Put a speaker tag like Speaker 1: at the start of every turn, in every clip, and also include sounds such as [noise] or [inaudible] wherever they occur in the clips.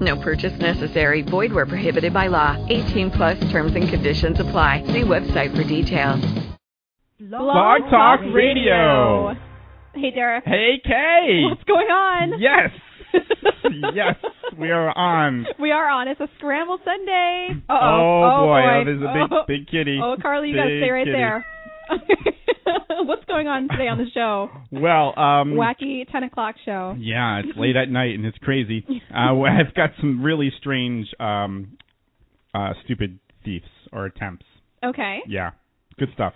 Speaker 1: No purchase necessary. Void where prohibited by law. 18 plus terms and conditions apply. See website for details.
Speaker 2: Blog Talk Radio.
Speaker 3: Hey, Derek.
Speaker 2: Hey, Kay.
Speaker 3: What's going on?
Speaker 2: Yes. [laughs] yes, we are on.
Speaker 3: [laughs] We are on. It's a scramble Sunday. Uh-oh.
Speaker 2: Oh,
Speaker 3: oh
Speaker 2: boy,
Speaker 3: boy.
Speaker 2: oh, there's a big,
Speaker 3: Oh.
Speaker 2: big kitty.
Speaker 3: Oh, Carly, you got to
Speaker 2: Big
Speaker 3: stay right
Speaker 2: kitty.
Speaker 3: there. [laughs] What's going on today on the show?
Speaker 2: Well, um,
Speaker 3: Wacky 10 o'clock show.
Speaker 2: yeah, it's late at night and it's crazy. Uh, well, I've got some really strange, um, uh, stupid thieves or attempts.
Speaker 3: Okay.
Speaker 2: Yeah, good stuff.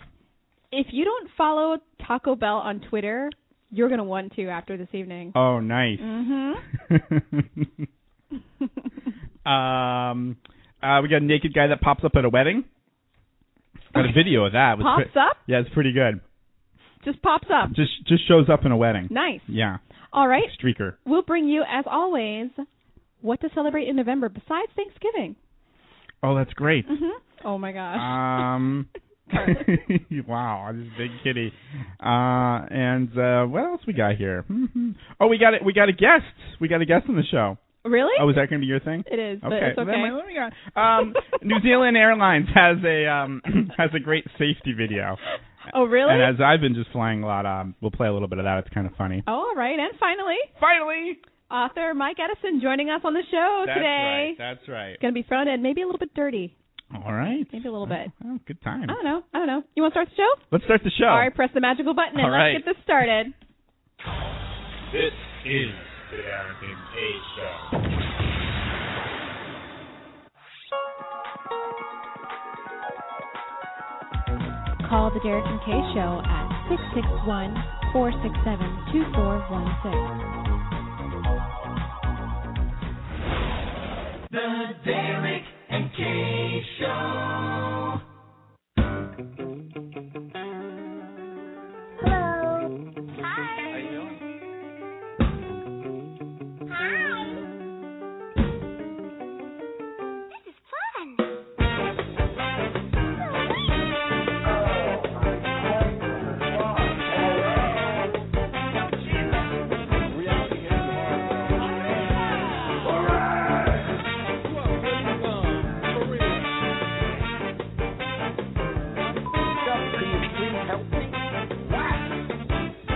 Speaker 3: If you don't follow Taco Bell on Twitter, you're going to want to after this evening.
Speaker 2: Oh, nice. [laughs]
Speaker 3: Mm-hmm.
Speaker 2: um, uh, we got a naked guy that pops up at a wedding. Got a video of that. It was
Speaker 3: [laughs] Pops
Speaker 2: pre-
Speaker 3: up?
Speaker 2: Yeah, it's pretty good.
Speaker 3: Just pops up.
Speaker 2: Just just shows up in a wedding.
Speaker 3: Nice.
Speaker 2: Yeah,
Speaker 3: All right.
Speaker 2: streaker.
Speaker 3: We'll bring you, as always, what to celebrate in November besides Thanksgiving.
Speaker 2: Oh, that's great.
Speaker 3: Mm-hmm. Oh, my gosh. [laughs]
Speaker 2: Um, [laughs] wow, I'm just a big kitty. Uh, and uh, what else we got here? Mhm. oh, we got it. We got a guest. We got a guest on the show.
Speaker 3: really?
Speaker 2: Oh, is that going to be your thing?
Speaker 3: It is, but
Speaker 2: Okay.
Speaker 3: it's okay.
Speaker 2: Then what do we got? Um, [laughs] New Zealand Airlines has a um, [clears throat] has a great safety video.
Speaker 3: oh, really?
Speaker 2: And as I've been just flying a lot, um, we'll play a little bit of that. It's kind of funny.
Speaker 3: oh, all right. And finally,
Speaker 2: Finally,
Speaker 3: author Mike Edison joining us on the show
Speaker 2: that's
Speaker 3: today.
Speaker 2: right. That's right.
Speaker 3: It's going to be fun and maybe a little bit dirty.
Speaker 2: All right.
Speaker 3: Maybe a little bit. Uh,
Speaker 2: Oh, good time.
Speaker 3: I don't know. I don't know. You want to start the show?
Speaker 2: Let's start the show.
Speaker 3: All right, press the magical button and
Speaker 2: Oh. All right.
Speaker 3: let's get this started.
Speaker 2: This is the Darren and Show.
Speaker 4: Call the Derek and Kay Show at 661 467 2416.
Speaker 5: Hello. Hi. How you doing? Hi. This is fun.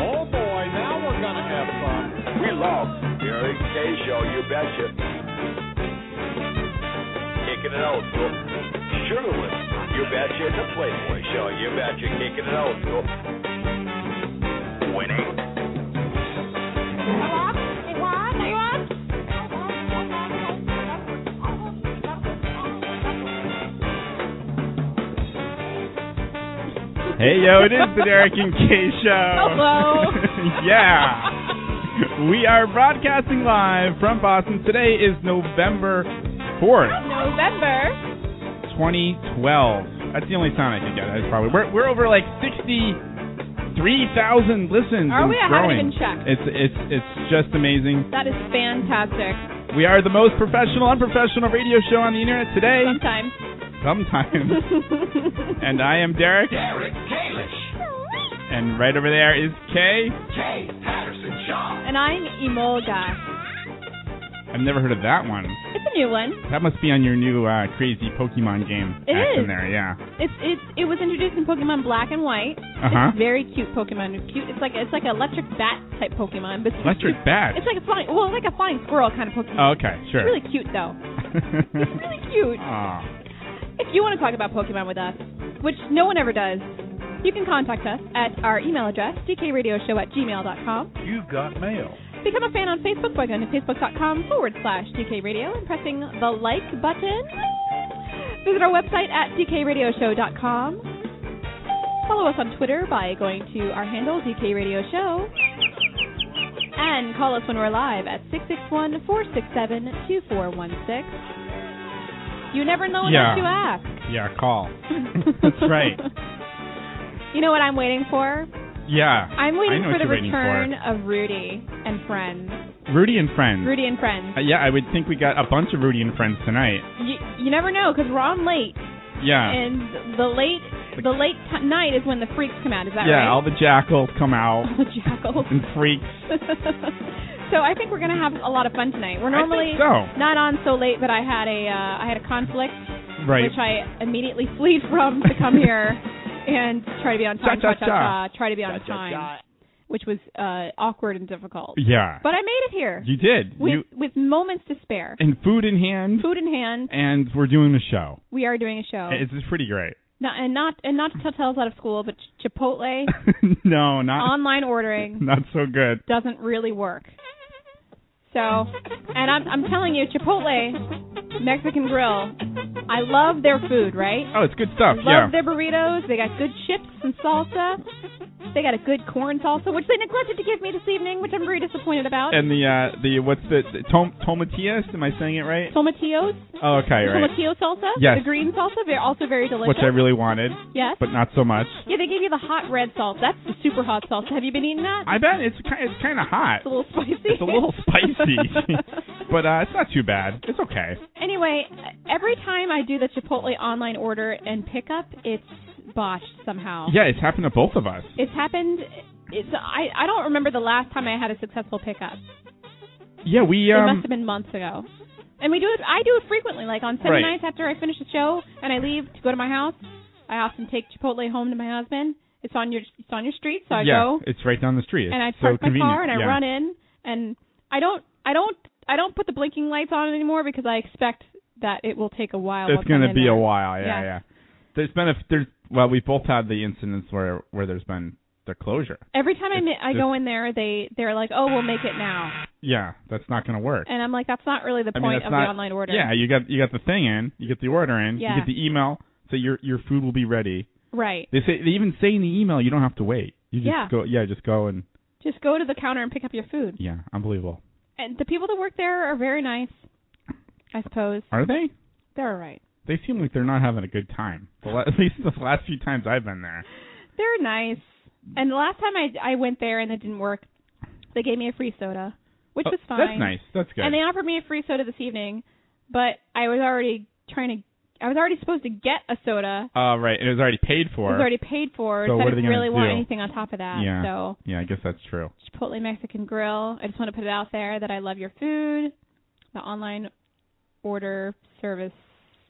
Speaker 6: Oh boy, now we're gonna have fun.
Speaker 7: We love Derek K Show, you betcha. Kicking it old school. Sugarwood, you betcha. It's a Playboy show, you betcha. Kicking it old school. Winning.
Speaker 2: Hey yo, it is the Derek and Kay Show.
Speaker 3: Hello.
Speaker 2: Oh. [laughs] yeah. We are broadcasting live from Boston. Today is November 4th,
Speaker 3: November.
Speaker 2: 2012. That's the only time I can get. That's probably we're we're over like 63,000 listens.
Speaker 3: Are
Speaker 2: and
Speaker 3: we? Oh, I haven't
Speaker 2: growing.
Speaker 3: even checked.
Speaker 2: It's it's it's just amazing.
Speaker 3: That is fantastic.
Speaker 2: We are the most professional unprofessional radio show on the internet
Speaker 3: [laughs]
Speaker 2: today.
Speaker 3: Sometimes.
Speaker 2: Sometimes. and I am Derek.
Speaker 7: Derek Kalish.
Speaker 2: And right over there is Kay.
Speaker 7: K. Patterson Shaw.
Speaker 3: and I'm Emolga.
Speaker 2: I've never heard of that one.
Speaker 3: It's a new one.
Speaker 2: That must be on your new uh, crazy Pokemon game
Speaker 3: It
Speaker 2: action
Speaker 3: is.
Speaker 2: there, yeah.
Speaker 3: It's it's it was introduced in Pokemon Black and White.
Speaker 2: Uh-huh.
Speaker 3: It's very cute Pokemon. It's cute. It's like it's like an electric bat type Pokemon, but it's
Speaker 2: Electric bat.
Speaker 3: It's like a flying well, like a flying squirrel kind of Pokemon.
Speaker 2: Oh, okay, sure. Oh.
Speaker 3: It's really cute though. It's
Speaker 2: [laughs]
Speaker 3: really cute.
Speaker 2: Aw.
Speaker 3: If you want to talk about Pokemon with us, which no one ever does, you can contact us at our email address, dkradioshow at gmail.com.
Speaker 6: You got mail.
Speaker 3: Become a fan on Facebook by going to facebook.com forward slash dkradio and pressing the like button. Visit our website at dkradioshow.com. Follow us on Twitter by going to our handle, dkradioshow. And call us when we're live at 661 467 2416. You never know unless
Speaker 2: Yeah.
Speaker 3: you ask.
Speaker 2: Yeah, call. That's right.
Speaker 3: [laughs] You know what I'm waiting for?
Speaker 2: Yeah.
Speaker 3: I'm
Speaker 2: I
Speaker 3: waiting
Speaker 2: know
Speaker 3: for
Speaker 2: what
Speaker 3: the
Speaker 2: you're waiting
Speaker 3: return of Rudy and friends.
Speaker 2: for. Rudy and Friends.
Speaker 3: Rudy and friends.
Speaker 2: Uh, yeah, I would think we got a bunch of Rudy and Friends tonight.
Speaker 3: You, you never know because we're on late,
Speaker 2: Yeah.
Speaker 3: and the late the late t- night is when the freaks come out. Is that
Speaker 2: yeah, all
Speaker 3: right?
Speaker 2: the jackals come out
Speaker 3: [laughs] All [laughs] the jackals.
Speaker 2: and freaks.
Speaker 3: so I think we're gonna have a lot of fun tonight. We're normally
Speaker 2: I think so.
Speaker 3: not on so late, but I had a uh, I had a conflict
Speaker 2: Right.
Speaker 3: which I immediately fleed from to
Speaker 2: [laughs]
Speaker 3: come here and try to be on time.
Speaker 2: Cha, cha,
Speaker 3: cha, Try to be on time, which was uh, awkward and difficult.
Speaker 2: yeah.
Speaker 3: But I made it here
Speaker 2: you did.
Speaker 3: with
Speaker 2: you
Speaker 3: with moments to spare,
Speaker 2: and food in hand
Speaker 3: food Oh. in hand.
Speaker 2: and we're doing the show.
Speaker 3: We are doing a show,
Speaker 2: It's it's pretty great. [laughs]
Speaker 3: not, and not and not to tell us out of school, but Chipotle
Speaker 2: [laughs] no, not
Speaker 3: online ordering
Speaker 2: not so good.
Speaker 3: doesn't really work. So, and I'm I'm telling you, Chipotle Mexican Grill, I love their food, right?
Speaker 2: Oh, it's good stuff. yeah.
Speaker 3: Love their burritos. They got good chips and salsa. They got a good corn salsa, which they neglected to give me this evening, which I'm very disappointed about.
Speaker 2: and the uh the what's the, the tom, tomatillas? Am I saying it right?
Speaker 3: tomatillos,
Speaker 2: Oh, okay,
Speaker 3: the
Speaker 2: right.
Speaker 3: tomatillo salsa,
Speaker 2: Yes.
Speaker 3: the green salsa, they're also very delicious.
Speaker 2: Which I really wanted,
Speaker 3: yes.
Speaker 2: but not so much.
Speaker 3: yeah, they gave you the hot red salsa. That's the super hot salsa. Have you been eating that?
Speaker 2: I bet it's kind it's kind of hot,
Speaker 3: it's a little spicy.
Speaker 2: It's a
Speaker 3: [laughs]
Speaker 2: little spicy. [laughs] but uh it's not too bad. It's okay.
Speaker 3: anyway, every time I do the Chipotle online order and pickup, it's botched somehow.
Speaker 2: Yeah, it's happened to both of us.
Speaker 3: It's happened. It's I I don't remember the last time I had a successful pickup.
Speaker 2: Yeah, we
Speaker 3: it
Speaker 2: um
Speaker 3: must have been months ago. And we do it. I do it frequently. Like on Sunday
Speaker 2: Right.
Speaker 3: nights after I finish the show and I leave to go to my house, I often take Chipotle home to my husband. It's on your it's on your street, so I
Speaker 2: yeah,
Speaker 3: go
Speaker 2: it's right down the street. It's
Speaker 3: and I
Speaker 2: so
Speaker 3: park my
Speaker 2: convenient.
Speaker 3: car and I
Speaker 2: yeah.
Speaker 3: run in and I don't I don't I don't put the blinking lights on anymore because I expect that it will take a while.
Speaker 2: It's
Speaker 3: once
Speaker 2: gonna
Speaker 3: I'm in
Speaker 2: be
Speaker 3: there.
Speaker 2: a while. Yeah,
Speaker 3: Yeah.
Speaker 2: yeah, There's been a there's well, we both had the incidents where where there's been the closure.
Speaker 3: Every time I
Speaker 2: It's
Speaker 3: mi- I
Speaker 2: just-
Speaker 3: go in there, they they're like, "Oh, we'll make it now,"
Speaker 2: Yeah, that's not gonna work.
Speaker 3: and I'm like, "That's not really the
Speaker 2: I mean,
Speaker 3: point
Speaker 2: that's
Speaker 3: of
Speaker 2: not-
Speaker 3: the online order."
Speaker 2: Yeah, you got you got the thing in, you get the order in,
Speaker 3: Yeah.
Speaker 2: you get the email, so your your food will be ready.
Speaker 3: Right.
Speaker 2: They say they even say in the email you don't have to wait. You just
Speaker 3: Yeah.
Speaker 2: go yeah, just go and
Speaker 3: Just go to the counter and pick up your food.
Speaker 2: yeah, unbelievable.
Speaker 3: And the people that work there are very nice, I suppose.
Speaker 2: Are they?
Speaker 3: They're all right.
Speaker 2: They seem like they're not having a good time. The la- [laughs] at least the last few times I've been there.
Speaker 3: They're nice. And the last time I I went there and it didn't work, they gave me a free soda, which
Speaker 2: Oh,
Speaker 3: was fine.
Speaker 2: That's nice. That's good.
Speaker 3: And they offered me a free soda this evening, but I was already trying to. I was already supposed to get a soda.
Speaker 2: uh right, it was already paid
Speaker 3: It
Speaker 2: for.
Speaker 3: was already paid for.
Speaker 2: So
Speaker 3: so I
Speaker 2: what are they
Speaker 3: didn't
Speaker 2: gonna
Speaker 3: really want
Speaker 2: do?
Speaker 3: anything on top of that.
Speaker 2: Yeah.
Speaker 3: So
Speaker 2: yeah, I guess that's true.
Speaker 3: Chipotle Mexican Grill. I just want to put it out there that I love your food. The online order service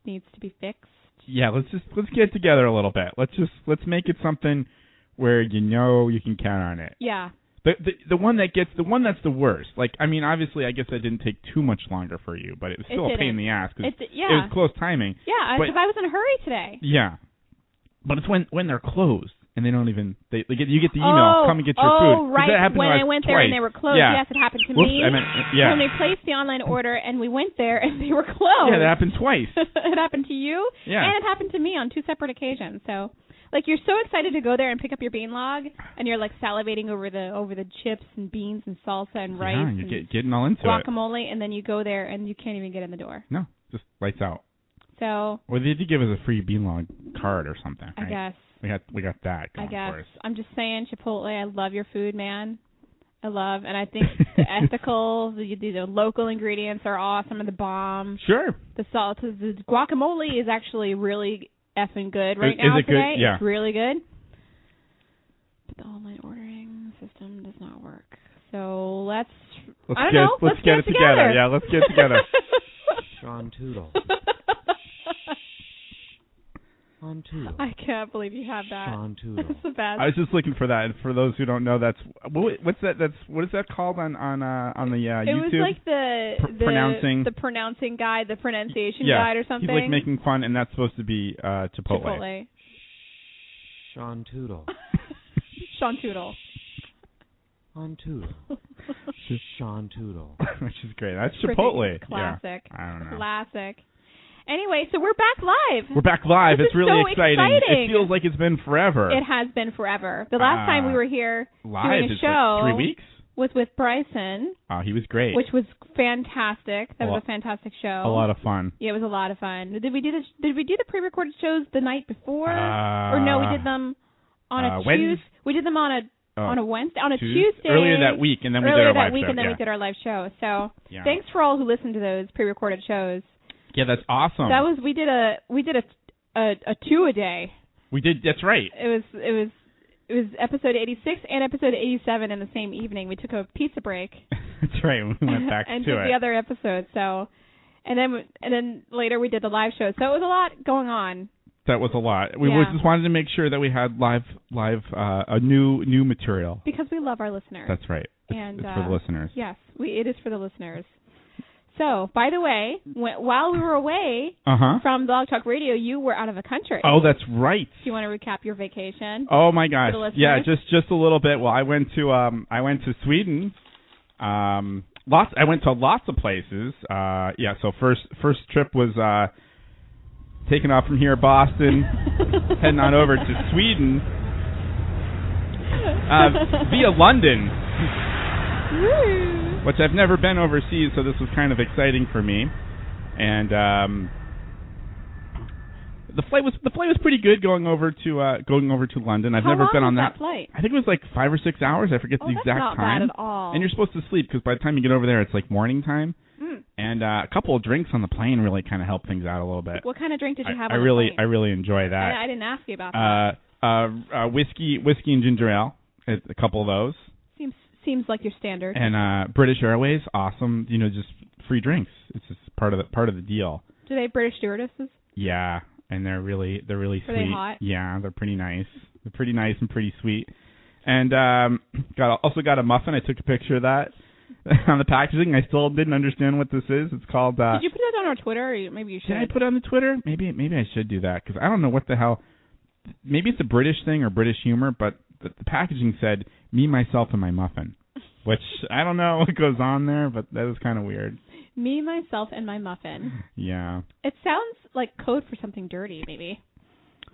Speaker 3: needs to be fixed.
Speaker 2: Yeah, let's just let's get together a little bit. Let's just let's make it something where you know you can count on it.
Speaker 3: Yeah.
Speaker 2: The, the the one that gets the one that's the worst. Like I mean, obviously, I guess that didn't take too much longer for you, but it was
Speaker 3: It
Speaker 2: still a pain in
Speaker 3: didn't.
Speaker 2: the ass because
Speaker 3: It's yeah.
Speaker 2: it was close timing.
Speaker 3: Yeah,
Speaker 2: But-
Speaker 3: because I was in a hurry today.
Speaker 2: Yeah, but it's when when they're closed and they don't even they, they get you get the
Speaker 3: oh,
Speaker 2: email come and get your
Speaker 3: oh,
Speaker 2: food. 'Cause
Speaker 3: right.
Speaker 2: That happened
Speaker 3: when
Speaker 2: to us
Speaker 3: I went there and
Speaker 2: twice.
Speaker 3: they were closed.
Speaker 2: Yeah.
Speaker 3: Yes, it happened to
Speaker 2: Whoops,
Speaker 3: me.
Speaker 2: I meant yeah.
Speaker 3: When we placed the online order and we went there and they were closed.
Speaker 2: yeah, that
Speaker 3: [laughs]
Speaker 2: happened twice.
Speaker 3: it happened to you.
Speaker 2: Yeah.
Speaker 3: And it happened to me on two separate occasions. So, like, you're so excited to go there and pick up your bean log, and you're like salivating over the over the chips and beans and salsa and rice
Speaker 2: yeah,
Speaker 3: and
Speaker 2: you're get, getting all into it.
Speaker 3: guacamole, and then you go there and you can't even get in the door.
Speaker 2: No, just lights out.
Speaker 3: So,
Speaker 2: Well, they did give us a free bean log card or something.
Speaker 3: I
Speaker 2: right?
Speaker 3: guess.
Speaker 2: we got we got that.
Speaker 3: I
Speaker 2: Going For
Speaker 3: guess.
Speaker 2: us.
Speaker 3: I'm just saying, Chipotle. I love your food, man. I love, and I think
Speaker 2: [laughs]
Speaker 3: the ethical, the, the, the local ingredients are awesome, and the bomb,
Speaker 2: Sure.
Speaker 3: the salt, the guacamole is actually really effing good right
Speaker 2: Is- is
Speaker 3: now
Speaker 2: it good?
Speaker 3: today.
Speaker 2: Yeah.
Speaker 3: It's really good. But the online ordering system does not work. So let's.
Speaker 2: Let's
Speaker 3: I don't
Speaker 2: get
Speaker 3: know.
Speaker 2: let's, get, it together. Yeah, let's get
Speaker 3: [laughs]
Speaker 2: it together.
Speaker 8: Sean Toodle. Sean Toodle.
Speaker 3: I can't believe you have that.
Speaker 8: Sean Toodle.
Speaker 3: [laughs] That's the best.
Speaker 2: I was just looking for that. And for those who don't know, that's what, what's that? That's what is that called on on uh, on the uh,
Speaker 3: It
Speaker 2: YouTube?
Speaker 3: was like the,
Speaker 2: Pr-
Speaker 3: the
Speaker 2: pronouncing-
Speaker 3: the pronouncing guide, the pronunciation
Speaker 2: yeah,
Speaker 3: guide or something.
Speaker 2: He's like making fun, and that's supposed to be uh, Chipotle.
Speaker 3: Chipotle.
Speaker 8: Sean Toodle.
Speaker 3: Sean Toodle.
Speaker 8: Sean Toodle. Sean Toodle.
Speaker 2: [laughs] Which is great. That's
Speaker 3: Freaking
Speaker 2: Chipotle. Yeah.
Speaker 3: Classic.
Speaker 2: I don't know.
Speaker 3: Classic. Anyway, so we're back live.
Speaker 2: We're back live.
Speaker 3: This
Speaker 2: it's
Speaker 3: is
Speaker 2: really
Speaker 3: so
Speaker 2: exciting.
Speaker 3: exciting.
Speaker 2: It feels like it's been forever.
Speaker 3: it has been forever. The last time we
Speaker 2: Ah.
Speaker 3: were here
Speaker 2: live
Speaker 3: doing a
Speaker 2: is
Speaker 3: show
Speaker 2: like three weeks.
Speaker 3: was with Bryson,
Speaker 2: Oh, he was great.
Speaker 3: which was fantastic. That
Speaker 2: A
Speaker 3: was
Speaker 2: lot-
Speaker 3: a fantastic show.
Speaker 2: a lot of fun.
Speaker 3: yeah, it was a lot of fun. Did we do the did we do the pre-recorded shows the night before?
Speaker 2: Uh,
Speaker 3: or no, we did them on a
Speaker 2: Uh,
Speaker 3: Tues-
Speaker 2: Wednes-
Speaker 3: We did them on a
Speaker 2: Oh,
Speaker 3: on a Wednesday on a
Speaker 2: Tues-
Speaker 3: Tuesday
Speaker 2: earlier that week, and then we
Speaker 3: earlier
Speaker 2: did our
Speaker 3: that
Speaker 2: live
Speaker 3: week,
Speaker 2: show.
Speaker 3: and then
Speaker 2: yeah.
Speaker 3: we did our live show. So
Speaker 2: yeah.
Speaker 3: thanks for all who listened to those pre-recorded shows.
Speaker 2: Yeah, that's awesome.
Speaker 3: that was we did a we did a a, a two a day.
Speaker 2: we did. That's right. [laughs]
Speaker 3: It was it was it was episode 86 and episode 87 in the same evening. We took a pizza break
Speaker 2: that's right. We [laughs] went back
Speaker 3: [laughs] and
Speaker 2: to
Speaker 3: did
Speaker 2: it.
Speaker 3: the other episode. So and then and then later we did the live show. So it was a lot going on.
Speaker 2: that was a lot. We
Speaker 3: Yeah.
Speaker 2: just wanted to make sure that we had live, live, uh, a new, new material.
Speaker 3: Because we love our listeners.
Speaker 2: That's right. It's,
Speaker 3: And,
Speaker 2: it's for
Speaker 3: uh,
Speaker 2: the listeners.
Speaker 3: yes, we it is for the listeners. So, by the way, wh- while we were away
Speaker 2: Uh huh.
Speaker 3: from Blog Talk Radio, you were out of the country.
Speaker 2: Oh, that's right.
Speaker 3: Do you want to recap your vacation?
Speaker 2: Oh my
Speaker 3: For
Speaker 2: gosh.
Speaker 3: the listeners?
Speaker 2: Yeah, just just a little bit. Well, I went to um I went to Sweden. Um lots I went to lots of places. Uh yeah, so first first trip was uh taking off from here Boston,
Speaker 3: [laughs]
Speaker 2: heading on over
Speaker 4: [laughs]
Speaker 2: to Sweden
Speaker 3: [laughs]
Speaker 2: uh via London,
Speaker 3: Woo.
Speaker 2: which I've never been overseas, so this was kind of exciting for me. And um the flight was the flight was pretty good going over to uh going over to London. I've
Speaker 3: How
Speaker 2: never
Speaker 3: long
Speaker 2: been
Speaker 3: was
Speaker 2: on
Speaker 3: that, flight?
Speaker 2: I think it was like five or six hours. I forget
Speaker 3: Oh,
Speaker 2: the
Speaker 3: that's
Speaker 2: exact
Speaker 3: not
Speaker 2: time.
Speaker 3: bad at all.
Speaker 2: And you're supposed to sleep because by the time you get over there, it's like morning time.
Speaker 3: Mm.
Speaker 2: And uh, a couple of drinks on the plane really kind of help things out a little bit.
Speaker 3: What kind of drink did you
Speaker 2: I,
Speaker 3: have?
Speaker 2: I
Speaker 3: on
Speaker 2: really,
Speaker 3: the
Speaker 2: I
Speaker 3: plane?
Speaker 2: really enjoy
Speaker 3: I,
Speaker 2: that.
Speaker 3: I didn't ask you about that.
Speaker 2: Uh, uh, uh, whiskey, whiskey and ginger ale, a a couple of those.
Speaker 3: seems seems like your standard.
Speaker 2: And uh, British Airways, awesome. You know, just free drinks. It's just part of the part of the deal.
Speaker 3: Do they have British stewardesses?
Speaker 2: Yeah, and they're really they're really
Speaker 3: Are
Speaker 2: sweet.
Speaker 3: they hot?
Speaker 2: Yeah, they're pretty nice. They're pretty nice and pretty sweet. And um [clears throat] got a- also got a muffin. I took a picture of that [laughs] on the packaging. I still didn't understand what this is. It's called uh
Speaker 3: Did you put that on our Twitter? Or you- maybe you should.
Speaker 2: Did I put it on the Twitter? Maybe maybe I should do that cuz I don't know what the hell maybe it's a British thing or British humor, but the, the packaging said me myself and my muffin, which I don't know [laughs] what goes on there, but that was kind of weird.
Speaker 3: Me, myself, and my muffin.
Speaker 2: Hmm. Yeah.
Speaker 3: It sounds like code for something dirty, maybe.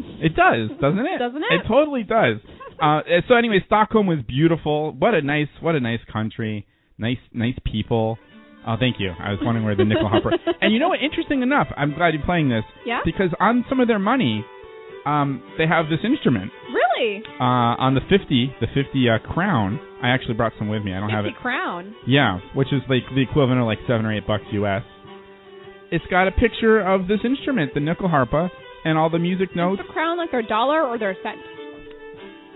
Speaker 2: It does, doesn't it?
Speaker 3: Doesn't
Speaker 2: It
Speaker 3: it?
Speaker 2: totally does. Uh, and so anyway, Stockholm was beautiful. What a nice, what a nice country. Nice, nice people. Oh, thank you. I was wondering where the
Speaker 3: [laughs]
Speaker 2: nickel hopper. And you know what? Interesting enough, I'm glad you're playing this
Speaker 3: [laughs] Yeah.
Speaker 2: because on some of their money, um, they have this instrument
Speaker 3: Really?
Speaker 2: uh, on the 50, the 50 uh, crown. I actually brought some with me. I don't have it.
Speaker 3: Fifty crown.
Speaker 2: Yeah, which is like the equivalent of like seven or eight bucks US. It's got a picture of this instrument, the nickel harpa, and all the music notes.
Speaker 3: [laughs] Is the crown like their dollar or their cent?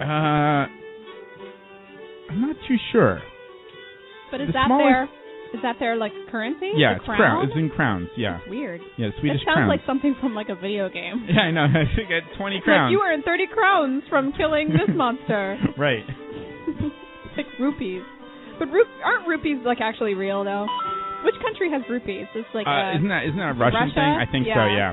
Speaker 2: Uh, I'm not too sure.
Speaker 3: But is
Speaker 2: The
Speaker 3: that
Speaker 2: smallest-
Speaker 3: their is that their like currency?
Speaker 2: yeah,
Speaker 3: The
Speaker 2: it's
Speaker 3: crown.
Speaker 2: It's in crowns. Yeah,
Speaker 3: It's weird.
Speaker 2: yeah, Swedish
Speaker 3: it sounds
Speaker 2: crowns.
Speaker 3: like something from like a video game.
Speaker 2: [laughs] yeah, I know. [laughs] I think I had 20
Speaker 3: It's Like
Speaker 2: crowns.
Speaker 3: you earned thirty crowns from killing
Speaker 2: [laughs]
Speaker 3: this monster. [laughs]
Speaker 2: right.
Speaker 3: It's like rupees. But rup- aren't rupees like actually real though? Which country has rupees? It's like
Speaker 2: uh,
Speaker 3: a,
Speaker 2: isn't that isn't that a Russian
Speaker 3: Russia?
Speaker 2: thing? I think so.
Speaker 3: Yeah.
Speaker 2: Yeah.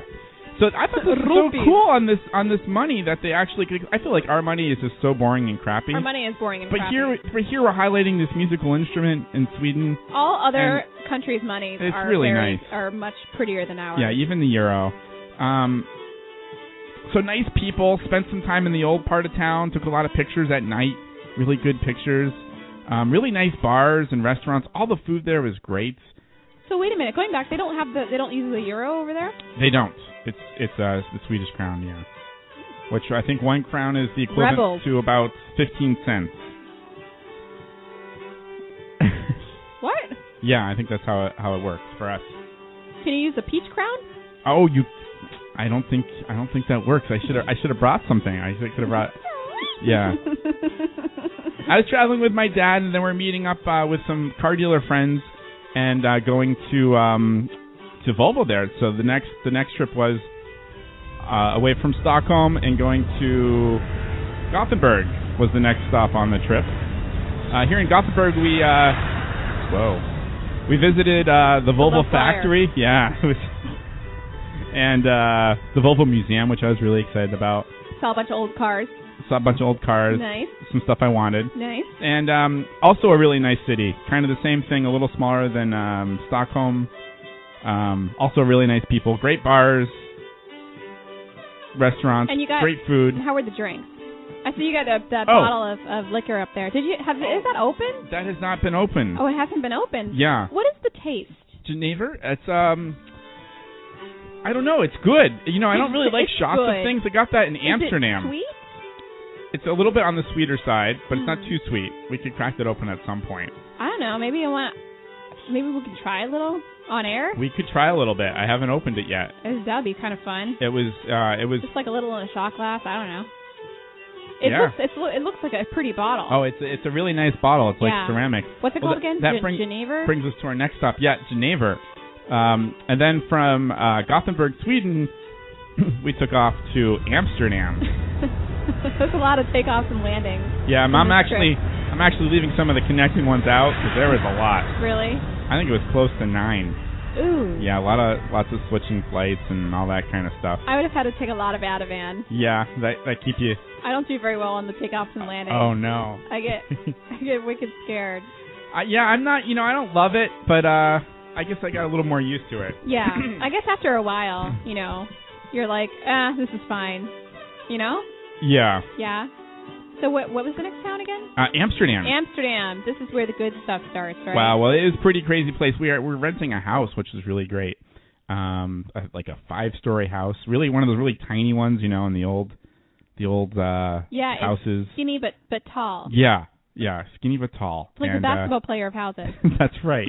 Speaker 2: So I thought this was so
Speaker 3: Rupees.
Speaker 2: cool on this on this money that they actually. Could, I feel like our money is just so boring and crappy.
Speaker 3: our money is boring and
Speaker 2: but
Speaker 3: crappy.
Speaker 2: here, for here, we're highlighting this musical instrument in Sweden.
Speaker 3: all other countries' monies
Speaker 2: it's
Speaker 3: are
Speaker 2: really
Speaker 3: very,
Speaker 2: nice.
Speaker 3: are much prettier than ours.
Speaker 2: Yeah, even the euro. Um, so nice people. Spent some time in the old part of town. Took a lot of pictures at night. Really good pictures. Um, really nice bars and restaurants. All the food there was great.
Speaker 3: So wait a minute, going back, they don't have the they don't use the euro over there.
Speaker 2: They don't. It's it's uh, the Swedish crown, yeah. Which I think one crown is the equivalent
Speaker 3: Rebels.
Speaker 2: to about fifteen cents. [laughs]
Speaker 3: What?
Speaker 2: yeah, I think that's how it, how it works for us.
Speaker 3: Can you use a peach
Speaker 2: [laughs]
Speaker 3: crown?
Speaker 2: Oh, you. I don't think I don't think that works. I should have I should have brought something. I should have brought. Yeah. I was traveling with my dad, and then we're meeting up uh, with some car dealer friends, and uh, going to um, to Volvo there. So the next the next trip was uh, away from Stockholm and going to Gothenburg was the next stop on the trip. Uh, here in Gothenburg, we uh, whoa, we visited uh, the Volvo
Speaker 3: Volvo Flyer.
Speaker 2: factory. Yeah, [laughs] it was, and uh, the Volvo museum, which I was really excited about.
Speaker 3: Saw a bunch of old cars.
Speaker 2: Saw a bunch of old cars,
Speaker 3: Nice,
Speaker 2: some stuff I wanted
Speaker 3: nice.
Speaker 2: and um, also a really nice city. Kind of the same thing, a little smaller than um, Stockholm. Um, also really nice people, great bars, restaurants,
Speaker 3: And you got-
Speaker 2: great food.
Speaker 3: And how were the drinks? I see you got a, that
Speaker 2: Oh.
Speaker 3: bottle of, of liquor up there. Did you have? Is that open?
Speaker 2: That has not been open.
Speaker 3: Oh, it hasn't been opened.
Speaker 2: Yeah,
Speaker 3: What is the taste?
Speaker 2: Geneva. It's um, I don't know. It's good. You know, I don't really like
Speaker 3: [laughs] It's
Speaker 2: shots of
Speaker 3: good.
Speaker 2: things. I got that in
Speaker 3: Is it
Speaker 2: Amsterdam.
Speaker 3: sweet?
Speaker 2: it's a little bit on the sweeter side, but it's not
Speaker 3: Hmm.
Speaker 2: too sweet. We could crack that open at some point.
Speaker 3: I don't know. Maybe I want. Maybe we can try a little on air.
Speaker 2: We could try a little bit. I haven't opened it yet.
Speaker 3: That'd be kind of fun.
Speaker 2: It was uh, it was
Speaker 3: Just like a little in a shot glass. I don't know. It
Speaker 2: Yeah.
Speaker 3: looks. It's, lo- it looks like a pretty bottle.
Speaker 2: oh, it's it's a really nice bottle. It's like
Speaker 3: Yeah.
Speaker 2: ceramic.
Speaker 3: What's it
Speaker 2: well,
Speaker 3: called
Speaker 2: that-
Speaker 3: again?
Speaker 2: that
Speaker 3: Gen-
Speaker 2: bring-
Speaker 3: Geneva.
Speaker 2: Brings us to our next stop. Yeah, Geneva. Um, and then from uh, Gothenburg, Sweden, [clears throat] we took off to Amsterdam.
Speaker 3: [laughs] That's a lot of takeoffs and landings.
Speaker 2: Yeah, I'm, I'm
Speaker 3: Mhm,
Speaker 2: actually I'm actually leaving some of the connecting ones out because there was a lot.
Speaker 3: Really?
Speaker 2: I think it was close to nine.
Speaker 3: Ooh.
Speaker 2: Yeah, a lot of lots of switching flights and all that kind of stuff.
Speaker 3: I would have had to take a lot of Ativan.
Speaker 2: Yeah, that that keep you.
Speaker 3: I don't do very well on the takeoffs and landings.
Speaker 2: Oh no.
Speaker 3: I get
Speaker 2: [laughs]
Speaker 3: I get wicked scared.
Speaker 2: I, yeah, I'm not. You know, I don't love it, but uh, I guess I got a little more used to it. [clears throat]
Speaker 3: Yeah. I guess after a while, you know, you're like, ah, this is fine. You know?
Speaker 2: Yeah,
Speaker 3: Yeah. So what what was the next town
Speaker 2: [clears throat]
Speaker 3: again?
Speaker 2: uh, Amsterdam.
Speaker 3: Amsterdam. This is where the good stuff starts, right?
Speaker 2: Wow, well, it is a pretty crazy place. We are we're renting a house, which is really great. Um, a, like a five story house, really one of those really tiny ones, you know, in the old, the old uh
Speaker 3: Yeah, it's
Speaker 2: houses.
Speaker 3: Skinny but but tall.
Speaker 2: Yeah, yeah, skinny but tall.
Speaker 3: It's like the
Speaker 2: And, uh, [laughs]
Speaker 3: basketball player of houses.
Speaker 2: that's
Speaker 3: [laughs]
Speaker 2: right.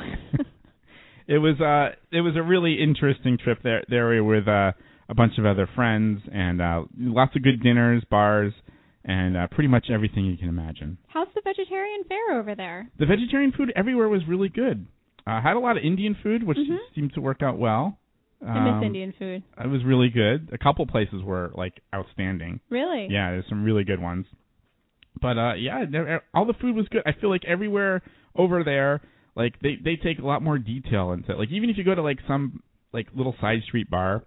Speaker 2: it was uh it was a really interesting trip there there we were with uh a bunch of other friends and uh lots of good dinners, bars, and uh pretty much everything you can imagine.
Speaker 3: How's the vegetarian fare over there?
Speaker 2: The vegetarian food everywhere was really good. I uh, had a lot of Indian food which
Speaker 3: Mhm.
Speaker 2: seemed to work out well.
Speaker 3: I miss
Speaker 2: Um,
Speaker 3: Indian food.
Speaker 2: It was really good. A couple places were like outstanding.
Speaker 3: Really?
Speaker 2: Yeah, there's some really good ones. But uh yeah, there- all the food was good. I feel like everywhere over there, like they they take a lot more detail into it. Like even if you go to like some like little side street bar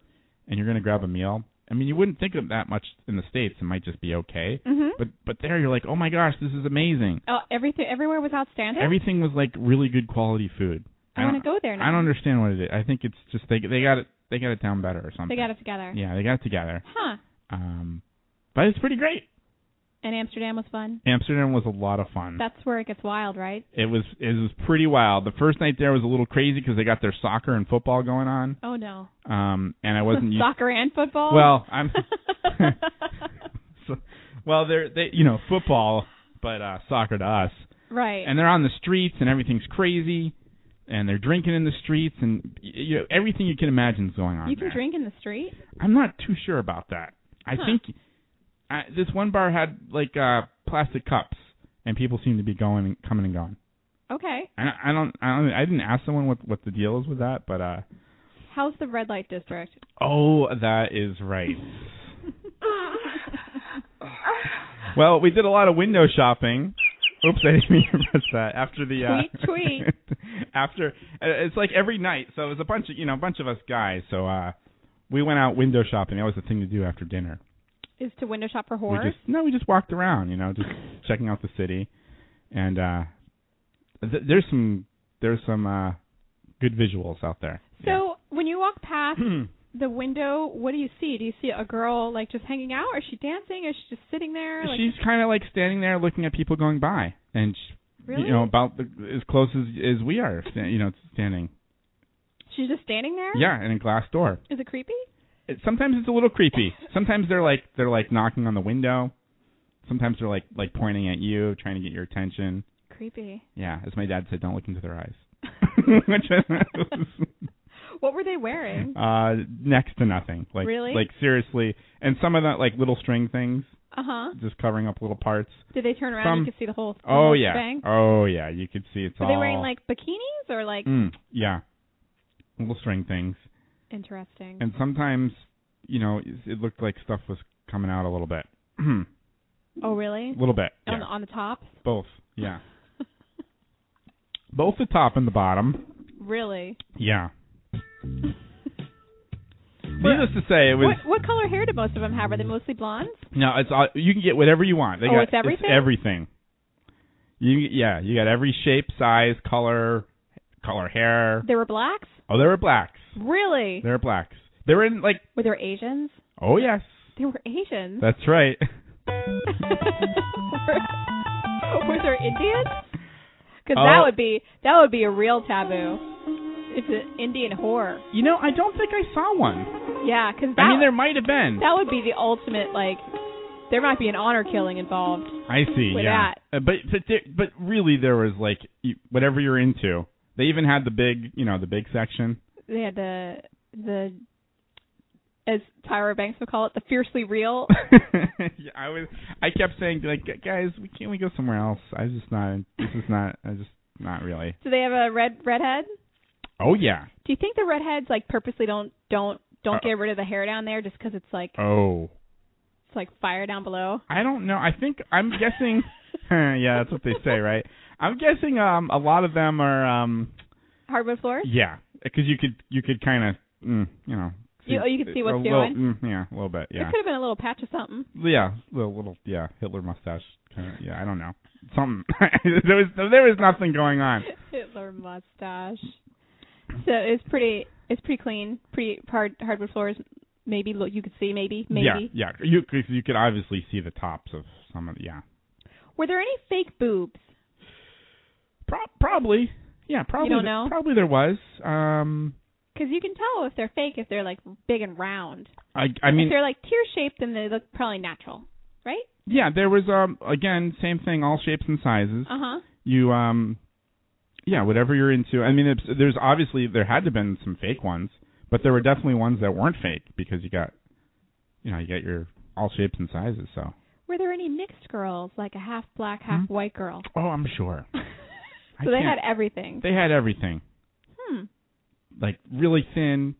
Speaker 2: and you're gonna grab a meal, I mean you wouldn't think of that much in the states. It might just be okay.
Speaker 3: Mhm.
Speaker 2: But but there you're like, oh my gosh, this is amazing.
Speaker 3: Oh, everything everywhere was outstanding.
Speaker 2: Everything was like really good quality food.
Speaker 3: I
Speaker 2: don't-
Speaker 3: want to go there now.
Speaker 2: I don't understand what it is. I think it's just they they got it they got it down better or something.
Speaker 3: They got it together.
Speaker 2: Yeah, they got it together.
Speaker 3: Huh.
Speaker 2: Um, but it's pretty great.
Speaker 3: And Amsterdam was fun.
Speaker 2: Amsterdam was a lot of fun.
Speaker 3: That's where it gets wild, right?
Speaker 2: It was it was pretty wild. The first night there was a little crazy because they got their soccer and football going on,
Speaker 3: Oh no.
Speaker 2: um, and I wasn't used.
Speaker 3: [laughs] Soccer and football.
Speaker 2: Well,
Speaker 3: [laughs]
Speaker 2: I'm. [laughs] so, well, they're they you know football, but uh, soccer to us,
Speaker 3: right.
Speaker 2: and they're on the streets and everything's crazy, and they're drinking in the streets and y- you know everything you can imagine is going on.
Speaker 3: you can
Speaker 2: there.
Speaker 3: drink in the street.
Speaker 2: I'm not too sure about that. I
Speaker 3: Huh.
Speaker 2: think I, this one bar had like uh plastic cups, and people seemed to be going and coming and going.
Speaker 3: Okay.
Speaker 2: I, I don't, I don't, I didn't ask someone what what the deal is with that, but uh.
Speaker 3: How's the red light district?
Speaker 2: Oh, that is right. well, we did a lot of window shopping. Oops, I didn't mean to press that. After the uh,
Speaker 3: Tweet,
Speaker 2: [laughs] after uh, it's like every night, so it was a bunch of you know a bunch of us guys. So uh, we went out window shopping. That was the thing to do after dinner.
Speaker 3: Is to window shop for
Speaker 2: we
Speaker 3: horrors?
Speaker 2: just no, we just walked around, you know, just checking out the city, and uh, th- there's some there's some uh, good visuals out there.
Speaker 3: so when you walk past
Speaker 2: Yeah. [clears throat]
Speaker 3: the window, what do you see? Do you see a girl like just hanging out? Or is she dancing? Is she just sitting there? Like
Speaker 2: she's kind of like standing there looking at people going by, and sh
Speaker 3: really?
Speaker 2: you know about the, as close as as we are, sta- you know, standing.
Speaker 3: she's just standing there?
Speaker 2: Yeah, in a glass door.
Speaker 3: Is it creepy?
Speaker 2: It, sometimes it's a little creepy. Sometimes they're like they're like knocking on the window. Sometimes they're like like pointing at you, trying to get your attention. [laughs]
Speaker 3: Creepy. [laughs]
Speaker 2: Yeah, as my dad said, don't look into their eyes. [laughs] Which I-
Speaker 3: What were they wearing?
Speaker 2: Uh, next to nothing. Like
Speaker 3: Really?
Speaker 2: like seriously. And some of that like little string things,
Speaker 3: Uh huh.
Speaker 2: just covering up little parts.
Speaker 3: Did they turn around?
Speaker 2: Some-
Speaker 3: and you could see the whole. the
Speaker 2: Oh
Speaker 3: whole
Speaker 2: yeah.
Speaker 3: shebang?
Speaker 2: Oh yeah. You could see it's
Speaker 3: Were
Speaker 2: all.
Speaker 3: they wearing like bikinis or like
Speaker 2: Mm, yeah. Little string things.
Speaker 3: Mm-hmm. interesting?
Speaker 2: And sometimes, you know, it it looked like stuff was coming out a little bit. [clears throat] a
Speaker 3: oh really?
Speaker 2: little bit.
Speaker 3: On,
Speaker 2: Yeah.
Speaker 3: on the top?
Speaker 2: Both.
Speaker 3: [laughs]
Speaker 2: Yeah. Both the top and the bottom.
Speaker 3: Really? [laughs]
Speaker 2: Yeah. Needless to say, it was
Speaker 3: what what color hair do most of them have? Are they mostly blondes?
Speaker 2: No, it's all, you can get whatever you want. They
Speaker 3: Oh,
Speaker 2: got
Speaker 3: it's everything?
Speaker 2: everything. You yeah, you got every shape, size, color, color hair.
Speaker 3: They were blacks?
Speaker 2: Oh, there were blacks.
Speaker 3: Really?
Speaker 2: There were blacks. They were in like
Speaker 3: Were there Asians?
Speaker 2: oh yes,
Speaker 3: They were Asians.
Speaker 2: that's right.
Speaker 3: were, [laughs] were there Indians? Because
Speaker 2: Oh.
Speaker 3: that would be that would be a real taboo. It's an Indian whore.
Speaker 2: You know, I don't think I saw one.
Speaker 3: Yeah, because that
Speaker 2: I mean, there might have been.
Speaker 3: that would be the ultimate like There might be an honor killing involved.
Speaker 2: I see.
Speaker 3: With
Speaker 2: yeah. Uh, but but there, but really, there was like y- whatever you're into. They even had the big, you know, the big section. [laughs]
Speaker 3: They had the the as Tyra Banks would call it, the fiercely real.
Speaker 2: [laughs] yeah, I was. I kept saying like, guys, we can't we go somewhere else? I was just not. This is not. I just not really.
Speaker 3: Do they have a red redhead?
Speaker 2: Oh yeah.
Speaker 3: Do you think the redheads like purposely don't don't don't
Speaker 2: Uh,
Speaker 3: get rid of the hair down there just because it's like
Speaker 2: Oh.
Speaker 3: it's like fire down below?
Speaker 2: I don't know. I think I'm guessing. [laughs] yeah, that's what they say, right? I'm guessing um a lot of them are um
Speaker 3: Hardwood floors.
Speaker 2: yeah because you could you could kind of mm, you know
Speaker 3: You- oh, you could see what's
Speaker 2: a little-
Speaker 3: doing?
Speaker 2: mm, yeah a little bit
Speaker 3: There
Speaker 2: yeah
Speaker 3: could have been a little patch of something. [laughs]
Speaker 2: yeah little, little yeah Hitler mustache kind of yeah I don't know something [laughs] there was there was nothing going on
Speaker 3: Hitler mustache. So it's pretty it's pretty clean, pretty hard hardwood floors. Maybe look you could see maybe maybe.
Speaker 2: yeah yeah you cause you could obviously see the tops of some of the, yeah
Speaker 3: Were there any fake boobs?
Speaker 2: Pro- probably yeah probably
Speaker 3: don't know?
Speaker 2: probably there was um
Speaker 3: Because you can tell if they're fake if they're like big and round.
Speaker 2: I I mean
Speaker 3: if they're like tear shaped, then they look probably natural, right?
Speaker 2: Yeah, there was um again same thing, all shapes and sizes.
Speaker 3: Uh huh.
Speaker 2: You um, yeah, whatever you're into. I mean, it's, there's obviously there had to have been some fake ones, but there were definitely ones that weren't fake because you got, you know, you got your all shapes and sizes. So.
Speaker 3: Were there any mixed girls, like a half black, half
Speaker 2: Hmm?
Speaker 3: white girl?
Speaker 2: Oh, I'm sure.
Speaker 3: [laughs] so
Speaker 2: I
Speaker 3: they had
Speaker 2: can't-
Speaker 3: everything.
Speaker 2: they had everything,
Speaker 3: hmm.
Speaker 2: like really thin,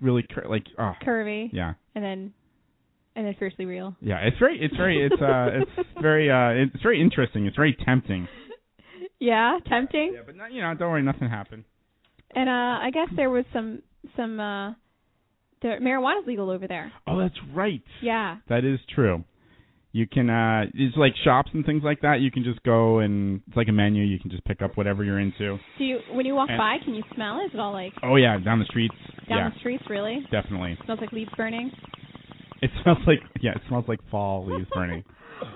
Speaker 2: really cur- like oh
Speaker 3: Curvy,
Speaker 2: yeah
Speaker 3: and then and then fiercely real. [laughs]
Speaker 2: yeah. It's very it's very it's uh it's very uh it's very interesting. It's very tempting.
Speaker 3: Yeah, tempting.
Speaker 2: Yeah, but not, you know, don't worry, nothing happened.
Speaker 3: And uh I guess there was some some uh there, marijuana's legal over there.
Speaker 2: Oh, that's right.
Speaker 3: Yeah.
Speaker 2: That is true. You can uh it's like shops and things like that. You can just go and it's like a menu. You can just pick up whatever you're into.
Speaker 3: Do you when you walk
Speaker 2: And-
Speaker 3: by, can you smell it? Is it all like
Speaker 2: Oh yeah, down the streets.
Speaker 3: down
Speaker 2: yeah,
Speaker 3: the streets really?
Speaker 2: definitely.
Speaker 3: smells like leaves burning.
Speaker 2: It smells like yeah, it smells like fall [laughs] leaves
Speaker 3: [laughs]
Speaker 2: burning.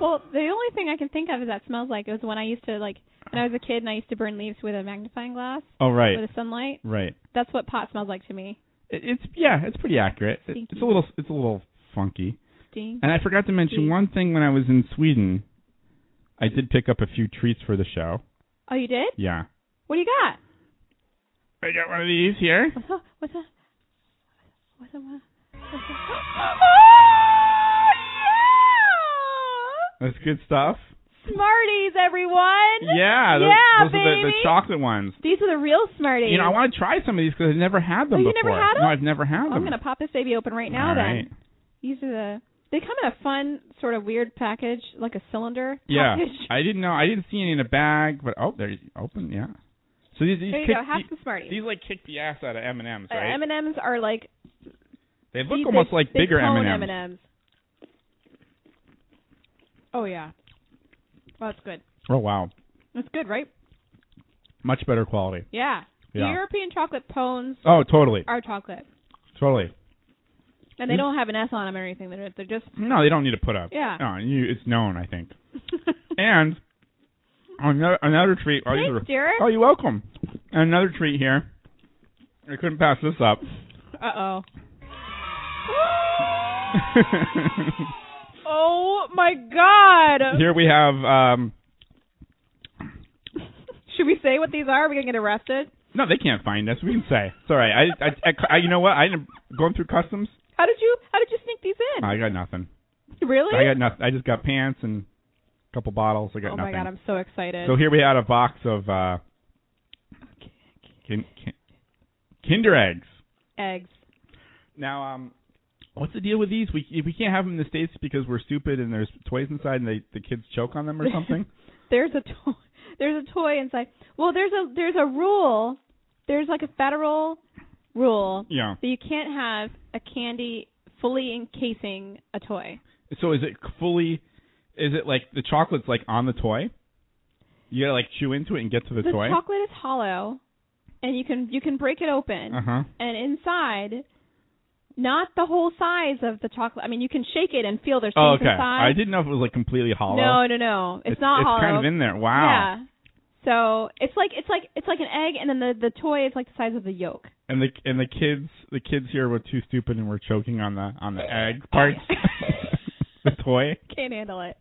Speaker 3: Well, the only thing I can think of is that smells like it was when I used to like when I was a kid and I used to burn leaves with a magnifying glass
Speaker 2: Oh right,
Speaker 3: with the sunlight.
Speaker 2: right.
Speaker 3: That's what pot smells like to me.
Speaker 2: It, it's yeah, it's pretty accurate. It,
Speaker 3: Stinky.
Speaker 2: it's a little it's a little funky.
Speaker 3: Stinks.
Speaker 2: And I forgot to mention
Speaker 3: Sweet.
Speaker 2: one thing when I was in Sweden. I did pick up a few treats for the show.
Speaker 3: Oh, you did?
Speaker 2: Yeah.
Speaker 3: What do you got?
Speaker 2: I got one of these
Speaker 3: [laughs]
Speaker 2: here.
Speaker 3: What's up? What's up? What's up? [laughs] What's up?
Speaker 2: That's good stuff.
Speaker 3: Smarties, everyone.
Speaker 2: Yeah, those,
Speaker 3: Yeah,
Speaker 2: those are the, the
Speaker 3: baby.
Speaker 2: chocolate ones.
Speaker 3: These are the real Smarties.
Speaker 2: You know, I want to try some of these because I've never had them
Speaker 3: Oh, you never
Speaker 2: before.
Speaker 3: had 'em?
Speaker 2: No, I've never had them.
Speaker 3: I'm gonna pop this baby open right now.
Speaker 2: All
Speaker 3: then
Speaker 2: right.
Speaker 3: these are the. They come in a fun sort of weird package, like a cylinder [laughs]
Speaker 2: Yeah,
Speaker 3: package.
Speaker 2: I didn't know. I didn't see any in a bag, but oh, they're open. Yeah. So these these
Speaker 3: There you
Speaker 2: kick,
Speaker 3: go. Have
Speaker 2: the-
Speaker 3: some Smarties.
Speaker 2: these like kick the ass out of M and M's,
Speaker 3: Uh,
Speaker 2: right?
Speaker 3: M&Ms are like
Speaker 2: they look
Speaker 3: these
Speaker 2: almost
Speaker 3: big-
Speaker 2: like
Speaker 3: big
Speaker 2: bigger
Speaker 3: cone
Speaker 2: M and M's.
Speaker 3: M&Ms. Oh yeah. Well, that's good.
Speaker 2: Oh wow,
Speaker 3: That's good, right?
Speaker 2: much better quality.
Speaker 3: Yeah.
Speaker 2: Yeah.
Speaker 3: The European chocolate pones
Speaker 2: Oh, totally,
Speaker 3: are chocolate,
Speaker 2: totally.
Speaker 3: and they
Speaker 2: Mm.
Speaker 3: don't have an S on them or anything. They're they're just
Speaker 2: No, they don't need to put
Speaker 3: [laughs]
Speaker 2: up.
Speaker 3: Yeah.
Speaker 2: No, you, it's known, I think. And another another treat. Oh, these
Speaker 3: Thanks,
Speaker 2: are-
Speaker 3: Derek.
Speaker 2: oh, you're welcome. And another treat here. I couldn't pass this up. [laughs]
Speaker 3: Uh oh. [gasps] oh my God.
Speaker 2: [laughs] Here we have um
Speaker 3: Should we say what these are? Are we gonna get arrested?
Speaker 2: no, they can't find us. We can say. It's all right. I, I, I- I- you know what? I didn't going through customs.
Speaker 3: How did you How did you sneak these in?
Speaker 2: I got nothing.
Speaker 3: really?
Speaker 2: I got nothing. I just got pants and a couple bottles. I got
Speaker 3: oh
Speaker 2: nothing.
Speaker 3: my God, I'm so excited.
Speaker 2: so here we had a box of uh kin, kin, Kinder eggs.
Speaker 3: Eggs.
Speaker 2: Now um what's the deal with these? We we can't have them in the states because we're stupid and there's toys inside and they the kids choke on them or
Speaker 3: [laughs]
Speaker 2: something.
Speaker 3: There's a toy. [laughs] There's a toy inside. Well, there's a there's a rule. There's like a federal rule
Speaker 2: yeah.
Speaker 3: that you can't have a candy fully encasing a toy.
Speaker 2: So is it fully? Is it like the chocolate's like on the toy? You gotta like chew into it and get to the,
Speaker 3: the
Speaker 2: toy.
Speaker 3: chocolate is hollow, and you can you can break it open,
Speaker 2: [laughs] uh huh.
Speaker 3: and inside, not the whole size of the chocolate. I mean, you can shake it and feel there's
Speaker 2: Oh,
Speaker 3: things
Speaker 2: okay.
Speaker 3: inside.
Speaker 2: I didn't know if it was like completely hollow.
Speaker 3: No, no, no. It's, not
Speaker 2: it's
Speaker 3: hollow.
Speaker 2: kind of in there. Wow.
Speaker 3: Yeah. So it's like it's like it's like an egg, and then the the toy is like the size of the yolk. [laughs]
Speaker 2: And the
Speaker 3: [laughs]
Speaker 2: and the kids the kids here were too stupid and were choking on the on the egg parts. The toy? [laughs]
Speaker 3: Can't handle it.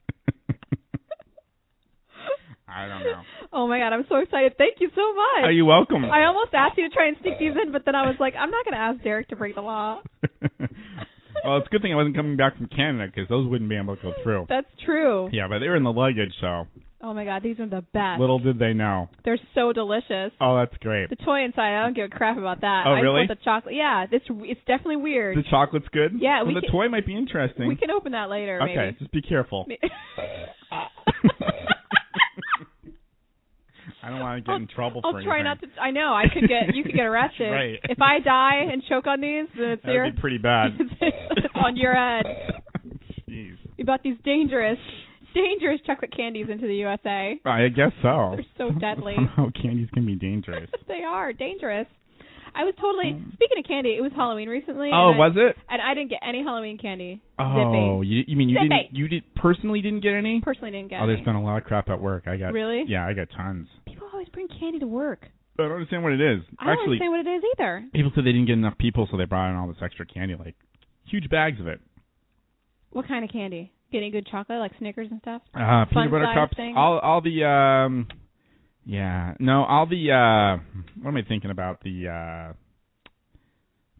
Speaker 2: I don't know.
Speaker 3: [laughs] Oh my god, I'm so excited. Thank you so much.
Speaker 2: Are you welcome?
Speaker 3: I almost asked you to try and sneak these in, but then I was like, I'm not going to ask Derek to break the law.
Speaker 2: [laughs] well, it's a good thing I wasn't coming back from Canada because those wouldn't be able to go through.
Speaker 3: That's true.
Speaker 2: Yeah, but they were in the luggage, so
Speaker 3: Oh my god, these are the best.
Speaker 2: little did they know.
Speaker 3: They're so delicious.
Speaker 2: Oh, that's great.
Speaker 3: The toy inside, I don't give a crap about that.
Speaker 2: Oh,
Speaker 3: I just
Speaker 2: really?
Speaker 3: want the chocolate. Yeah, it's it's definitely weird.
Speaker 2: The chocolate's good.
Speaker 3: Yeah,
Speaker 2: well,
Speaker 3: we
Speaker 2: the
Speaker 3: can-
Speaker 2: toy might be interesting.
Speaker 3: we can open that later,
Speaker 2: okay, just be careful.
Speaker 3: [laughs] maybe.
Speaker 2: [laughs] I don't want to get in trouble
Speaker 3: I'll
Speaker 2: for
Speaker 3: try
Speaker 2: anything.
Speaker 3: not to. I know I could get you could get arrested
Speaker 2: [laughs] Right.
Speaker 3: if I die and choke on these. Then it's
Speaker 2: That
Speaker 3: your
Speaker 2: would be pretty bad.
Speaker 3: it's [laughs] on your head.
Speaker 2: Jeez.
Speaker 3: [laughs] You brought these dangerous, dangerous chocolate candies into the USA.
Speaker 2: I guess so.
Speaker 3: They're so
Speaker 2: [laughs]
Speaker 3: deadly.
Speaker 2: Somehow candies can
Speaker 3: [laughs]
Speaker 2: be dangerous. Um,
Speaker 3: they are dangerous. I was totally speaking of candy. It was Halloween recently. and
Speaker 2: oh,
Speaker 3: I,
Speaker 2: was it?
Speaker 3: And I didn't get any Halloween candy.
Speaker 2: Oh, you, you mean you
Speaker 3: Zippy.
Speaker 2: didn't? You did personally didn't get any?
Speaker 3: Personally, didn't get.
Speaker 2: Oh,
Speaker 3: any.
Speaker 2: there's been a lot of crap at work. I got
Speaker 3: Really?
Speaker 2: Yeah, I got tons.
Speaker 3: People always bring candy to work.
Speaker 2: I don't understand what it is.
Speaker 3: I don't
Speaker 2: Actually,
Speaker 3: understand what it is either.
Speaker 2: people said they didn't get enough people, so they brought in all this extra candy, like huge bags of it.
Speaker 3: What kind of candy? Getting good chocolate like Snickers and stuff.
Speaker 2: Uh,
Speaker 3: Fun
Speaker 2: peanut butter
Speaker 3: size
Speaker 2: cups.
Speaker 3: thing?
Speaker 2: All all the um, yeah, no, all the uh, what am I thinking about the uh,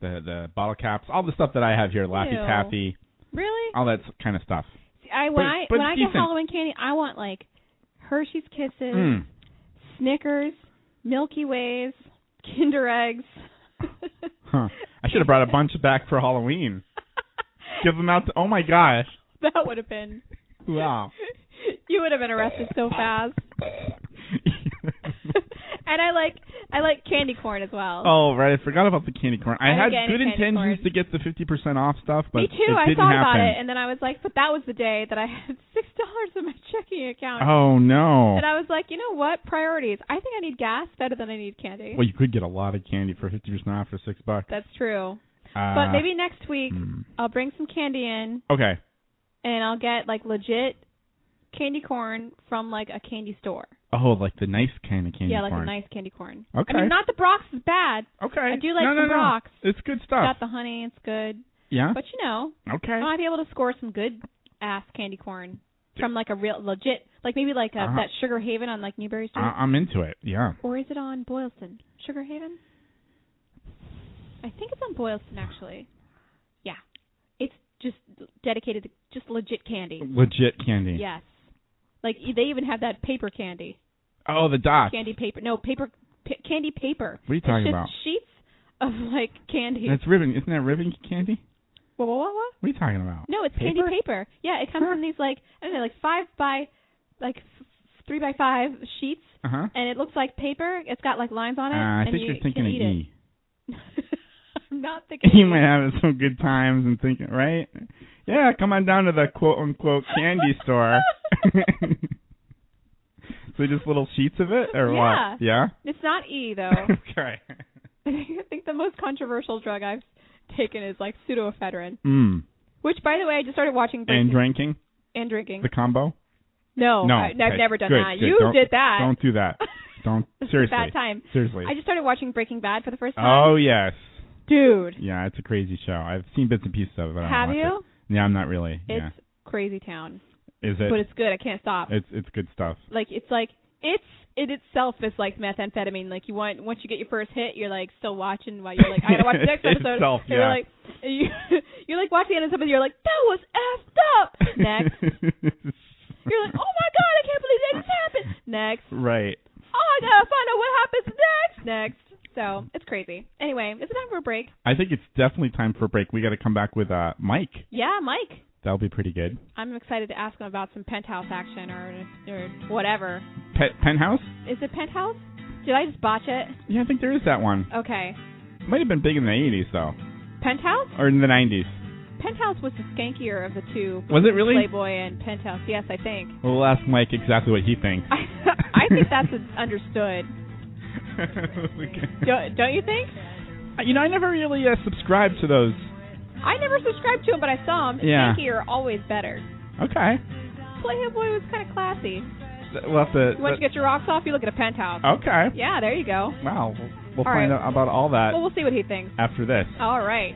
Speaker 2: the the bottle caps, all the stuff that I have here, Laffy
Speaker 3: Ew.
Speaker 2: Taffy,
Speaker 3: Really?
Speaker 2: all that kind of stuff.
Speaker 3: See, I when
Speaker 2: Uh, But-
Speaker 3: I
Speaker 2: but
Speaker 3: when I
Speaker 2: it's
Speaker 3: get
Speaker 2: decent.
Speaker 3: Halloween candy, I want like Hershey's Kisses,
Speaker 2: Mm.
Speaker 3: Snickers, Milky Ways, Kinder Eggs.
Speaker 2: Huh.
Speaker 3: [laughs]
Speaker 2: I should have brought a bunch back for Halloween. Give them out. To, oh my gosh!
Speaker 3: that would have been. [laughs]
Speaker 2: Wow.
Speaker 3: You would have been arrested so fast. [laughs] and I like I like candy corn as well.
Speaker 2: Oh right, I forgot about the candy corn. I,
Speaker 3: I didn't
Speaker 2: had
Speaker 3: get any
Speaker 2: good
Speaker 3: candy
Speaker 2: intentions
Speaker 3: corn.
Speaker 2: to get the fifty percent off stuff, but
Speaker 3: Me too.
Speaker 2: it
Speaker 3: I
Speaker 2: didn't
Speaker 3: thought about
Speaker 2: happen.
Speaker 3: it, and then I was like, but that was the day that I had [laughs] six dollars in my checking account.
Speaker 2: oh no!
Speaker 3: And I was like, you know what? Priorities. I think I need gas better than I need candy.
Speaker 2: Well, you could get a lot of candy for fifty percent off for six bucks.
Speaker 3: That's true.
Speaker 2: Uh,
Speaker 3: But maybe next week
Speaker 2: hmm.
Speaker 3: I'll bring some candy in
Speaker 2: Okay.
Speaker 3: and I'll get like legit candy corn from like a candy store.
Speaker 2: Oh, like the nice kind of candy
Speaker 3: yeah, like
Speaker 2: corn.
Speaker 3: a nice candy corn.
Speaker 2: Okay.
Speaker 3: I mean, not the Brock's is bad.
Speaker 2: okay.
Speaker 3: I do like
Speaker 2: no,
Speaker 3: the
Speaker 2: no, no.
Speaker 3: Brock's.
Speaker 2: It's good stuff.
Speaker 3: Got the honey, it's good.
Speaker 2: yeah.
Speaker 3: But you know, I
Speaker 2: okay.
Speaker 3: might be able to score some good ass candy corn from like a real legit, like maybe like a,
Speaker 2: Uh-huh.
Speaker 3: that Sugar Haven on like Newberry Street,
Speaker 2: I- I'm into it. Yeah.
Speaker 3: or is it on Boylston? Sugar Haven? I think it's on Boylston actually. Yeah, it's just dedicated to just legit candy.
Speaker 2: Legit candy.
Speaker 3: Yes. Like e- they even have that paper candy,
Speaker 2: Oh, the dots.
Speaker 3: candy paper. No paper, p- candy paper.
Speaker 2: What are you talking
Speaker 3: it's just
Speaker 2: about?
Speaker 3: Sheets of like candy.
Speaker 2: That's ribbon. Isn't that ribbon candy?
Speaker 3: Whoa, whoa, whoa, whoa.
Speaker 2: What are you talking about?
Speaker 3: No, it's
Speaker 2: Paper?
Speaker 3: candy paper. Yeah, it comes in these like I don't know, like five by, like f- three by five sheets,
Speaker 2: Uh huh.
Speaker 3: and it looks like paper. It's got like lines on it,
Speaker 2: Uh, I
Speaker 3: and
Speaker 2: think
Speaker 3: you
Speaker 2: you're thinking
Speaker 3: can
Speaker 2: of
Speaker 3: eat it.
Speaker 2: E.
Speaker 3: [laughs] I'm not thinking.
Speaker 2: [laughs]
Speaker 3: E.
Speaker 2: you might have some good times and thinking, right? Yeah, come on down to the quote unquote candy
Speaker 3: [laughs]
Speaker 2: store. so just little sheets of it, or
Speaker 3: Yeah.
Speaker 2: what? Yeah.
Speaker 3: It's not E though.
Speaker 2: [laughs]
Speaker 3: [laughs]
Speaker 2: okay.
Speaker 3: I think the most controversial drug I've taken is like pseudoephedrine,
Speaker 2: Mm.
Speaker 3: which by the way I just started watching Breaking
Speaker 2: And drinking
Speaker 3: and drinking.
Speaker 2: the combo.
Speaker 3: No,
Speaker 2: no,
Speaker 3: I, have
Speaker 2: okay,
Speaker 3: never done
Speaker 2: good,
Speaker 3: that.
Speaker 2: good.
Speaker 3: You
Speaker 2: Don't-
Speaker 3: did that. [laughs]
Speaker 2: Don't do that. Don't seriously.
Speaker 3: Bad time.
Speaker 2: Seriously.
Speaker 3: I just started watching Breaking Bad for the first time.
Speaker 2: oh yes.
Speaker 3: dude,
Speaker 2: Yeah, it's a crazy show. I've seen bits and pieces of it. But I don't
Speaker 3: have
Speaker 2: watch
Speaker 3: you?
Speaker 2: It. Yeah, I'm not really.
Speaker 3: It's
Speaker 2: yeah.
Speaker 3: crazy town,
Speaker 2: Is it?
Speaker 3: but it's good. I can't stop.
Speaker 2: it's it's good stuff.
Speaker 3: like it's like it's it itself is like methamphetamine. Like you want once you get your first hit, you're like still watching while you're like I gotta watch the
Speaker 2: [laughs]
Speaker 3: next episode.
Speaker 2: Itself,
Speaker 3: And
Speaker 2: yeah.
Speaker 3: You're like you [laughs] you're like watching the end of something. You're like that was effed up. Next, [laughs] you're like oh my god, I can't believe that just happened. Next,
Speaker 2: [laughs] Right.
Speaker 3: oh I gotta find out what happens next. Next, so it's crazy. Anyway, it's time for a break.
Speaker 2: I think it's definitely time for a break. We got to come back with uh, Mike.
Speaker 3: Yeah, Mike.
Speaker 2: That'll be pretty good.
Speaker 3: I'm excited to ask him about some penthouse action or or whatever.
Speaker 2: Pet penthouse?
Speaker 3: Is it penthouse? Did I just botch it?
Speaker 2: Yeah, I think there is that one.
Speaker 3: Okay.
Speaker 2: Might have been big in the 80s though,
Speaker 3: Penthouse?
Speaker 2: or in the 90s.
Speaker 3: Penthouse was the skankier of the two.
Speaker 2: Was it really?
Speaker 3: Playboy and Penthouse. Yes, I think. [laughs]
Speaker 2: We'll ask Mike exactly what he thinks. [laughs]
Speaker 3: I, I think that's understood. Don't, don't you think?
Speaker 2: you know, I never really uh, subscribed to those.
Speaker 3: I never subscribed to him, but I saw him.
Speaker 2: Yeah.
Speaker 3: Skankier, always better.
Speaker 2: Okay.
Speaker 3: Playboy was kind of classy.
Speaker 2: We'll have to. uh,
Speaker 3: Once you get your rocks off, you look at a penthouse.
Speaker 2: okay.
Speaker 3: Yeah, there you go.
Speaker 2: Wow. We'll, we'll
Speaker 3: All right.
Speaker 2: find out about all that
Speaker 3: Well, Oh. we'll see what he thinks.
Speaker 2: after [laughs] this.
Speaker 3: All right.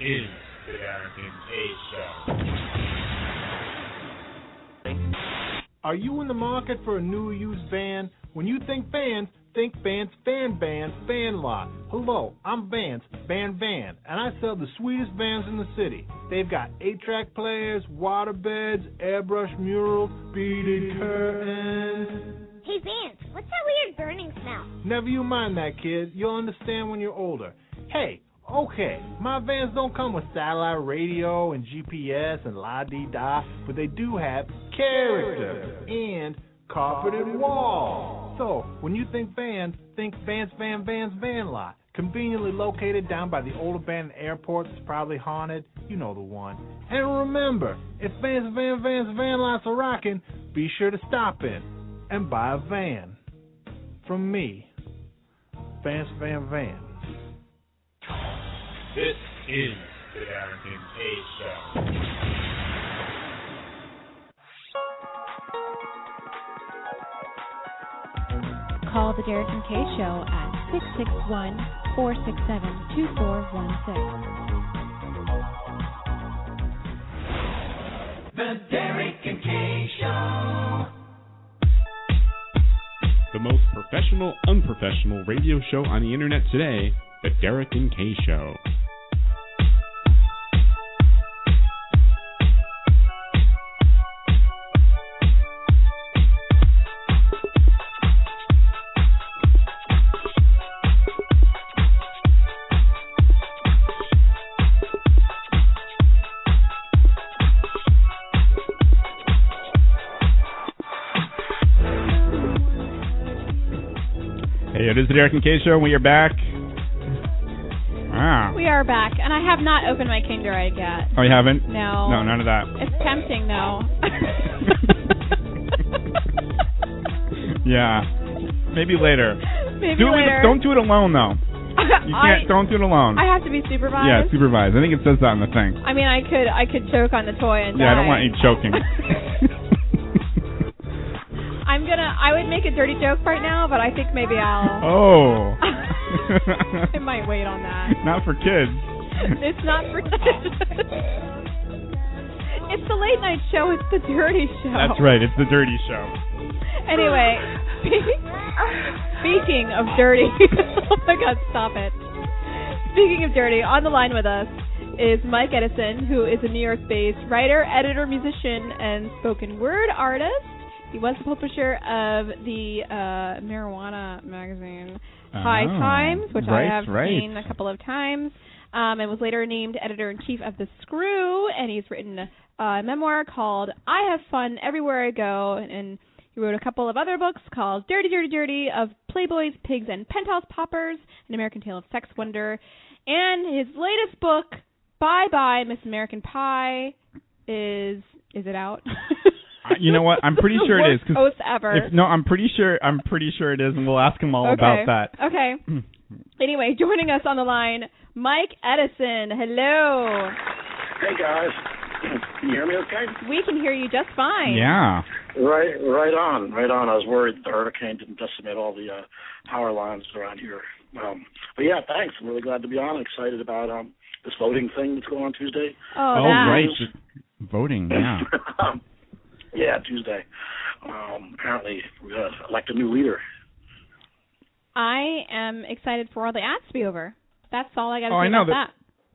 Speaker 6: is the Darrington K Show. Are you in the market for a new or used van? When you think vans, think Vans Fan Bands Van Lot. Hello, I'm Vans Van Van, and I sell the sweetest vans in the city. They've got eight-track players, water beds, airbrush murals, beaded curtains.
Speaker 5: Hey, Vance, what's that weird burning smell?
Speaker 6: Never you mind that, kid. You'll understand when you're older. Hey, okay, my vans don't come with satellite radio and GPS and la di da, but they do have character and carpeted walls. So, when you think vans, think Vans Van Vans Van Lot. Conveniently located down by the old abandoned airport that's probably haunted. You know the one. And remember, if Vans Van Vans Van Lots are rocking, be sure to stop in and buy a van from me, Vance Van Van.
Speaker 7: This is the Darrington K Show.
Speaker 4: Call the Derek and Kay Show at 661 467 2416.
Speaker 9: the most professional, unprofessional radio show on the internet today, The Derek and Kay Show.
Speaker 2: Hey, it is the Derek and Kay Show. and We are back. Wow.
Speaker 3: We are back, and I have not opened my Kinder Egg yet.
Speaker 2: Oh, you haven't?
Speaker 3: No.
Speaker 2: No, none of that.
Speaker 3: It's tempting,
Speaker 2: [laughs]
Speaker 3: though. [laughs]
Speaker 2: Yeah. Maybe later.
Speaker 3: Maybe
Speaker 2: do it with-
Speaker 3: later.
Speaker 2: don't do it alone, though. You
Speaker 3: [laughs] I,
Speaker 2: can't. don't do it alone.
Speaker 3: I have to be supervised.
Speaker 2: yeah, supervise. I think it says that in the thing.
Speaker 3: I mean, I could I could choke on the toy and
Speaker 2: Yeah, I
Speaker 3: die.
Speaker 2: don't want you choking.
Speaker 3: [laughs]
Speaker 2: [laughs]
Speaker 3: I'm gonna. I would make a dirty joke right now, but I think maybe
Speaker 2: [laughs]
Speaker 3: I'll. [laughs]
Speaker 2: oh.
Speaker 3: I might wait on that. [laughs]
Speaker 2: Not for kids.
Speaker 3: It's not for. [laughs] it's the late night show. It's the dirty show.
Speaker 2: That's right. It's the dirty show.
Speaker 3: Anyway, speaking of dirty, [laughs] oh my God, stop it. Speaking of dirty, on the line with us is Mike Edison, who is a New York-based writer, editor, musician, and spoken word artist. He was the publisher of the uh, Marijuana magazine High
Speaker 2: Oh,
Speaker 3: Times, which
Speaker 2: right,
Speaker 3: I have
Speaker 2: right.
Speaker 3: seen a couple of times, um, and was later named editor in chief of The Screw. And he's written a memoir called I Have Fun Everywhere I Go, and, and he wrote a couple of other books called Dirty, Dirty, Dirty of Playboys, Pigs, and Penthouse Poppers, An American Tale of Sex Wonder, and his latest book, Bye Bye Miss American Pie, is is it out?
Speaker 2: I- Uh, you know what? I'm pretty sure it is, 'cause
Speaker 3: Worst oath ever.
Speaker 2: If, no, I'm pretty sure. I'm pretty sure it is, and we'll ask them all about that.
Speaker 3: Okay. anyway, joining us on the line, Mike Edison. Hello.
Speaker 7: Hey guys, can you hear me okay?
Speaker 3: We can hear you just fine.
Speaker 2: [clears throat] Yeah.
Speaker 7: Right, right on, right on. I was worried the hurricane didn't decimate all the uh, power lines around here. Um, but yeah, thanks. I'm really glad to be on. Excited about um, this voting thing that's going on Tuesday.
Speaker 3: Oh,
Speaker 2: oh,
Speaker 3: that.
Speaker 2: right. the Voting. Yeah.
Speaker 7: [laughs] um, yeah, Tuesday. Um, apparently, we're gonna elect a new leader.
Speaker 3: I am excited for all the ads to be over. That's all I got to
Speaker 2: Oh,
Speaker 3: say
Speaker 2: I know
Speaker 3: about that.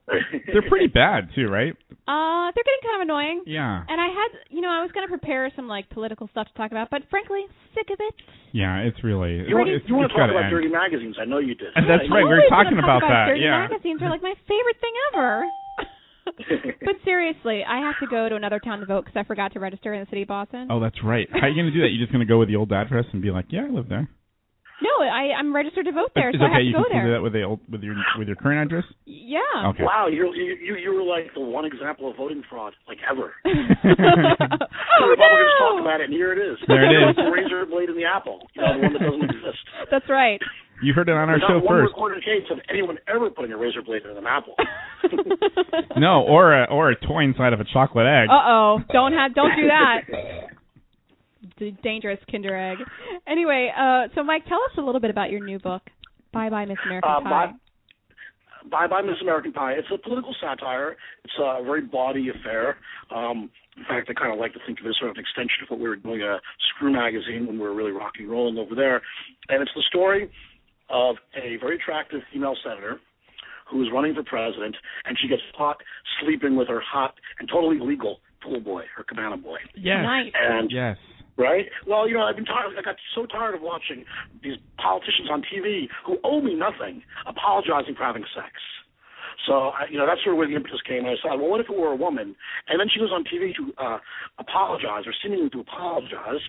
Speaker 2: [laughs] They're pretty bad too, right?
Speaker 3: Uh, they're getting kind of annoying.
Speaker 2: Yeah.
Speaker 3: And I had, you know, I was going to prepare some like political stuff to talk about, but frankly, sick of it.
Speaker 2: Yeah. It's really.
Speaker 7: You want,
Speaker 2: it's,
Speaker 7: you want
Speaker 2: it's
Speaker 7: to
Speaker 2: gotta
Speaker 7: talk about
Speaker 2: end.
Speaker 7: dirty magazines? I know you did.
Speaker 2: And that's
Speaker 7: Yeah,
Speaker 3: I'm
Speaker 2: right, we were
Speaker 3: always
Speaker 2: talking
Speaker 3: gonna talk
Speaker 2: about that,
Speaker 3: Dirty
Speaker 2: yeah.
Speaker 3: magazines are like my favorite thing ever. but seriously, I have to go to another town to vote because I forgot to register in the city of Boston.
Speaker 2: Oh, that's right. How are you gonna do that? You're just gonna go with the old address and be like, "Yeah, I live there."
Speaker 3: No, I I'm registered to vote there,
Speaker 2: it's
Speaker 3: so I have to
Speaker 2: okay. you
Speaker 3: go
Speaker 2: can still do
Speaker 3: there. Um,
Speaker 2: that with the old, with your with your current address.
Speaker 3: Yeah.
Speaker 2: Okay.
Speaker 7: Wow, you're, you you you were like the one example of voting fraud, like ever. The
Speaker 2: [laughs]
Speaker 7: Republicans
Speaker 3: [laughs] oh
Speaker 7: talk
Speaker 3: no.
Speaker 7: about it, and here it is.
Speaker 2: There it is.
Speaker 7: The razor blade in the apple, you know, the one that doesn't [laughs] exist.
Speaker 3: That's right.
Speaker 2: You heard it on our
Speaker 7: Not
Speaker 2: show
Speaker 7: one
Speaker 2: first.
Speaker 7: recorded case of anyone ever putting a razor blade in an apple.
Speaker 3: [laughs]
Speaker 2: No, or a, or a toy inside of a chocolate egg.
Speaker 3: Uh oh! Don't have don't do
Speaker 2: [laughs]
Speaker 3: that. D- dangerous Kinder Egg. Anyway, uh, so Mike, tell us a little bit about your new book. Bye bye, Miss American
Speaker 7: Uh,
Speaker 3: Pie.
Speaker 7: my Bye Bye Miss American Pie. It's a political satire. It's a very bawdy affair. Um, in fact, I kind of like to think of it as sort of an extension of what we were doing at Screw Magazine when we were really rocking and rolling over there. And it's the story of a very attractive female senator who is running for president, and she gets caught sleeping with her hot and totally legal pool boy, her cabana boy.
Speaker 2: Yes.
Speaker 3: Nice.
Speaker 7: And
Speaker 2: Yes.
Speaker 7: right? Well, you know, I've been tired. I got so tired of watching these politicians on TV who owe me nothing, apologizing for having sex. So, I, you know, that's sort of where the impetus came. And I thought, well, what if it were a woman? And then she goes on TV to uh, apologize, or seemingly to apologize,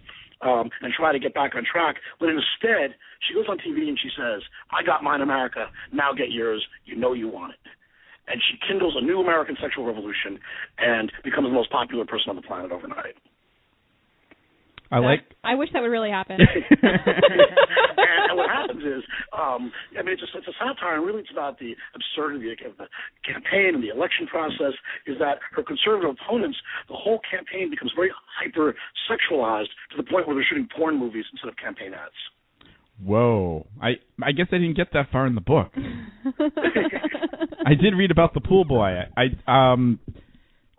Speaker 7: um, and try to get back on track. But instead, she goes on TV and she says, "I got mine, America. Now get yours. You know you want it." And she kindles a new American sexual revolution and becomes the most popular person on the planet overnight.
Speaker 2: I like.
Speaker 3: I wish that would really happen.
Speaker 2: [laughs]
Speaker 7: and, and what happens is, um, I mean, it's, just, it's a satire, and really it's about the absurdity of the campaign and the election process. Is that her conservative opponents, the whole campaign becomes very hyper sexualized to the point where they're shooting porn movies instead of campaign ads.
Speaker 2: Whoa. I I guess I didn't get that far in the
Speaker 3: [laughs]
Speaker 2: book. I did read about the pool boy. I, I um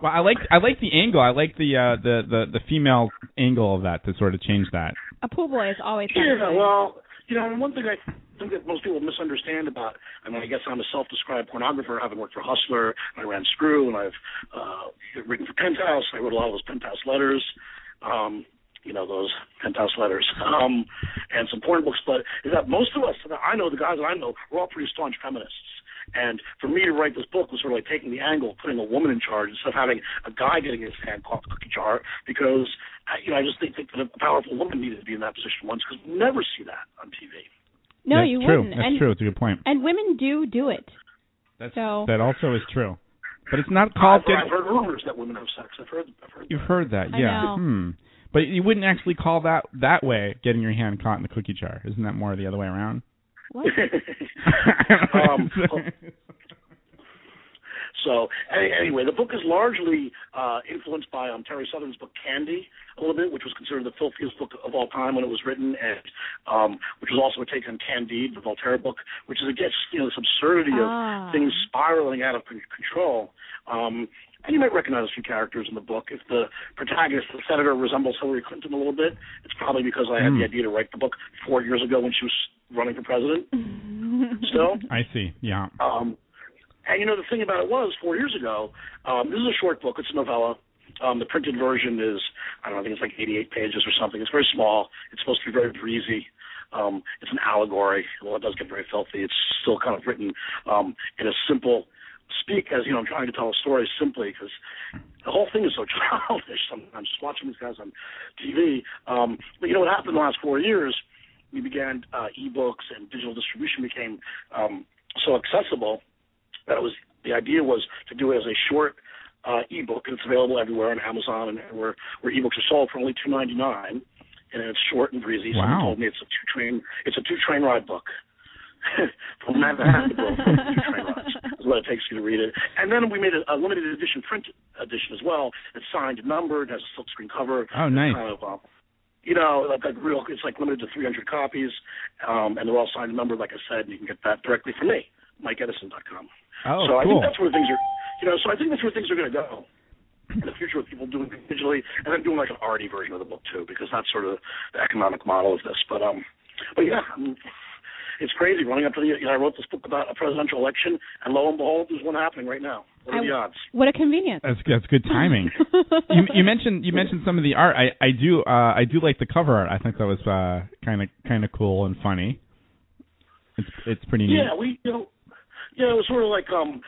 Speaker 2: well I like I like the angle. I like the uh the, the, the female angle of that to sort of change that.
Speaker 3: a pool boy is always
Speaker 7: Yeah,
Speaker 3: satisfying.
Speaker 7: well, you know, and one thing I think that most people misunderstand about, I mean, I guess I'm a self-described pornographer, having worked for Hustler, I ran Screw, and I've uh, written for Penthouse. I wrote a lot of those Penthouse letters, um, you know, those Penthouse letters, [laughs] um, and some porn books. But is that most of us, that I know, the guys that I know, we're all pretty staunch feminists. And for me to write this book was sort of like taking the angle, of putting a woman in charge instead of having a guy getting his hand caught in the cookie jar. Because I- you know, I just think, think that a powerful woman needed to be in that position once because we never see that on TV.
Speaker 3: no,
Speaker 2: That's
Speaker 3: you
Speaker 2: true.
Speaker 3: wouldn't. and,
Speaker 2: That's true. It's a good point.
Speaker 3: and women do do it.
Speaker 2: That's
Speaker 3: So
Speaker 2: that also is true. But it's not called
Speaker 7: I've,
Speaker 2: getting
Speaker 7: I've heard rumors that women have sex. I've heard. I've heard.
Speaker 2: You've heard that,
Speaker 3: I
Speaker 2: yeah.
Speaker 3: know.
Speaker 2: Hmm. But you wouldn't actually call that that way getting your hand caught in the cookie jar. Isn't that more the other way around?
Speaker 3: what?
Speaker 7: [laughs]
Speaker 2: [laughs]
Speaker 7: um, so any, anyway, the book is largely uh, influenced by um, Terry Southern's book Candy a little bit, which was considered the filthiest book of all time when it was written, and um, which was also a take on Candide, the Voltaire book, which is against you know this absurdity of
Speaker 3: Ah.
Speaker 7: things spiraling out of con- control. Um, and you might recognize a few characters in the book. If the protagonist, the senator, resembles Hillary Clinton a little bit, it's probably because I had
Speaker 2: Hmm.
Speaker 7: the idea to write the book four years ago when she was running for president. Still,
Speaker 2: I see. Yeah.
Speaker 7: um, and you know the thing about it was four years ago. Um, this is a short book. It's a novella. Um, the printed version is I don't know. I think it's like 88 pages or something. It's very small. It's supposed to be very breezy. Um, it's an allegory. Well, it does get very filthy. It's still kind of written um, in a simple speak, as you know. I'm trying to tell a story simply because the whole thing is so [laughs] childish. Sometimes just watching these guys on TV. Um, but you know what happened in the last four years? We began uh, e-books and digital distribution became um, so accessible that it was the idea was to do it as a short uh, ebook, and it's available everywhere on Amazon and where where ebooks are sold for only two ninety nine, and it's short and breezy. Someone
Speaker 2: Wow.
Speaker 7: told me it's a two train it's a two train ride book. [laughs] From Manhattan to Brooklyn, two train rides is what it takes you to read it. And then we made a, a limited edition print edition as well. It's signed and numbered, has a silkscreen cover.
Speaker 2: Oh, nice.
Speaker 7: Kind of, uh, you know, like a real, it's like limited to 300 copies, um, and they're all signed and numbered, like I said, and you can get that directly from me, MikeEdison.com.
Speaker 2: Oh,
Speaker 7: so I
Speaker 2: cool.
Speaker 7: think that's where things are, you know, so I think that's where things are going to go in the future with people doing things digitally and then doing like an arty version of the book too, because that's sort of the economic model of this. But um, but yeah, I mean, it's crazy running up to the. You know, I wrote this book about a presidential election, and lo and behold, there's one happening right now. What are
Speaker 3: I-
Speaker 7: the odds?
Speaker 3: What a convenience.
Speaker 2: That's that's
Speaker 3: [laughs]
Speaker 2: good timing. you, you mentioned you mentioned some of the art. I, I do uh, I do like the cover art. I think that was kind of kind of cool and funny. It's it's pretty neat.
Speaker 7: Yeah, we you know, you know, it was sort of like um,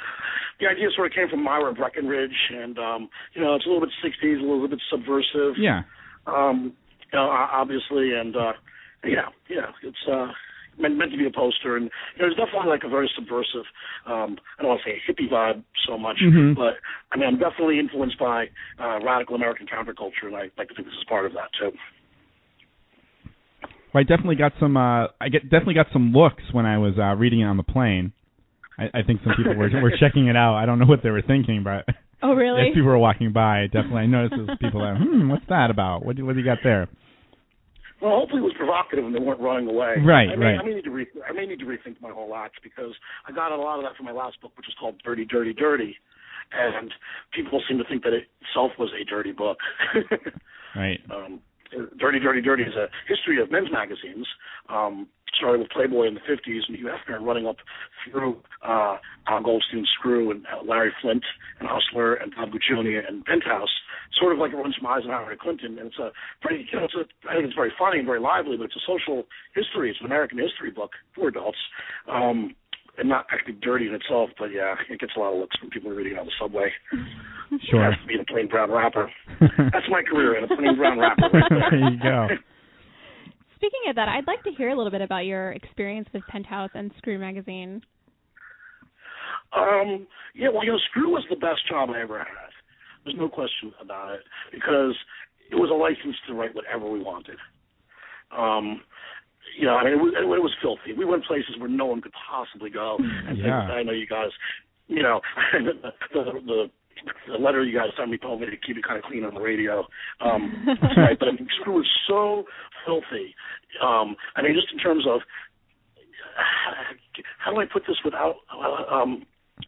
Speaker 7: the idea sort of came from Myra Breckenridge, and um, you know, it's a little bit 60s, a little bit subversive.
Speaker 2: Yeah.
Speaker 7: um, you know, o- obviously, and uh, yeah, yeah, it's uh, meant meant to be a poster, and you know, there's definitely like a very subversive. Um, I don't want to say a hippie vibe so much,
Speaker 2: Mhm.
Speaker 7: but I mean, I'm definitely influenced by uh, radical American counterculture, and I like to think this is part of that too.
Speaker 2: Well, I definitely got some uh, I get definitely got some looks when I was uh, reading it on the plane. I, I think some people were were checking it out. I don't know what they were thinking, but [laughs]
Speaker 3: oh really?
Speaker 2: If people were walking by, definitely I noticed those people that, hmm, what's that about? What do, what do you got there?
Speaker 7: Well, hopefully it was provocative and they weren't running away.
Speaker 2: Right,
Speaker 7: I may,
Speaker 2: right.
Speaker 7: I may need to re- I may need to rethink my whole lot because I got a lot of that from my last book, which was called Dirty, Dirty, Dirty, and people seem to think that it itself was a dirty book. [laughs]
Speaker 2: Right.
Speaker 7: um, Dirty, Dirty, Dirty is a history of men's magazines. Um, starting with Playboy in the 50s and Hugh Hefner and running up through uh, Al Goldstein Screw and uh, Larry Flint and Hustler and Bob Guccione and Penthouse, sort of like it runs from Eisenhower to Clinton. And it's a pretty, you know, it's a, I think it's very funny and very lively, but it's a social history. It's an American history book for adults. Um, and not actually dirty in itself, but yeah, it gets a lot of looks from people reading it on the subway.
Speaker 2: Sure.
Speaker 7: [laughs]
Speaker 2: [laughs]
Speaker 7: Has to be a plain brown rapper. That's my career in a
Speaker 2: [laughs]
Speaker 7: plain brown rapper.
Speaker 2: there you go.
Speaker 3: Speaking of that, I'd like to hear a little bit about your experience with Penthouse and Screw Magazine.
Speaker 7: [laughs] Um, yeah, well, you know, Screw was the best job I ever had. There's no question about it because it was a license to write whatever we wanted. Um, you know, I mean, it was, it was filthy. We went places where no one could possibly go. And
Speaker 2: Mm, Yeah.
Speaker 7: I know you guys, you know, [laughs] the, the the letter you guys sent me told me to keep it kind of clean on the radio.
Speaker 2: [laughs]
Speaker 7: Um, right, but I mean, Screw was so filthy. Um, I mean, just in terms of how do I put this without uh, um,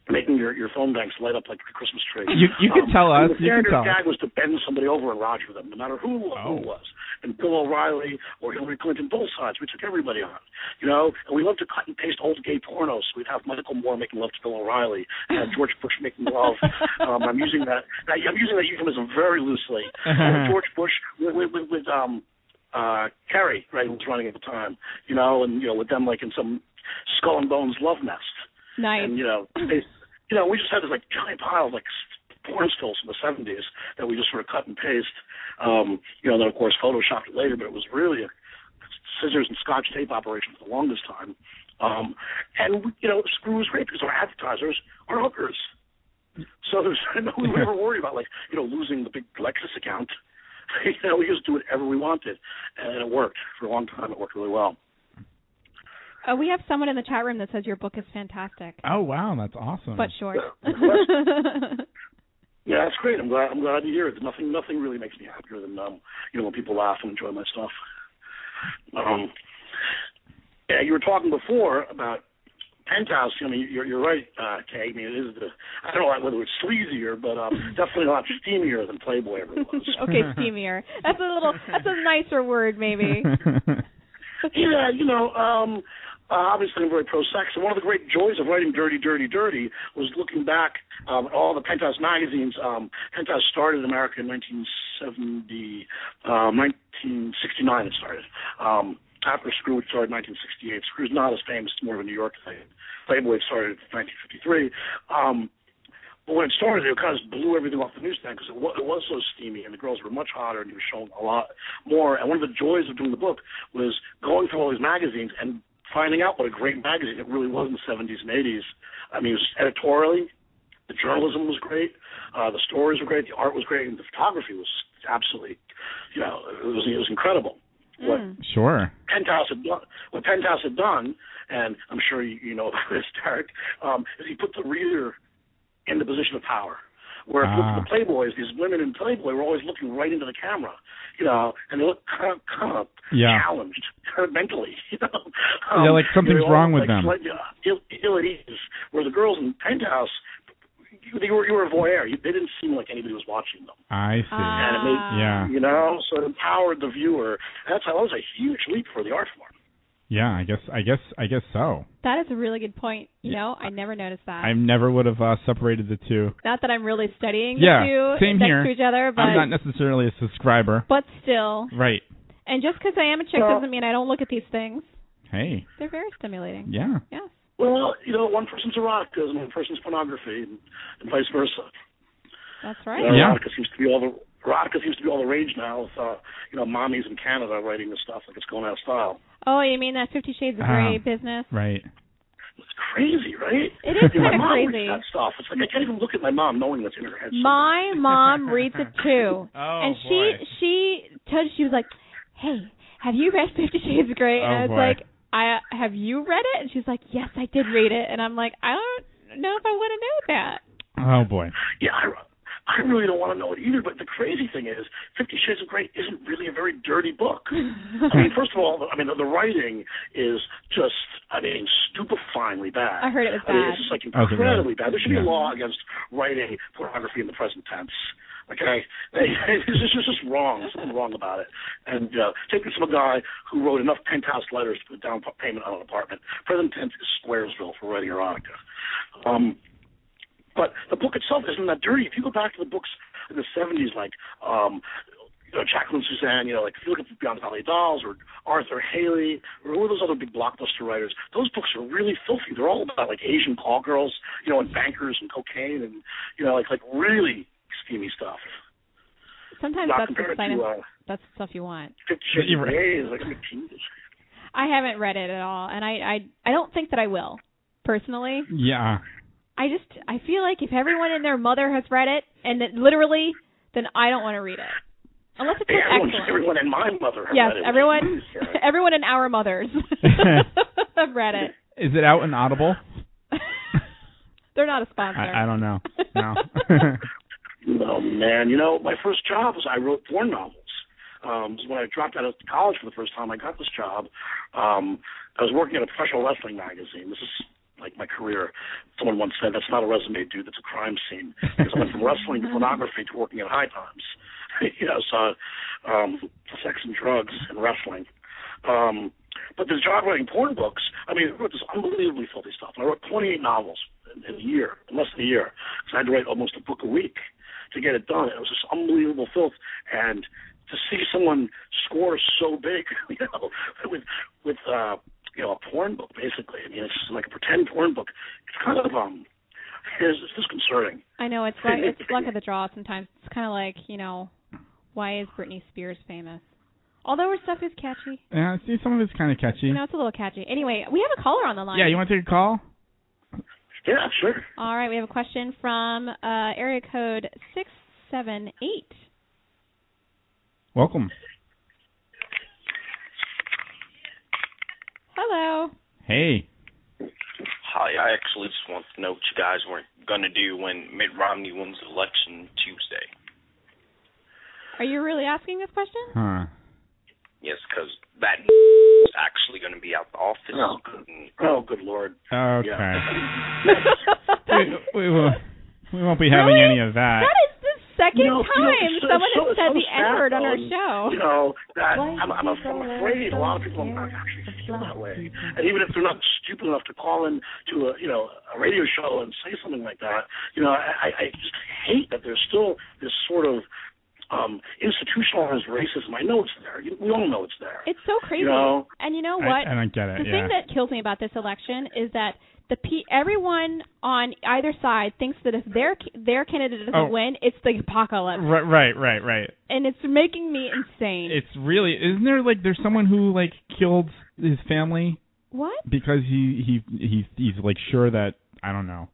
Speaker 7: making your, your phone banks light up like a Christmas tree?
Speaker 2: You- you can
Speaker 7: um,
Speaker 2: tell
Speaker 7: I mean,
Speaker 2: us,
Speaker 7: The
Speaker 2: you can
Speaker 7: standard
Speaker 2: tell us.
Speaker 7: gag was to bend somebody over and lodge with them, no matter who, who it was. And Bill O'Reilly or Hillary Clinton, both sides, we took everybody on. You know, and we loved to cut and paste old gay pornos. We'd have Michael Moore making love to Bill O'Reilly, and have George Bush making love. um, I'm using that. I'm using that euphemism very loosely. And George Bush with, with, with, with um, uh Kerry, right, who was running at the time, you know, and you know, with them like in some skull and bones love nest.
Speaker 3: Nice.
Speaker 7: And you know, they you know, we just had this like giant pile of like s- porn stills from the seventies that we just sort of cut and paste. Um, you know, then of course photoshopped it later, but it was really a scissors and scotch tape operation for the longest time. Um and you know, screw was great because our advertisers are hookers. So there's [laughs] no we were never worried about like, you know, losing the big Lexus account [laughs] you know, we just do whatever we wanted, and it worked for a long time. It worked really well.
Speaker 3: Uh, we have someone in the chat room that says your book is fantastic,
Speaker 2: Oh wow, that's awesome.
Speaker 3: but short. [laughs]
Speaker 7: Yeah, that's great. I'm glad. I'm glad to hear it. Nothing, nothing really makes me happier than um, you know, when people laugh and enjoy my stuff. Um, yeah, you were talking before about penthouse. I mean, you're you're right, uh, Kay. I mean, it is the I don't know whether it's sleazier, but um, definitely a lot steamier than Playboy ever was.
Speaker 3: [laughs] okay, steamier. That's a little. That's a nicer word,
Speaker 2: [laughs]
Speaker 3: maybe.
Speaker 7: [laughs] yeah, you know, um, uh, obviously I'm very pro sex. And one of the great joys of writing Dirty, Dirty, Dirty was looking back um, at all the Penthouse magazines. Um, Penthouse started in America in 1970, um, 1969 it started. Um, after Screw, it started in 1968. Screw's not as famous, it's more of a New York thing. Playboy started in 1953. Um, but when it started, it kind of blew everything off the newsstand because it, wa- it was so steamy, and the girls were much hotter, and you were shown a lot more. And one of the joys of doing the book was going through all these magazines and finding out what a great magazine it really was in the 70s and 80s. I mean, it was editorially, the journalism was great, uh, the stories were great, the art was great, and the photography was absolutely, you know, it was it was incredible. What
Speaker 2: sure.
Speaker 7: Penthouse had done, what Penthouse had done, and I'm sure you, you know [laughs] about this, Derek, um, is he put the reader in the position of power. Where if you look at
Speaker 2: Ah.
Speaker 7: the Playboys, these women in Playboy were always looking right into the camera, you know, and they look kind of, kind of
Speaker 2: Yeah.
Speaker 7: challenged mentally, [laughs] you know. Um,
Speaker 2: Yeah, like something's
Speaker 7: they were all,
Speaker 2: wrong with
Speaker 7: like,
Speaker 2: them.
Speaker 7: slightly, uh, Ill, ill at ease. Where the girls in Penthouse, you, you, were, you were a voyeur. You, they didn't seem like anybody was watching them
Speaker 2: I
Speaker 3: Uh,
Speaker 2: see.
Speaker 7: and it made,
Speaker 2: yeah.
Speaker 7: you know, so it empowered the viewer. That's that was a huge leap for the art form.
Speaker 2: Yeah, I guess I guess I guess so.
Speaker 3: That is a really good point. You know, I never noticed that.
Speaker 2: I never would have uh, separated the two.
Speaker 3: Not that I'm really studying
Speaker 2: Yeah,
Speaker 3: the two
Speaker 2: same
Speaker 3: next
Speaker 2: here.
Speaker 3: to each other, but
Speaker 2: I'm not necessarily a subscriber.
Speaker 3: but still.
Speaker 2: Right.
Speaker 3: And just because I am a chick doesn't mean I don't look at these things.
Speaker 2: Hey.
Speaker 3: They're very stimulating.
Speaker 2: Yeah.
Speaker 3: Yes.
Speaker 7: Well, you know, one person's erotica is one person's pornography, and, and vice versa.
Speaker 3: That's
Speaker 7: You
Speaker 3: right.
Speaker 7: know,
Speaker 2: Yeah.
Speaker 7: Erotica seems to be all the erotica seems to be all the rage now with uh, you know mommies in Canada writing this stuff like it's going out of style.
Speaker 3: Oh, you mean that Fifty Shades of Grey
Speaker 2: Um,
Speaker 3: business?
Speaker 2: Right.
Speaker 7: It's crazy, right?
Speaker 3: It is
Speaker 7: You know,
Speaker 3: kinda
Speaker 7: my mom
Speaker 3: crazy.
Speaker 7: reads that stuff. It's like I can't even look at my mom knowing what's in her head. [laughs]
Speaker 3: My mom reads it too,
Speaker 2: [laughs] Oh,
Speaker 3: and she
Speaker 2: boy.
Speaker 3: she told she was like, "Hey, have you read Fifty Shades of Grey?" And
Speaker 2: Oh,
Speaker 3: I was
Speaker 2: boy.
Speaker 3: like, "I have you read it?" And she's like, "Yes, I did read it." And I'm like, "I don't know if I want to know that."
Speaker 2: Oh boy.
Speaker 7: Yeah, I, I really don't want to know it either. But the crazy thing is, Fifty Shades of Grey isn't really a very dirty book. I mean, first of all, I mean the, the writing is just, I mean, stupefyingly bad.
Speaker 3: I heard it was
Speaker 7: I mean,
Speaker 3: bad.
Speaker 7: it's just like
Speaker 3: Oh, is it really?
Speaker 7: incredibly bad. There should be
Speaker 3: Yeah.
Speaker 7: a law against writing pornography in the present tense. Okay, [laughs] it's just, it's just wrong. Something wrong about it. And uh, take this from a guy who wrote enough penthouse letters to put down pa- payment on an apartment. Present tense is Squaresville for writing erotica. Um, but the book itself isn't that dirty. If you go back to the books in the '70s, like um, you know, Jacqueline Suzanne, you know, like if you look at Beyond the Valley Dolls or Arthur Haley or all those other big blockbuster writers, those books are really filthy. They're all about like Asian call girls, you know, and bankers and cocaine and you know, like like really steamy stuff.
Speaker 3: [laughs] Sometimes
Speaker 7: Not
Speaker 3: that's the
Speaker 7: compared
Speaker 3: sign
Speaker 7: to
Speaker 3: of,
Speaker 7: uh,
Speaker 3: that's the stuff you want.
Speaker 7: Fifty Shades
Speaker 2: You're
Speaker 7: of
Speaker 2: right.
Speaker 7: Grey is like I mean, Jesus.
Speaker 3: I haven't read it at all, and I I I don't think that I will personally.
Speaker 2: Yeah.
Speaker 3: I just I feel like if everyone and their mother has read it, and that literally, then I don't want to read it unless it's
Speaker 7: Hey,
Speaker 3: like
Speaker 7: everyone,
Speaker 3: excellent.
Speaker 7: everyone and my mother. have
Speaker 3: yes,
Speaker 7: read it.
Speaker 3: everyone,
Speaker 7: Yeah.
Speaker 3: [laughs] everyone and our mothers [laughs] have read it. [laughs]
Speaker 2: Is it out in Audible?
Speaker 3: They're not a sponsor.
Speaker 2: I, I don't
Speaker 3: [laughs]
Speaker 2: know. No. [laughs]
Speaker 7: Oh man, you know, my first job was I wrote porn novels. Um, it was when I dropped out of college for the first time, I got this job. Um, I was working at a professional wrestling magazine. This is like my career. Someone once said, "That's not a resume, dude. That's a crime scene." Because I went from wrestling to pornography to working at High Times. [laughs] you know, so um, sex and drugs and wrestling. Um, but this job writing porn books, I mean, I wrote this unbelievably filthy stuff. And I wrote 28 novels in, in a year, in less than a year, because I had to write almost a book a week to get it done. It was just unbelievable filth, and to see someone score so big, [laughs] you know, with with uh, you know a porn book basically. I mean, it's like a pretend porn book. It's kind of um, it's, it's disconcerting.
Speaker 3: I know it's luck, it's luck of the draw sometimes. It's kind of like you know, why is Britney Spears famous? Although her stuff is catchy,
Speaker 2: yeah. See, some of it's kind of catchy.
Speaker 3: you know, it's a little catchy. Anyway, we have a caller on the line.
Speaker 2: Yeah. You want to take a call?
Speaker 7: Yeah, sure.
Speaker 3: All right, we have a question from uh, area code six seven eight.
Speaker 2: Welcome.
Speaker 3: Hello.
Speaker 2: Hey.
Speaker 10: Hi, I actually just want to know what you guys were going to do when Mitt Romney wins the election Tuesday.
Speaker 3: Are you really asking this
Speaker 7: [laughs]
Speaker 3: question?
Speaker 2: Huh.
Speaker 10: Yes, because that is actually going to be out the office.
Speaker 7: Oh,
Speaker 10: And-
Speaker 7: Oh, good lord.
Speaker 2: Okay.
Speaker 3: [laughs] that
Speaker 2: We, will, we won't be having
Speaker 3: Really?
Speaker 2: any of that.
Speaker 3: is the second
Speaker 7: No, you know,
Speaker 3: time
Speaker 7: it's so-
Speaker 3: someone
Speaker 7: so-
Speaker 3: has said
Speaker 7: so
Speaker 3: the
Speaker 7: sad,
Speaker 3: N word on our
Speaker 7: though.
Speaker 3: show.
Speaker 7: You know, that I'm, I'm, af- I'm afraid a lot of people are not actually feel that way. And even if they're not stupid enough to call in to a you know a radio show and say something like that, you know, I, I I just hate that there's still this sort of um institutionalized racism. I know it's there. You- We all know it's there.
Speaker 3: It's so crazy.
Speaker 7: know,
Speaker 3: and you know
Speaker 2: I-
Speaker 3: what?
Speaker 2: I don't get it,
Speaker 3: The
Speaker 2: yeah.
Speaker 3: thing that kills me about this election is that the P- everyone on either side thinks that if their their candidate doesn't
Speaker 2: Oh.
Speaker 3: win, it's the apocalypse,
Speaker 2: Right. Right. Right. Right.
Speaker 3: and it's making me insane.
Speaker 2: It's really isn't there like there's someone who like killed his family
Speaker 3: what?
Speaker 2: because he he he's he's like sure that I don't know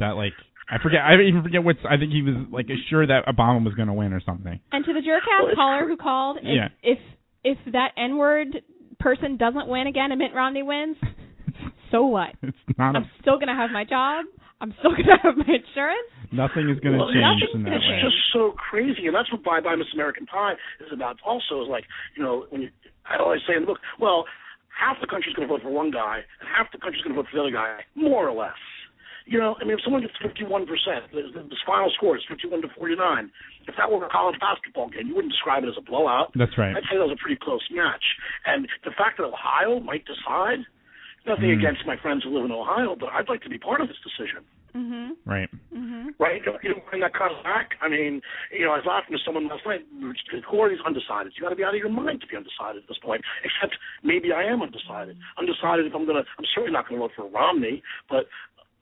Speaker 2: that like I forget I even forget what's I think he was like sure that Obama was gonna win or something. [laughs]
Speaker 3: And to the jerkass caller who called, if
Speaker 2: Yeah.
Speaker 3: if, if that N word person doesn't win again and Mitt Romney
Speaker 2: [laughs]
Speaker 3: wins, so what?
Speaker 2: It's not a,
Speaker 3: I'm still gonna have my job. I'm still [laughs] gonna have my insurance.
Speaker 2: nothing is gonna
Speaker 7: Well,
Speaker 2: change
Speaker 7: it's-
Speaker 2: in that
Speaker 7: it's
Speaker 2: way.
Speaker 7: just so crazy, and that's what Bye Bye Miss American Pie is about. Also, is like you know when you, I always say in the book, well, half the country's going to vote for one guy, and half the country's going to vote for the other guy, more or less. You know, I mean, if someone gets 51 percent, the, the final score is 51 to 49. If that were a college basketball game, you wouldn't describe it as a blowout.
Speaker 2: That's right.
Speaker 7: I'd say that was a pretty close match. And the fact that Ohio might decide, nothing
Speaker 2: Mm.
Speaker 7: against my friends who live in Ohio, but I'd like to be part of this decision
Speaker 3: Mhm.
Speaker 2: Right.
Speaker 3: Mhm.
Speaker 7: right? You don't bring that kind of back. I mean, you know, I was laughing to someone last night. Who are these undecided? You got to be out of your mind to be undecided at this point. Except maybe I am undecided. Undecided if I'm gonna. I'm certainly not gonna vote for Romney, but.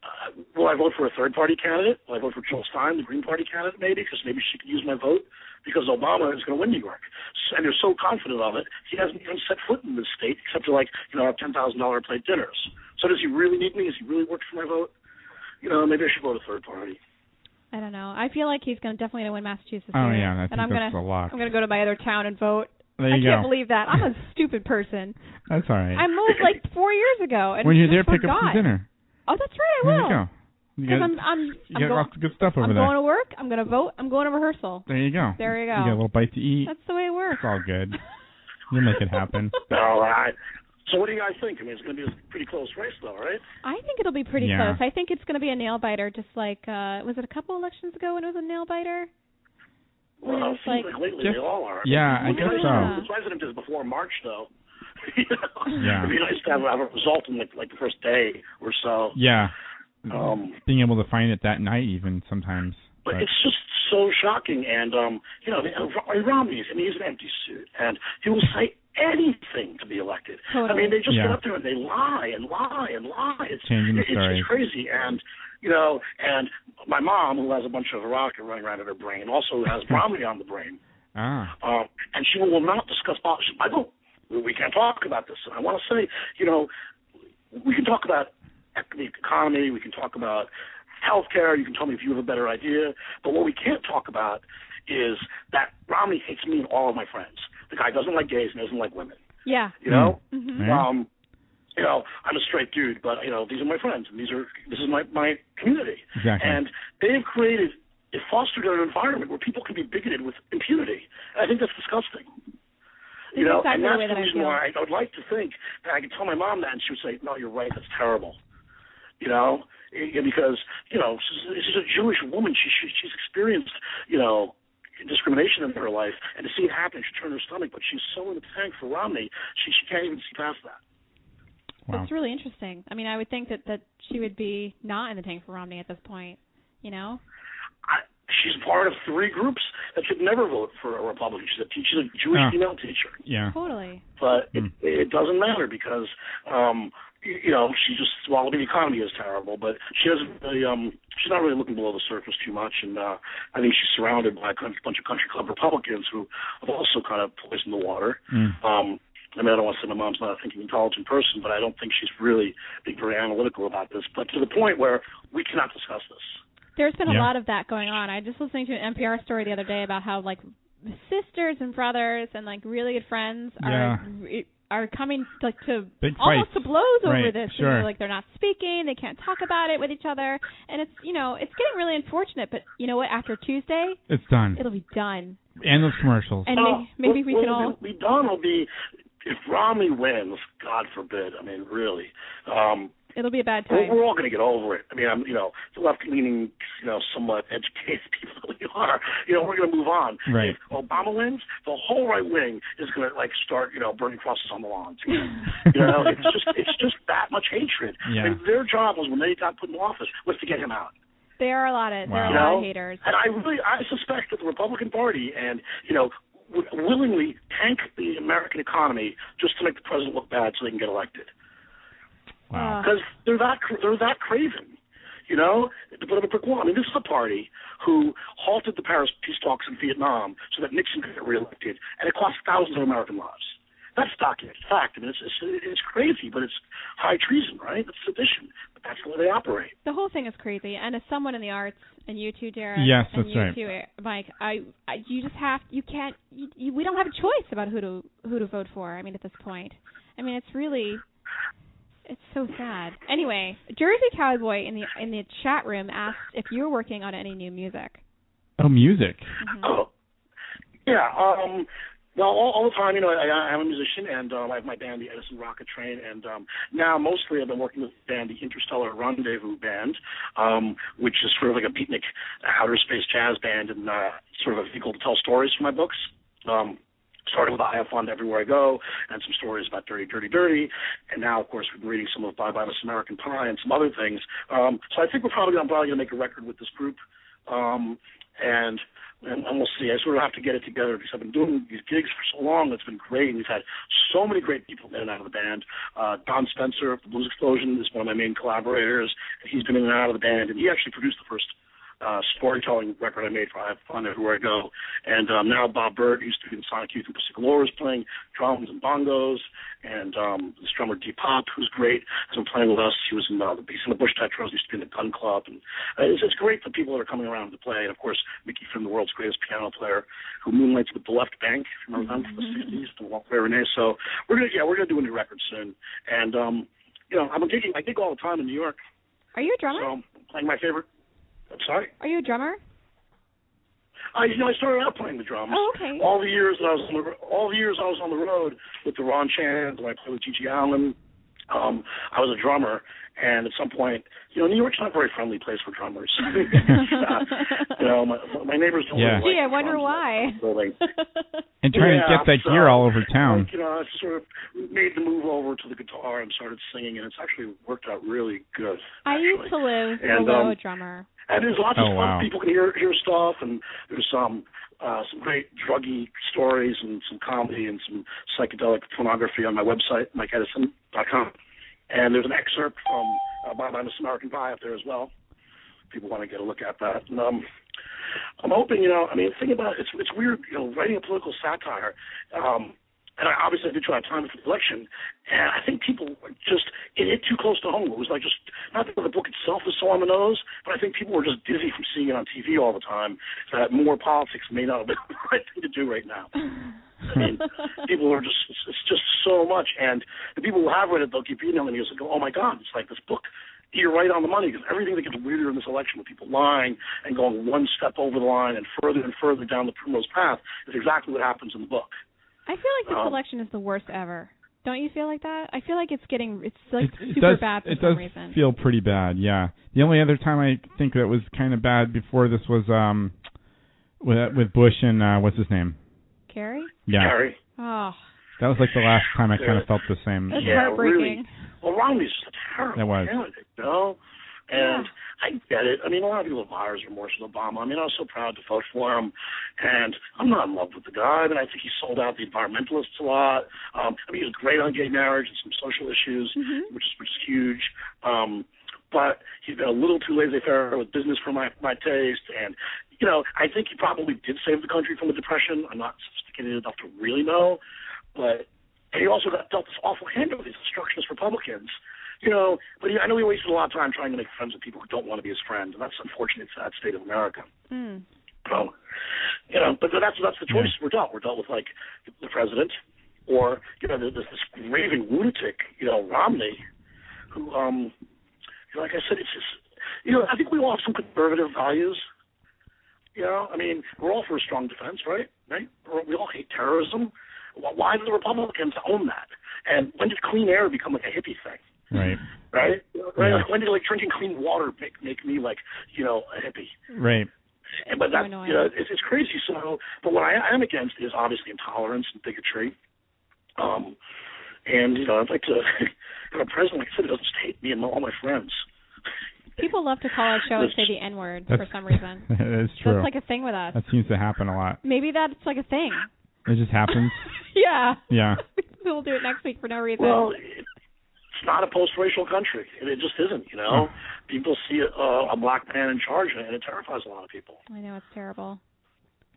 Speaker 7: Uh, will I vote for a third party candidate? Will I vote for Jill Stein, the Green Party candidate, maybe? Because maybe she could use my vote because Obama is going to win New York. S- And they're so confident of it, he hasn't even set foot in this state except to, like, you know, have $10,000 plate dinners. So does he really need me? Is he really working for my vote? You know, maybe I should vote a third party.
Speaker 3: I don't know. I feel like he's gonna definitely gonna win Massachusetts.
Speaker 2: Oh,
Speaker 3: here.
Speaker 2: yeah, I think
Speaker 3: and I'm
Speaker 2: that's
Speaker 3: gonna
Speaker 2: a lock.
Speaker 3: I'm gonna go to my other town and vote.
Speaker 2: There
Speaker 3: I
Speaker 2: you
Speaker 3: can't
Speaker 2: go.
Speaker 3: believe that.
Speaker 2: [laughs]
Speaker 3: I'm a stupid person.
Speaker 2: That's all right. [laughs]
Speaker 3: I moved like four years ago, and
Speaker 2: when you're
Speaker 3: just
Speaker 2: there, pick up
Speaker 3: forgot.
Speaker 2: some dinner.
Speaker 3: Oh, that's right. I
Speaker 2: There
Speaker 3: will.
Speaker 2: you go. You
Speaker 3: Because
Speaker 2: got-
Speaker 3: I'm I'm
Speaker 2: you
Speaker 3: I'm,
Speaker 2: got
Speaker 3: going,
Speaker 2: lots of good stuff over
Speaker 3: I'm
Speaker 2: there.
Speaker 3: going to work. I'm going to vote. I'm going to rehearsal.
Speaker 2: there you go.
Speaker 3: There you go.
Speaker 2: You got a little bite to eat.
Speaker 3: That's the way it works. [laughs]
Speaker 2: It's all good. You'll make it [laughs] happen.
Speaker 7: All right. So what do you guys think? I mean, it's going to be a pretty close race, though, right?
Speaker 3: I think it'll be pretty
Speaker 2: Yeah.
Speaker 3: close. I think it's going to be a nail biter, just like uh was it a couple elections ago when it was a nail biter? When it
Speaker 7: Well,
Speaker 3: was
Speaker 7: it
Speaker 3: like
Speaker 7: seems like lately
Speaker 2: Just-
Speaker 7: they all are.
Speaker 2: yeah, I
Speaker 7: It'd be
Speaker 2: guess
Speaker 7: nice
Speaker 3: so.
Speaker 7: if The president is before March, though. [laughs] You know?
Speaker 2: Yeah.
Speaker 7: It'd be nice to have, have a result in like, like the first day or so.
Speaker 2: Yeah.
Speaker 7: Um,
Speaker 2: Being able to find it that night, even sometimes.
Speaker 7: But it's just so shocking. And, um, you know, I mean, Romney's, I mean, he's an empty suit. And he will say anything to be elected. I mean, they just
Speaker 2: Yeah.
Speaker 7: go up there and they lie and lie and lie. It's,
Speaker 2: Changing the
Speaker 7: it's
Speaker 2: story.
Speaker 7: just crazy. And, you know, and my mom, who has a bunch of rocket running around in her brain, also has Romney on the brain.
Speaker 2: Ah.
Speaker 7: Um, and she will not discuss politics. Michael, we we can't talk about this. And I want to say, you know, we can talk about ec- the economy, we can talk about healthcare, you can tell me if you have a better idea, but what we can't talk about is that Romney hates me and all of my friends. The guy doesn't like gays and doesn't like women.
Speaker 3: yeah.
Speaker 7: You know?
Speaker 3: Mhm.
Speaker 2: Mm-hmm.
Speaker 7: Um, you know, I'm a straight dude, but you know, these are my friends and these are this is my my community.
Speaker 2: Exactly.
Speaker 7: And they've created it fostered an environment where people can be bigoted with impunity. And I think that's disgusting. You know,
Speaker 3: That's exactly the way
Speaker 7: and that's
Speaker 3: that I
Speaker 7: reason
Speaker 3: feel.
Speaker 7: why I, I would like to think that I could tell my mom that, and she would say, "No, you're right. That's terrible." You know, Eh, eh, because you know she's, she's a Jewish woman. She, she she's experienced you know discrimination in her life, and to see it happen, she turned her stomach. But she's so in the tank for Romney, she she can't even see past that.
Speaker 2: Wow.
Speaker 3: That's really interesting. I mean, I would think that that she would be not in the tank for Romney at this point, you know?
Speaker 7: I, she's part of three groups that should never vote for a Republican. She's a, te- she's a Jewish
Speaker 2: Yeah.
Speaker 7: female teacher,
Speaker 2: Yeah.
Speaker 3: Totally.
Speaker 7: but
Speaker 2: Hmm.
Speaker 7: it, it doesn't matter because um y- you know she just well the economy is terrible, but she doesn't really um she's not really looking below the surface too much, and uh, I think she's surrounded by a con- bunch of country club Republicans who have also kind of poisoned the water.
Speaker 2: Mm.
Speaker 7: Um, I mean, I don't want to say my mom's not a thinking, intelligent person, but I don't think she's really being very analytical about this. But to the point where we cannot discuss this.
Speaker 3: There's been a
Speaker 2: Yeah.
Speaker 3: lot of that going on. I just listening to an NPR story the other day about how like sisters and brothers and like really good friends are are coming like to
Speaker 2: Big
Speaker 3: almost
Speaker 2: fights.
Speaker 3: to blows over
Speaker 2: Right,
Speaker 3: this.
Speaker 2: sure.
Speaker 3: And they're, like they're not speaking, they can't talk about it with each other, and it's you know it's getting really unfortunate. But you know what? After Tuesday,
Speaker 2: It's done.
Speaker 3: it'll be done,
Speaker 2: And those commercials. [laughs]
Speaker 3: and
Speaker 7: Oh,
Speaker 3: may- maybe
Speaker 7: what-
Speaker 3: we
Speaker 7: what
Speaker 3: can all.
Speaker 7: will be done will be if Romney wins. God forbid. I mean, really. Um,
Speaker 3: It'll be a bad
Speaker 7: we're,
Speaker 3: time.
Speaker 7: we're all going to get over it. I mean, I'm, you know, the left-leaning, you know, somewhat educated [laughs] people that we are. You know, we're going to move on.
Speaker 2: Right.
Speaker 7: If Obama wins, the whole right wing is going to like start, you know, burning crosses on the
Speaker 3: [laughs]
Speaker 7: lawns. You know, it's just it's just that much hatred.
Speaker 2: Yeah.
Speaker 7: I mean, their job was when they got put in office was to get him out.
Speaker 3: There are a lot of there are a
Speaker 7: Wow.
Speaker 3: lot
Speaker 7: You
Speaker 3: of
Speaker 7: know?
Speaker 3: haters.
Speaker 7: And I really, I suspect that the Republican Party and you know would willingly tank the American economy just to make the president look bad so they can get elected
Speaker 2: wow.
Speaker 3: Uh,
Speaker 7: because they're that cr- they're that craven. You know, to put up a brick wall. I mean, this is a party who halted the Paris peace talks in Vietnam so that Nixon could get reelected, and it cost thousands of American lives. That's documented fact. I mean, it's it's, it's crazy, but it's high treason, right? That's sedition. But that's the way they operate.
Speaker 3: the whole thing is crazy. And as someone in the arts, and you too, Derek,
Speaker 2: Yes,
Speaker 3: and
Speaker 2: that's
Speaker 3: you
Speaker 2: right.
Speaker 3: too, Er- Mike, I, I, you just have, you can't, you, you, we don't have a choice about who to who to vote for. I mean, at this point, I mean, it's really, it's so sad. Anyway, Jersey Cowboy in the in the chat room asked if you were working on any new music. Mm-hmm.
Speaker 2: Oh, music.
Speaker 7: Oh, [coughs] yeah. Um, well, all, all the time, you know, I, I- I'm a musician, and um, I have my band, the Edison Rocket Train, and um, now mostly I've been working with the band, the Interstellar Rendezvous Band, um, which is sort of like a beatnik outer space jazz band, and uh, sort of a vehicle to tell stories from my books. Um, started with I Have Fun Everywhere I Go, and some stories about Dirty, Dirty, Dirty, and now, of course, we've been reading some of Bye Bye Miss American Pie and some other things. Um, so I think we're probably, I'm probably going to make a record with this group. Um, and and, and we'll see. I sort of have to get it together because I've been doing these gigs for so long. It's been great. We've had so many great people in and out of the band. Uh, Don Spencer of the Blues Explosion is one of my main collaborators. He's been in and out of the band, and he actually produced the first uh, storytelling record I made for I Have Fun Everywhere I Go. And um, now Bob Bird, who used to be in Sonic Youth and Pussy Galore, is playing drums and bongos. And um, this drummer D Pop, who's great, has been playing with us. He was in uh, the he's in the Bush Tetros, used to be in the Gun Club, and uh, it's, it's great the people that are coming around to play. And of course, Mickey from the world's greatest piano player, who moonlights with the Left Bank, if you remember them from the '60s, the Walker Renee. So we're gonna yeah, we're gonna do a new record soon. And um, you know, I'm gigging. I gig all the time in New York.
Speaker 3: Are you a drummer?
Speaker 7: So, playing my favorite. I'm sorry.
Speaker 3: Are you a drummer?
Speaker 7: I you know I started out playing the drums.
Speaker 3: Oh, okay.
Speaker 7: All the years that I was on the all the years I was on the road with the Ron Chans and I played with Gigi Allen. Um, I was a drummer, and at some point, you know, New York's not a very friendly place for
Speaker 3: [laughs]
Speaker 7: drummers. [laughs] you know, my, my neighbors don't.
Speaker 2: Yeah.
Speaker 7: Really like
Speaker 3: Gee, I wonder
Speaker 7: drums.
Speaker 3: why. [laughs]
Speaker 7: Building.
Speaker 2: And trying to
Speaker 7: Yeah,
Speaker 2: get that
Speaker 7: so,
Speaker 2: gear all over town.
Speaker 7: like, you know, I sort of made the move over to the guitar and started singing, and it's actually worked out really good.
Speaker 3: I used to live
Speaker 7: And,
Speaker 3: below
Speaker 7: um,
Speaker 3: a drummer.
Speaker 7: And there's lots
Speaker 2: Oh,
Speaker 7: of fun.
Speaker 2: wow.
Speaker 7: People can hear hear stuff, and there's some uh, some great druggy stories, and some comedy, and some psychedelic pornography on my website, mikeedison.com. And there's an excerpt from uh, Bye Bye Miss American Pie up there as well. If People want to get a look at that. And um, I'm hoping, you know, I mean, think about it. It's it's weird, you know, writing a political satire. Um, and I obviously I did try to time it for the election, and I think people were just it hit too close to home. It was like just not that the book itself was so on the nose, but I think people were just dizzy from seeing it on TV all the time. That more politics may not have been [laughs] the right thing to do right now. I mean, people are just it's, it's just so much, and the people who have read it, they'll keep emailing you and go, "Oh my God, it's like this book." You're right on the money because everything that gets weirder in this election with people lying and going one step over the line and further and further down the primrose path is exactly what happens in the book.
Speaker 3: I feel like this
Speaker 7: um,
Speaker 3: election is the worst ever. Don't you feel like that? I feel like it's getting it's like
Speaker 2: It, it
Speaker 3: super
Speaker 2: does.
Speaker 3: bad for
Speaker 2: it
Speaker 3: some
Speaker 2: does
Speaker 3: reason.
Speaker 2: feel pretty bad. Yeah. The only other time I think that was kind of bad before this was um, with with Bush and uh, what's his name?
Speaker 3: Carrie?
Speaker 2: Yeah.
Speaker 7: Harry.
Speaker 3: Oh,
Speaker 2: That was like the last time I kind of felt the same.
Speaker 3: that's
Speaker 7: Yeah,
Speaker 3: heartbreaking.
Speaker 7: really. Well, Romney's just a terrible
Speaker 2: That was.
Speaker 7: candidate, you know? And I get it. I mean, a lot of people have buyer's remorse with Obama. I mean, I was so proud to vote for him, and I'm not in love with the guy. I mean, I think he sold out the environmentalists a lot. Um, I mean, he was great on gay marriage and some social issues,
Speaker 2: Mm-hmm.
Speaker 3: Mhm.
Speaker 7: which is which is huge. Um, but he's been a little too laissez-faire with business for my my taste, and you know, I think he probably did save the country from the depression. I'm not sophisticated enough to really know, but and he also got dealt this awful hand with these obstructionist Republicans. You know, but he, I know he wasted a lot of time trying to make friends with people who don't want to be his friend, and that's unfortunate for that state of America.
Speaker 3: Mm.
Speaker 7: So, you know, but that's that's the choice we're dealt. We're dealt with like the president, or you know, there's this, this raving lunatic, you know, Romney, who, um, you know, like I said, it's just, you know, I think we all have some conservative values. You know, I mean, we're all for a strong defense, right? Right? We're- We all hate terrorism. Why- Why do the Republicans own that? And when did clean air become like a hippie thing?
Speaker 2: Right.
Speaker 7: Right? Right?
Speaker 2: Yeah.
Speaker 7: Like, when did like drinking clean water make make me like, you know, a hippie?
Speaker 2: Right.
Speaker 7: And, but
Speaker 3: So
Speaker 7: that,
Speaker 3: annoying.
Speaker 7: you know, it's, it's crazy. So, but what I am against is obviously intolerance and bigotry. Um, and you know, I'd like to [laughs] have a president like I said, who doesn't just hate me and all my friends.
Speaker 3: People love to call our show and
Speaker 7: That's-
Speaker 3: say the N word
Speaker 2: That's,
Speaker 3: for some reason.
Speaker 2: [laughs] that is true.
Speaker 3: That's like a thing with us.
Speaker 2: that seems to happen a lot.
Speaker 3: Maybe that's like a thing.
Speaker 2: It just happens. [laughs]
Speaker 3: [laughs] yeah.
Speaker 2: yeah.
Speaker 3: [laughs] we'll do it next week for no reason.
Speaker 7: Well, it's not a post-racial country. It, it just isn't. You know, people see a, a black man in charge, and it terrifies a lot of people.
Speaker 3: I know it's terrible,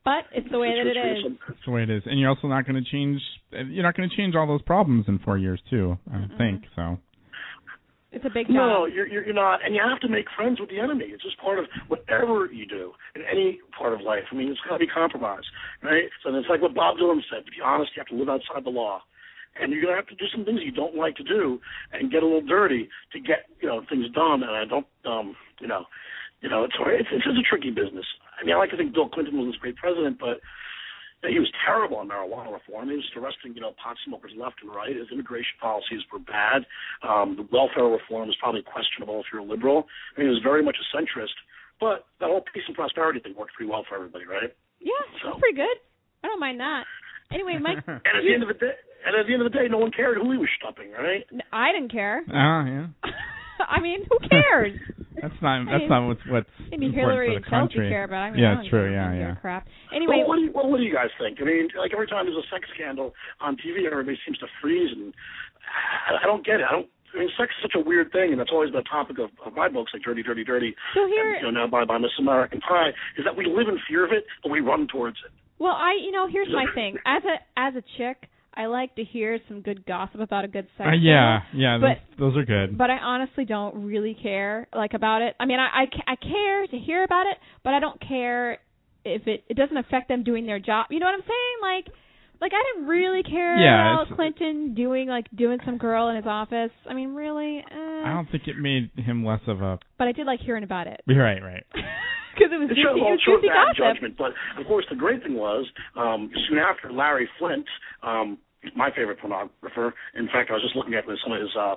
Speaker 3: but it's the way that
Speaker 7: It's
Speaker 3: it
Speaker 7: just-
Speaker 3: is.
Speaker 7: it's-
Speaker 2: That's the way it is. And you're also not going to change. You're not going to change all those problems in four years too. I don't
Speaker 3: Mm-mm.
Speaker 2: think so.
Speaker 3: It's a big job.
Speaker 7: No, you're you're you're not, and you have to make friends with the enemy. It's just part of whatever you do in any part of life. I mean, it's got to be compromise, right? So it's like what Bob Dylan said: to be honest, you have to live outside the law, and you're gonna have to do some things you don't like to do and get a little dirty to get you know things done. And I don't, um, you know, you know, it's it's it's just a tricky business. I mean, I like to think Bill Clinton was this great president, but he was terrible on marijuana reform. He was just arresting, you know, pot smokers left and right. His immigration policies were bad. Um, the welfare reform is probably questionable if you're a liberal. I mean, he was very much a centrist. But that whole peace and prosperity thing worked pretty well for everybody, right?
Speaker 3: Yeah,
Speaker 7: So-
Speaker 3: it's pretty good. I don't mind that. Anyway, Mike,
Speaker 7: [laughs] And at the end of the day, and at the end of the day, no one cared who he was stumping, right?
Speaker 3: n- I didn't
Speaker 2: [laughs]
Speaker 3: care. [laughs]
Speaker 2: Ah, yeah.
Speaker 3: I mean, who cares?
Speaker 2: That's not.
Speaker 3: I
Speaker 2: That's
Speaker 3: mean,
Speaker 2: not what's what's
Speaker 3: Maybe
Speaker 2: important
Speaker 3: Hillary
Speaker 2: for
Speaker 3: and
Speaker 2: the
Speaker 3: Chelsea
Speaker 2: country.
Speaker 3: care, but I mean,
Speaker 2: Yeah,
Speaker 3: I don't
Speaker 2: true,
Speaker 3: give a
Speaker 2: yeah,
Speaker 3: give a
Speaker 2: yeah.
Speaker 3: crap. Anyway,
Speaker 7: Well, what do you, well, what do you guys think? I mean, like every time there's a sex scandal on TV, everybody seems to freeze, and I, I don't get it. I don't. I mean, sex is such a weird thing, and that's always been a topic of, of my books, like Dirty, Dirty, Dirty,
Speaker 3: so
Speaker 7: and, you
Speaker 3: here,
Speaker 7: know, now by by Miss American Pie, is that we live in fear of it, but we run towards it.
Speaker 3: well, I, you know, here's my thing. As a as a chick, I like to hear some good gossip about a good sex.
Speaker 2: Uh, yeah, yeah. Those,
Speaker 3: But-
Speaker 2: those are good.
Speaker 3: But I honestly don't really care like about it. I mean, I I, ca- I care to hear about it, but I don't care if it it doesn't affect them doing their job. You know what I'm saying? Like Like I didn't really care
Speaker 2: Yeah,
Speaker 3: about
Speaker 2: it's-
Speaker 3: Clinton doing like doing some girl in his office. I mean, really. Uh,
Speaker 2: I don't think it made him less of a.
Speaker 3: but I did like hearing about it
Speaker 2: Right, right. [laughs]
Speaker 3: [laughs] because it was
Speaker 7: It
Speaker 3: juicy,
Speaker 7: shows
Speaker 3: it
Speaker 7: all
Speaker 3: was
Speaker 7: short
Speaker 3: juicy
Speaker 7: bad
Speaker 3: gossip.
Speaker 7: judgment, but of course the great thing was um, soon after Larry Flint, um, my favorite pornographer. In fact, I was just looking at some of his uh,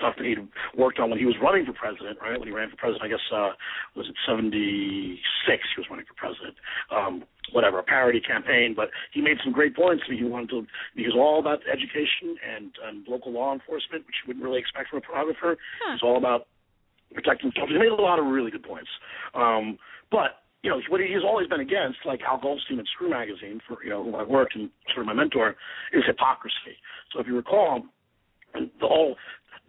Speaker 7: stuff that he'd worked on when he was running for president. Right when he ran for president, I guess uh, was it '76? He was running for president. Um, whatever, a parody campaign, but he made some great points. He wanted to. He was all about education and, and local law enforcement, which you wouldn't really expect from a pornographer. He was all about protecting children. He made a lot of really good points. Um, but you know what he's always been against, like Al Goldstein at Screw Magazine, for you know who I worked and sort of my mentor, is hypocrisy. So if you recall, the whole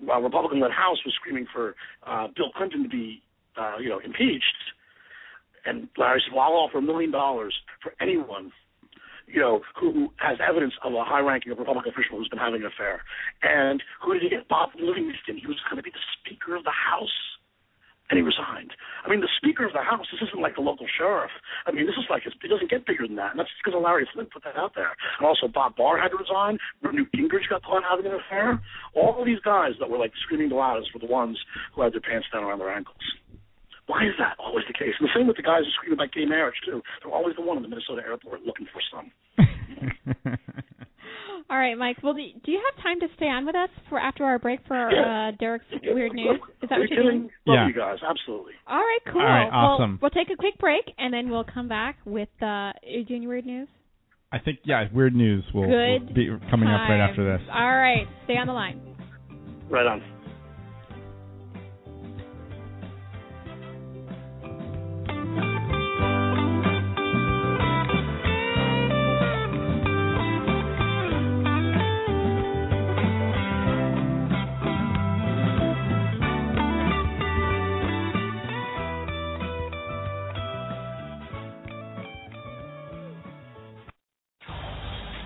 Speaker 7: uh, Republican-led House was screaming for uh, Bill Clinton to be uh, you know impeached, and Larry said, "Well, I'll offer a million dollars for anyone." You know who who has evidence of a high-ranking Republican official who's been having an affair, and who did he get? Bob Livingston. He was going to be the Speaker of the House and he resigned. I mean, the Speaker of the House. This isn't like the local sheriff. I mean, this is like it doesn't get bigger than that. And that's because Larry Flint put that out there. And also, Bob Barr had to resign. Newt Gingrich got caught having an affair. All of these guys that were like screaming the loudest were the ones who had their pants down around their ankles. Why is that always the case? And the same with the guys who scream about gay marriage too. They're always the one in the Minnesota airport looking for some.
Speaker 3: All right, Mike. Well, do, do you have time to stay on with us for after our break for
Speaker 7: Yeah.
Speaker 3: uh, Derek's weird news? Is that
Speaker 7: Are
Speaker 3: what
Speaker 7: you
Speaker 3: you're doing?
Speaker 7: kidding? Love
Speaker 2: Yeah.
Speaker 7: you guys, absolutely.
Speaker 3: All right, cool.
Speaker 2: All right,
Speaker 3: Well,
Speaker 2: awesome.
Speaker 3: We'll, take a quick break and then we'll come back with uh, are you doing weird news.
Speaker 2: I think yeah. Weird news will, will
Speaker 3: Good
Speaker 2: be coming up right
Speaker 3: times.
Speaker 2: after this.
Speaker 3: All right, stay on the line.
Speaker 7: Right on.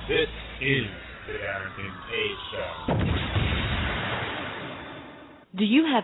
Speaker 9: This is the Derek and Kay Show.
Speaker 11: Do you have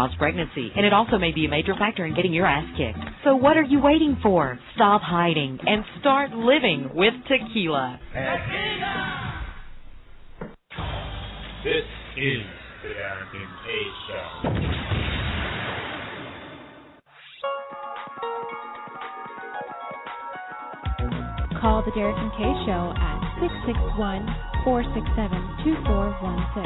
Speaker 11: pregnancy. And it also may be a major factor in getting your ass kicked. So what are you waiting for? Stop hiding and start living with tequila.
Speaker 9: This is the Derek and Kay Show.
Speaker 4: Call the Derek and Kay Show at 661 467 2416.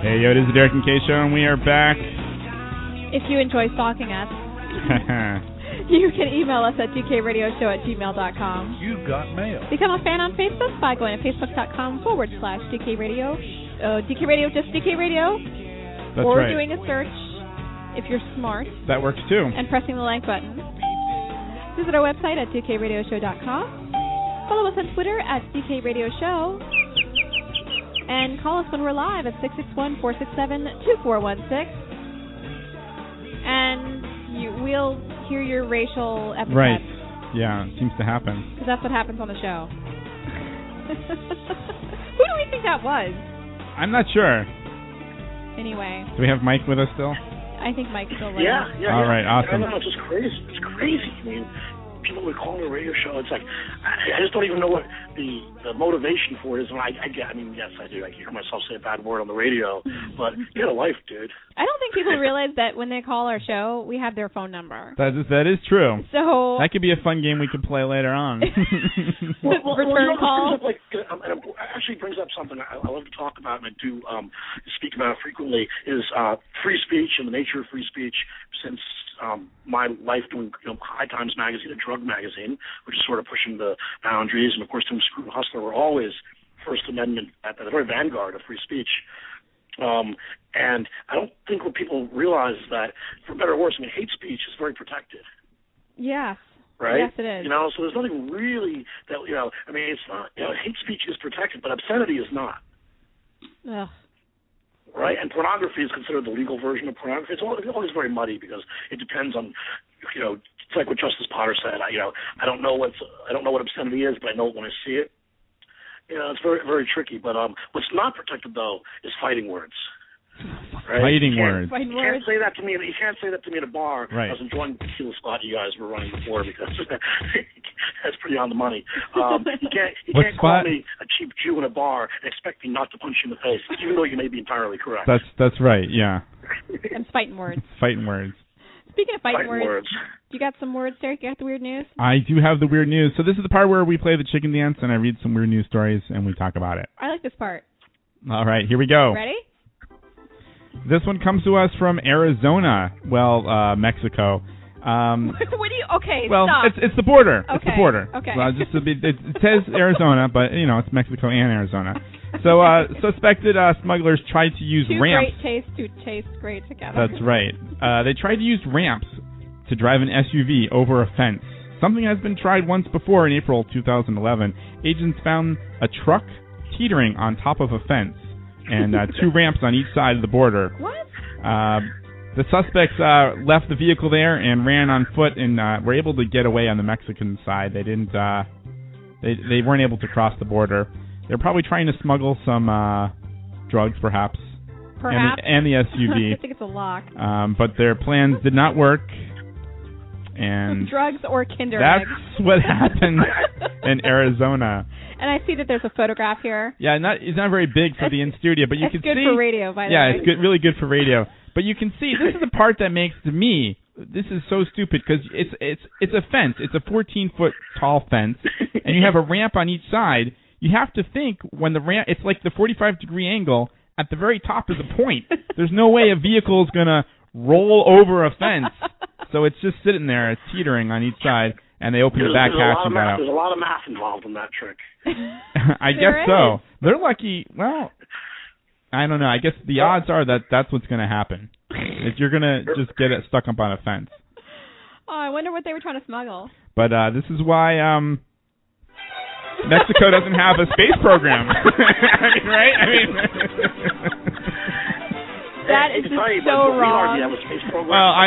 Speaker 2: Hey yo, it is the Derek and Kay Show, and we are back.
Speaker 3: If you enjoy stalking us, You can email us at gkradioshow at gmail.com.
Speaker 12: You've got mail.
Speaker 3: Become a fan on Facebook by going to facebook.com forward slash DK Radio. Uh, DK Radio, just DK Radio.
Speaker 2: [laughs] That's
Speaker 3: or
Speaker 2: right.
Speaker 3: doing a search if you're smart
Speaker 2: That works too.
Speaker 3: and pressing the like button. Visit our website at dkradioshow.com. Follow us on Twitter at DK Radio Show. And call us when we're live at 661 467 2416. And you will hear your racial epithets.
Speaker 2: Right. Yeah, it seems to happen.
Speaker 3: Because that's what happens on the show. [laughs] Who do we think that was?
Speaker 2: I'm not sure.
Speaker 3: Anyway,
Speaker 2: Do we have Mike with us still?
Speaker 3: I think Mike's still there.
Speaker 7: Yeah, yeah.
Speaker 2: All
Speaker 7: yeah.
Speaker 2: right, awesome.
Speaker 7: I know, it's just crazy. It's crazy. I mean, people would call a radio show. It's like, I, I just don't even know what the, the motivation for it is. And I, I, get- I mean, yes, I do. I hear myself say a bad word on the radio, but get a life, dude.
Speaker 3: I don't think people realize that when they call our show, we have their phone number.
Speaker 2: That is that is true.
Speaker 3: So
Speaker 2: That could be a fun game we could play later on. [laughs]
Speaker 3: [laughs]
Speaker 7: Well, well,
Speaker 3: Return
Speaker 7: well, you know, this
Speaker 3: call?
Speaker 7: brings up, like, uh, um, and it actually brings up something I, I love to talk about and I do um, speak about frequently is uh, free speech and the nature of free speech. Since um, my life doing you know, High Times magazine, a drug magazine, which is sort of pushing the boundaries, and of course, Tim Screw and Hustler were always First Amendment at the very vanguard of free speech. Um, and I don't think what people realize is that, for better or worse, I mean, hate speech is very protected
Speaker 3: yes.
Speaker 7: right?
Speaker 3: Yes, it is.
Speaker 7: You know, so there's nothing really that you know. I mean, it's not. You know, hate speech is protected, but obscenity is not,
Speaker 3: Ugh.
Speaker 7: right? And pornography is considered the legal version of pornography. It's always, it's always very muddy because it depends on, you know, it's like what Justice Potter said. I, you know, I don't know what's I don't know what obscenity is, but I know it when I see it. You know, it's very very tricky. But um, what's not protected though is fighting words. Right?
Speaker 2: Fighting
Speaker 7: You
Speaker 2: words.
Speaker 7: can't-
Speaker 3: Fighting
Speaker 7: You can't say that to me. You can't say that to me at a bar.
Speaker 2: Right.
Speaker 7: I was enjoying the tequila spot you guys were running before because [laughs] that's pretty on the money. Um, you can't you
Speaker 2: What
Speaker 7: can't
Speaker 2: spot?
Speaker 7: call me a cheap Jew in a bar and expect me not to punch you in the face, even though you may be entirely correct.
Speaker 2: that's that's right. Yeah,
Speaker 3: I'm fighting words.
Speaker 2: fighting words.
Speaker 3: Speaking of fighting,
Speaker 7: Fighting words.
Speaker 3: you got some words, Derek? You got the weird news?
Speaker 2: I do have the weird news. So this is the part where we play the chicken dance and I read some weird news stories and we talk about it.
Speaker 3: I like this part.
Speaker 2: All right, here we go.
Speaker 3: Ready? [laughs]
Speaker 2: This one comes to us from Arizona, well, uh, Mexico. Um,
Speaker 3: what do you? Okay,
Speaker 2: well,
Speaker 3: stop.
Speaker 2: it's it's the border. It's the
Speaker 3: Okay,
Speaker 2: border.
Speaker 3: okay.
Speaker 2: Well, just to be, it, it says Arizona, but you know it's Mexico and Arizona.
Speaker 3: [laughs]
Speaker 2: So uh, suspected uh, smugglers tried to use
Speaker 3: Two
Speaker 2: ramps.
Speaker 3: great tastes to taste great together.
Speaker 2: That's right. Uh, they tried to use ramps to drive an SUV over a fence. Something has been tried once before in April 2011. Agents found a truck teetering on top of a fence and uh,
Speaker 3: [laughs]
Speaker 2: two ramps on each side of the border.
Speaker 3: What?
Speaker 2: Uh, the suspects uh, left the vehicle there and ran on foot and uh, were able to get away on the Mexican side. They didn't. Uh, they they weren't able to cross the border. They're probably trying to smuggle some uh, drugs, perhaps,
Speaker 3: Perhaps.
Speaker 2: and the, and the
Speaker 3: [laughs]
Speaker 2: SUV.
Speaker 3: I think it's a lock.
Speaker 2: Um, but their plans did not work, and
Speaker 3: Drugs or Kinder
Speaker 2: that's
Speaker 3: eggs.
Speaker 2: [laughs] what
Speaker 3: [laughs]
Speaker 2: happened in Arizona.
Speaker 3: And I see that there's a photograph here.
Speaker 2: Yeah, not it's not very big for the in studio, but you
Speaker 3: That's
Speaker 2: can
Speaker 3: good
Speaker 2: see.
Speaker 3: for radio, by the
Speaker 2: yeah,
Speaker 3: way.
Speaker 2: it's good, really good for radio. But you can see this is the part that makes to me this is so stupid because it's it's it's a fence. It's a 14 foot tall fence, and you have a ramp on each side. You have to think when the ramp it's like the 45 degree angle at the very top is a point.
Speaker 3: [laughs]
Speaker 2: There's no way a vehicle is gonna roll over a fence. So it's just sitting there, it's teetering on each side, and they open the
Speaker 7: There's,
Speaker 2: back
Speaker 7: there's a lot
Speaker 2: hatch
Speaker 7: of
Speaker 2: and
Speaker 7: math,
Speaker 2: got
Speaker 7: there's
Speaker 2: out.
Speaker 7: a lot of math involved in that trick.
Speaker 2: [laughs] I
Speaker 3: There
Speaker 2: guess so. They're lucky. Well, I don't know. I guess the odds are that that's what's going to happen. If you're
Speaker 3: [laughs]
Speaker 2: going to just get it stuck up on a fence.
Speaker 3: Oh, I wonder what they were trying to smuggle.
Speaker 2: But uh, this is why um, Mexico doesn't have a space program. [laughs] I mean, [laughs] right? I mean,
Speaker 3: That is
Speaker 7: It's
Speaker 3: just
Speaker 7: funny, but
Speaker 3: so
Speaker 7: we hardly
Speaker 3: wrong.
Speaker 7: have a space program.
Speaker 2: well, I. [laughs]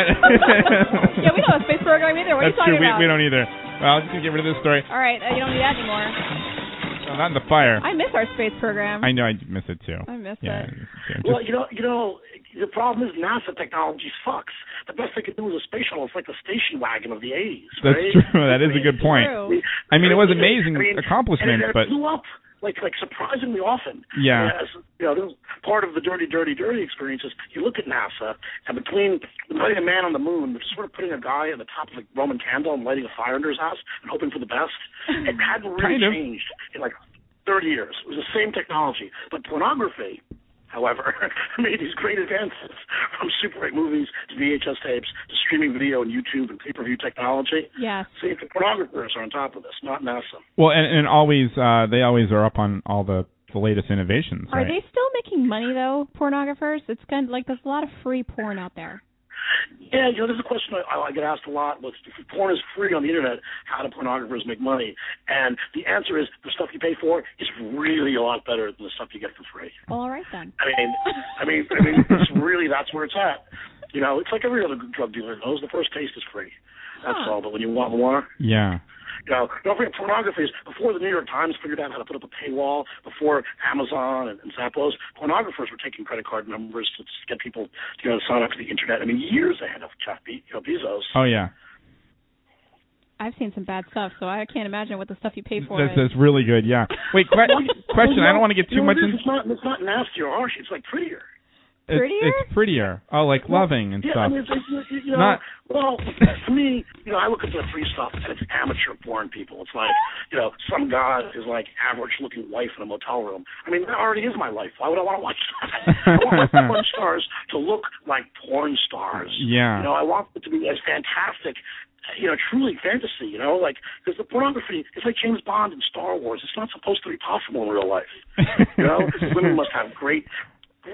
Speaker 3: yeah, we don't have a space program either. What
Speaker 2: That's
Speaker 3: are you talking
Speaker 2: true. We,
Speaker 3: about?
Speaker 2: we don't either. Well, I'm just going to get rid of this story.
Speaker 3: All right, uh, you don't need that anymore.
Speaker 2: No, not in the fire.
Speaker 3: I miss our space program.
Speaker 2: I know I miss it too.
Speaker 3: I miss it.
Speaker 2: yeah, yeah, just-
Speaker 7: Well, you know, you know, the problem is NASA technology sucks. The best they could do is a space shuttle. It's like the station wagon of the 80s,
Speaker 2: That's
Speaker 7: right?
Speaker 2: true. [laughs] That is a good point.
Speaker 3: True.
Speaker 2: I mean, it was
Speaker 7: I mean,
Speaker 2: amazing
Speaker 7: and it-
Speaker 2: accomplishment,
Speaker 7: and it
Speaker 2: but
Speaker 7: blew up like like surprisingly often.
Speaker 2: Yeah.
Speaker 7: As, you know, this is part of the dirty, dirty, dirty experience is you look at NASA and between putting a man on the moon, which is sort of putting a guy at the top of a Roman candle and lighting a fire under his house and hoping for the
Speaker 2: [laughs]
Speaker 7: best, it hadn't really
Speaker 2: Kind of.
Speaker 7: changed in like 30 years. It was the same technology, but pornography however, [laughs] made these great advances from Super 8 movies to VHS tapes to streaming video and YouTube and pay-per-view technology.
Speaker 3: Yes.
Speaker 7: See, the pornographers are on top of this, not NASA.
Speaker 2: Well, and, and always uh, they always are up on all the the latest innovations.
Speaker 3: Are
Speaker 2: right?
Speaker 3: they still making money though, pornographers? It's kind of like there's a lot of free porn out there.
Speaker 7: Yeah, you know, there's a question I, I get asked a lot. With if porn is free on the internet, how do pornographers make money? And the answer is the stuff you pay for is really a lot better than the stuff you get for free.
Speaker 3: Well, all right then.
Speaker 7: I mean, I mean, I mean, it's really that's where it's at. You know, Oh, it's like every other drug dealer knows the first taste is free. That's all. But when you want more,
Speaker 2: Yeah.
Speaker 7: you know, don't forget pornography is before the New York Times figured out how to put up a paywall, before Amazon and, and Zappos, pornographers were taking credit card numbers to get people, you know, to sign up to the internet. I mean, years ahead of Jeff Be- you know, Bezos.
Speaker 2: Oh yeah.
Speaker 3: I've seen some bad stuff, so I can't imagine what the stuff you pay for
Speaker 2: That's,
Speaker 3: is.
Speaker 2: that's really good. Yeah. Wait,
Speaker 7: [laughs]
Speaker 2: que- question. I don't want to get
Speaker 7: You
Speaker 2: too
Speaker 7: know
Speaker 2: much.
Speaker 7: what it is?
Speaker 2: in-
Speaker 7: It's not, it's not nastier, or harsh. It's like prettier.
Speaker 2: it's,
Speaker 7: prettier?
Speaker 2: it's prettier. Oh, like loving and
Speaker 7: yeah,
Speaker 2: stuff.
Speaker 7: I mean, it's, it's, you know,
Speaker 2: Not-
Speaker 7: well, to me, you know, I look at the free stuff and it's amateur porn people. It's like, you know, some guy is like average-looking wife in a motel room. I mean, that already is my life. Why would I want to watch [laughs] that? I want my [laughs] porn stars to look like porn stars.
Speaker 2: Yeah.
Speaker 7: You know, I want it to be as fantastic, you know, truly fantasy. You know, like because the pornography is like James Bond in Star Wars. It's not supposed to be possible in real life.
Speaker 2: [laughs]
Speaker 7: You know, women must have great,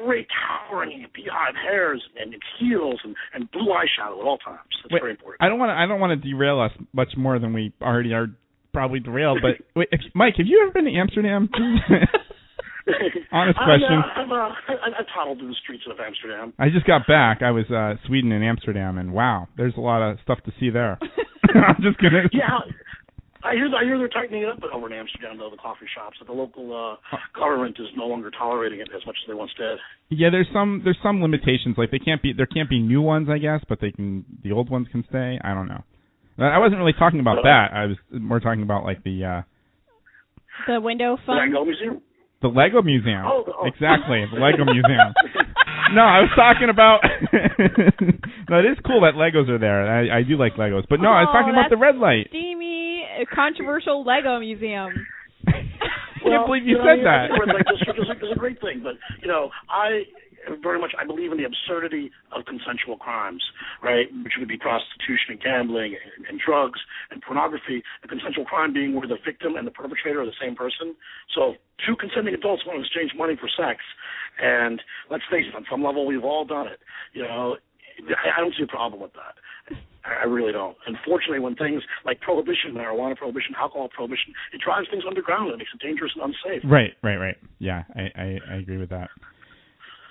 Speaker 7: great towering beehive hairs and heels and, and blue eyeshadow at all times. That's
Speaker 2: Wait,
Speaker 7: very important.
Speaker 2: I don't want to. I don't want to derail us much more than we already are. Probably derailed. But [laughs] wait, if, Mike, have you ever been to Amsterdam? [laughs]
Speaker 7: [laughs]
Speaker 2: Honest question.
Speaker 7: I'm, uh, I'm, uh, I, I toddled through the streets of Amsterdam.
Speaker 2: I just got back. I was uh Sweden and Amsterdam, and wow, there's a lot of stuff to see there. [laughs] I'm just kidding.
Speaker 7: [laughs] Yeah. I hear, I hear they're tightening it up over in Amsterdam, though, the coffee shops. But the local uh, government is no longer tolerating it as much as they once did.
Speaker 2: Yeah, there's some there's some limitations. Like they can't be there can't be new ones, I guess, but they can the old ones can stay. I don't know. I wasn't really talking about that. I was more talking about like the uh
Speaker 3: The window
Speaker 7: Did I
Speaker 3: fun.
Speaker 7: go museum?
Speaker 2: the Lego museum.
Speaker 7: Oh, oh.
Speaker 2: Exactly, the Lego museum. No, I was talking about. [laughs] no, it is cool that Legos are there. and I I do like Legos, but no, I was
Speaker 3: Oh,
Speaker 2: talking about the
Speaker 3: that's
Speaker 2: red light.
Speaker 3: Steamy, uh, controversial Lego museum.
Speaker 2: [laughs] I can't believe you
Speaker 7: know,
Speaker 2: said
Speaker 7: I
Speaker 2: that.
Speaker 7: think red light
Speaker 2: [laughs]
Speaker 7: district is a, is a great thing, but you know, I very much I believe in the absurdity of consensual crimes, right? Which would be prostitution and gambling and, and drugs and pornography. A consensual crime being where the victim and the perpetrator are the same person. So if two consenting adults want to exchange money for sex, and let's face it, on some level we've all done it. You know, I, I don't see a problem with that. I I really don't. Unfortunately, when things like prohibition, marijuana prohibition, alcohol prohibition, it drives things underground and it makes it dangerous and unsafe.
Speaker 2: Right, right, right. Yeah, I I, I agree
Speaker 3: [laughs]
Speaker 2: with that.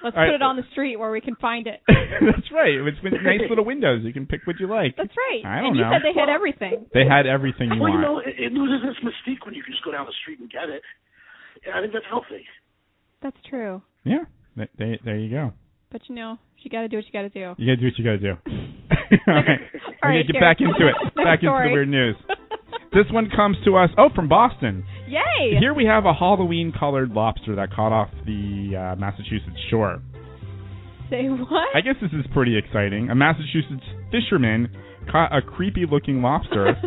Speaker 3: Let's
Speaker 2: All right.
Speaker 3: put it on the street where we can find it.
Speaker 2: That's right. It's with nice little windows. You can pick what you like.
Speaker 3: That's right.
Speaker 2: I don't
Speaker 3: and you
Speaker 2: know.
Speaker 3: said they had everything.
Speaker 2: They had everything you
Speaker 7: well, you
Speaker 2: want.
Speaker 7: know, it, it loses its mystique when you can just go down the street and get it. And I think that's healthy.
Speaker 3: That's true.
Speaker 2: Yeah. Th- they- there you go.
Speaker 3: But you know, you got to do what you got to do.
Speaker 2: You gotta do what you gotta do.
Speaker 3: [laughs]
Speaker 2: All right.
Speaker 3: All
Speaker 2: we
Speaker 3: right,
Speaker 2: need
Speaker 3: Derek.
Speaker 2: to get back into it.
Speaker 3: [laughs] Next
Speaker 2: back into
Speaker 3: story.
Speaker 2: the weird news. This one comes to us. Oh, from Boston.
Speaker 3: Yay!
Speaker 2: Here we have a Halloween-colored lobster that caught off the uh, Massachusetts shore.
Speaker 3: Say what?
Speaker 2: I guess this is pretty exciting. A Massachusetts fisherman caught a
Speaker 3: [laughs]
Speaker 2: creepy-looking lobster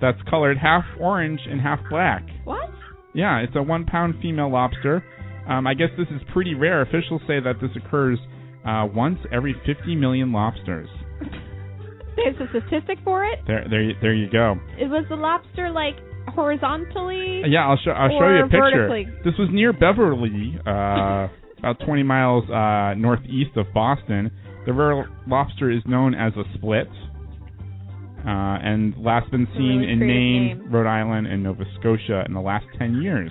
Speaker 2: that's colored half orange and half black.
Speaker 3: What?
Speaker 2: Yeah, it's a one pound female lobster. Um, I guess this is pretty rare. Officials say that this occurs uh, once every 50 million lobsters.
Speaker 3: There's a statistic for it.
Speaker 2: There, there, you- there you go.
Speaker 3: It was the lobster like horizontally.
Speaker 2: Uh, Yeah, I'll show, I'll show
Speaker 3: Or
Speaker 2: you a picture.
Speaker 3: vertically.
Speaker 2: This was near Beverly, uh, about 20 miles uh, northeast of Boston. The rare lobster is known as a split, uh, and last been seen
Speaker 3: really creative
Speaker 2: in Maine,
Speaker 3: name.
Speaker 2: Rhode Island, and Nova Scotia in the last 10 years.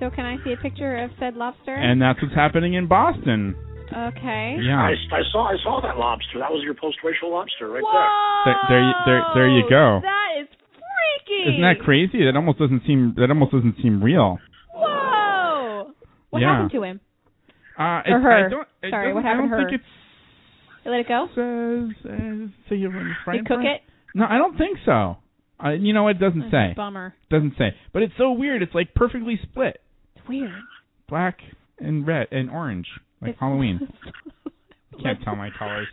Speaker 3: So can I see a picture of said lobster?
Speaker 2: And that's what's happening in Boston.
Speaker 3: okay.
Speaker 2: Yeah.
Speaker 7: I, I saw I saw that lobster. That was your post-racial lobster right
Speaker 2: There, there, you- there, there you go.
Speaker 3: That is freaky.
Speaker 2: Isn't that crazy? That almost doesn't seem. That almost doesn't seem real.
Speaker 3: Whoa! What
Speaker 2: Yeah.
Speaker 3: happened to him?
Speaker 2: Uh,
Speaker 3: or
Speaker 2: it's-
Speaker 3: her?
Speaker 2: I don't, it
Speaker 3: Sorry, what
Speaker 2: doesn't- I
Speaker 3: happened to
Speaker 2: don't
Speaker 3: her?
Speaker 2: think
Speaker 3: They let it go.
Speaker 2: Says, uh, so you
Speaker 3: you cook it.
Speaker 2: No, I don't think so. I, you know, it doesn't
Speaker 3: That's a
Speaker 2: say.
Speaker 3: Bummer.
Speaker 2: Doesn't say. But it's so weird. It's like perfectly split,
Speaker 3: It's weird.
Speaker 2: black and red and orange, like
Speaker 3: It's- [laughs]
Speaker 2: Halloween. I can't tell my colors.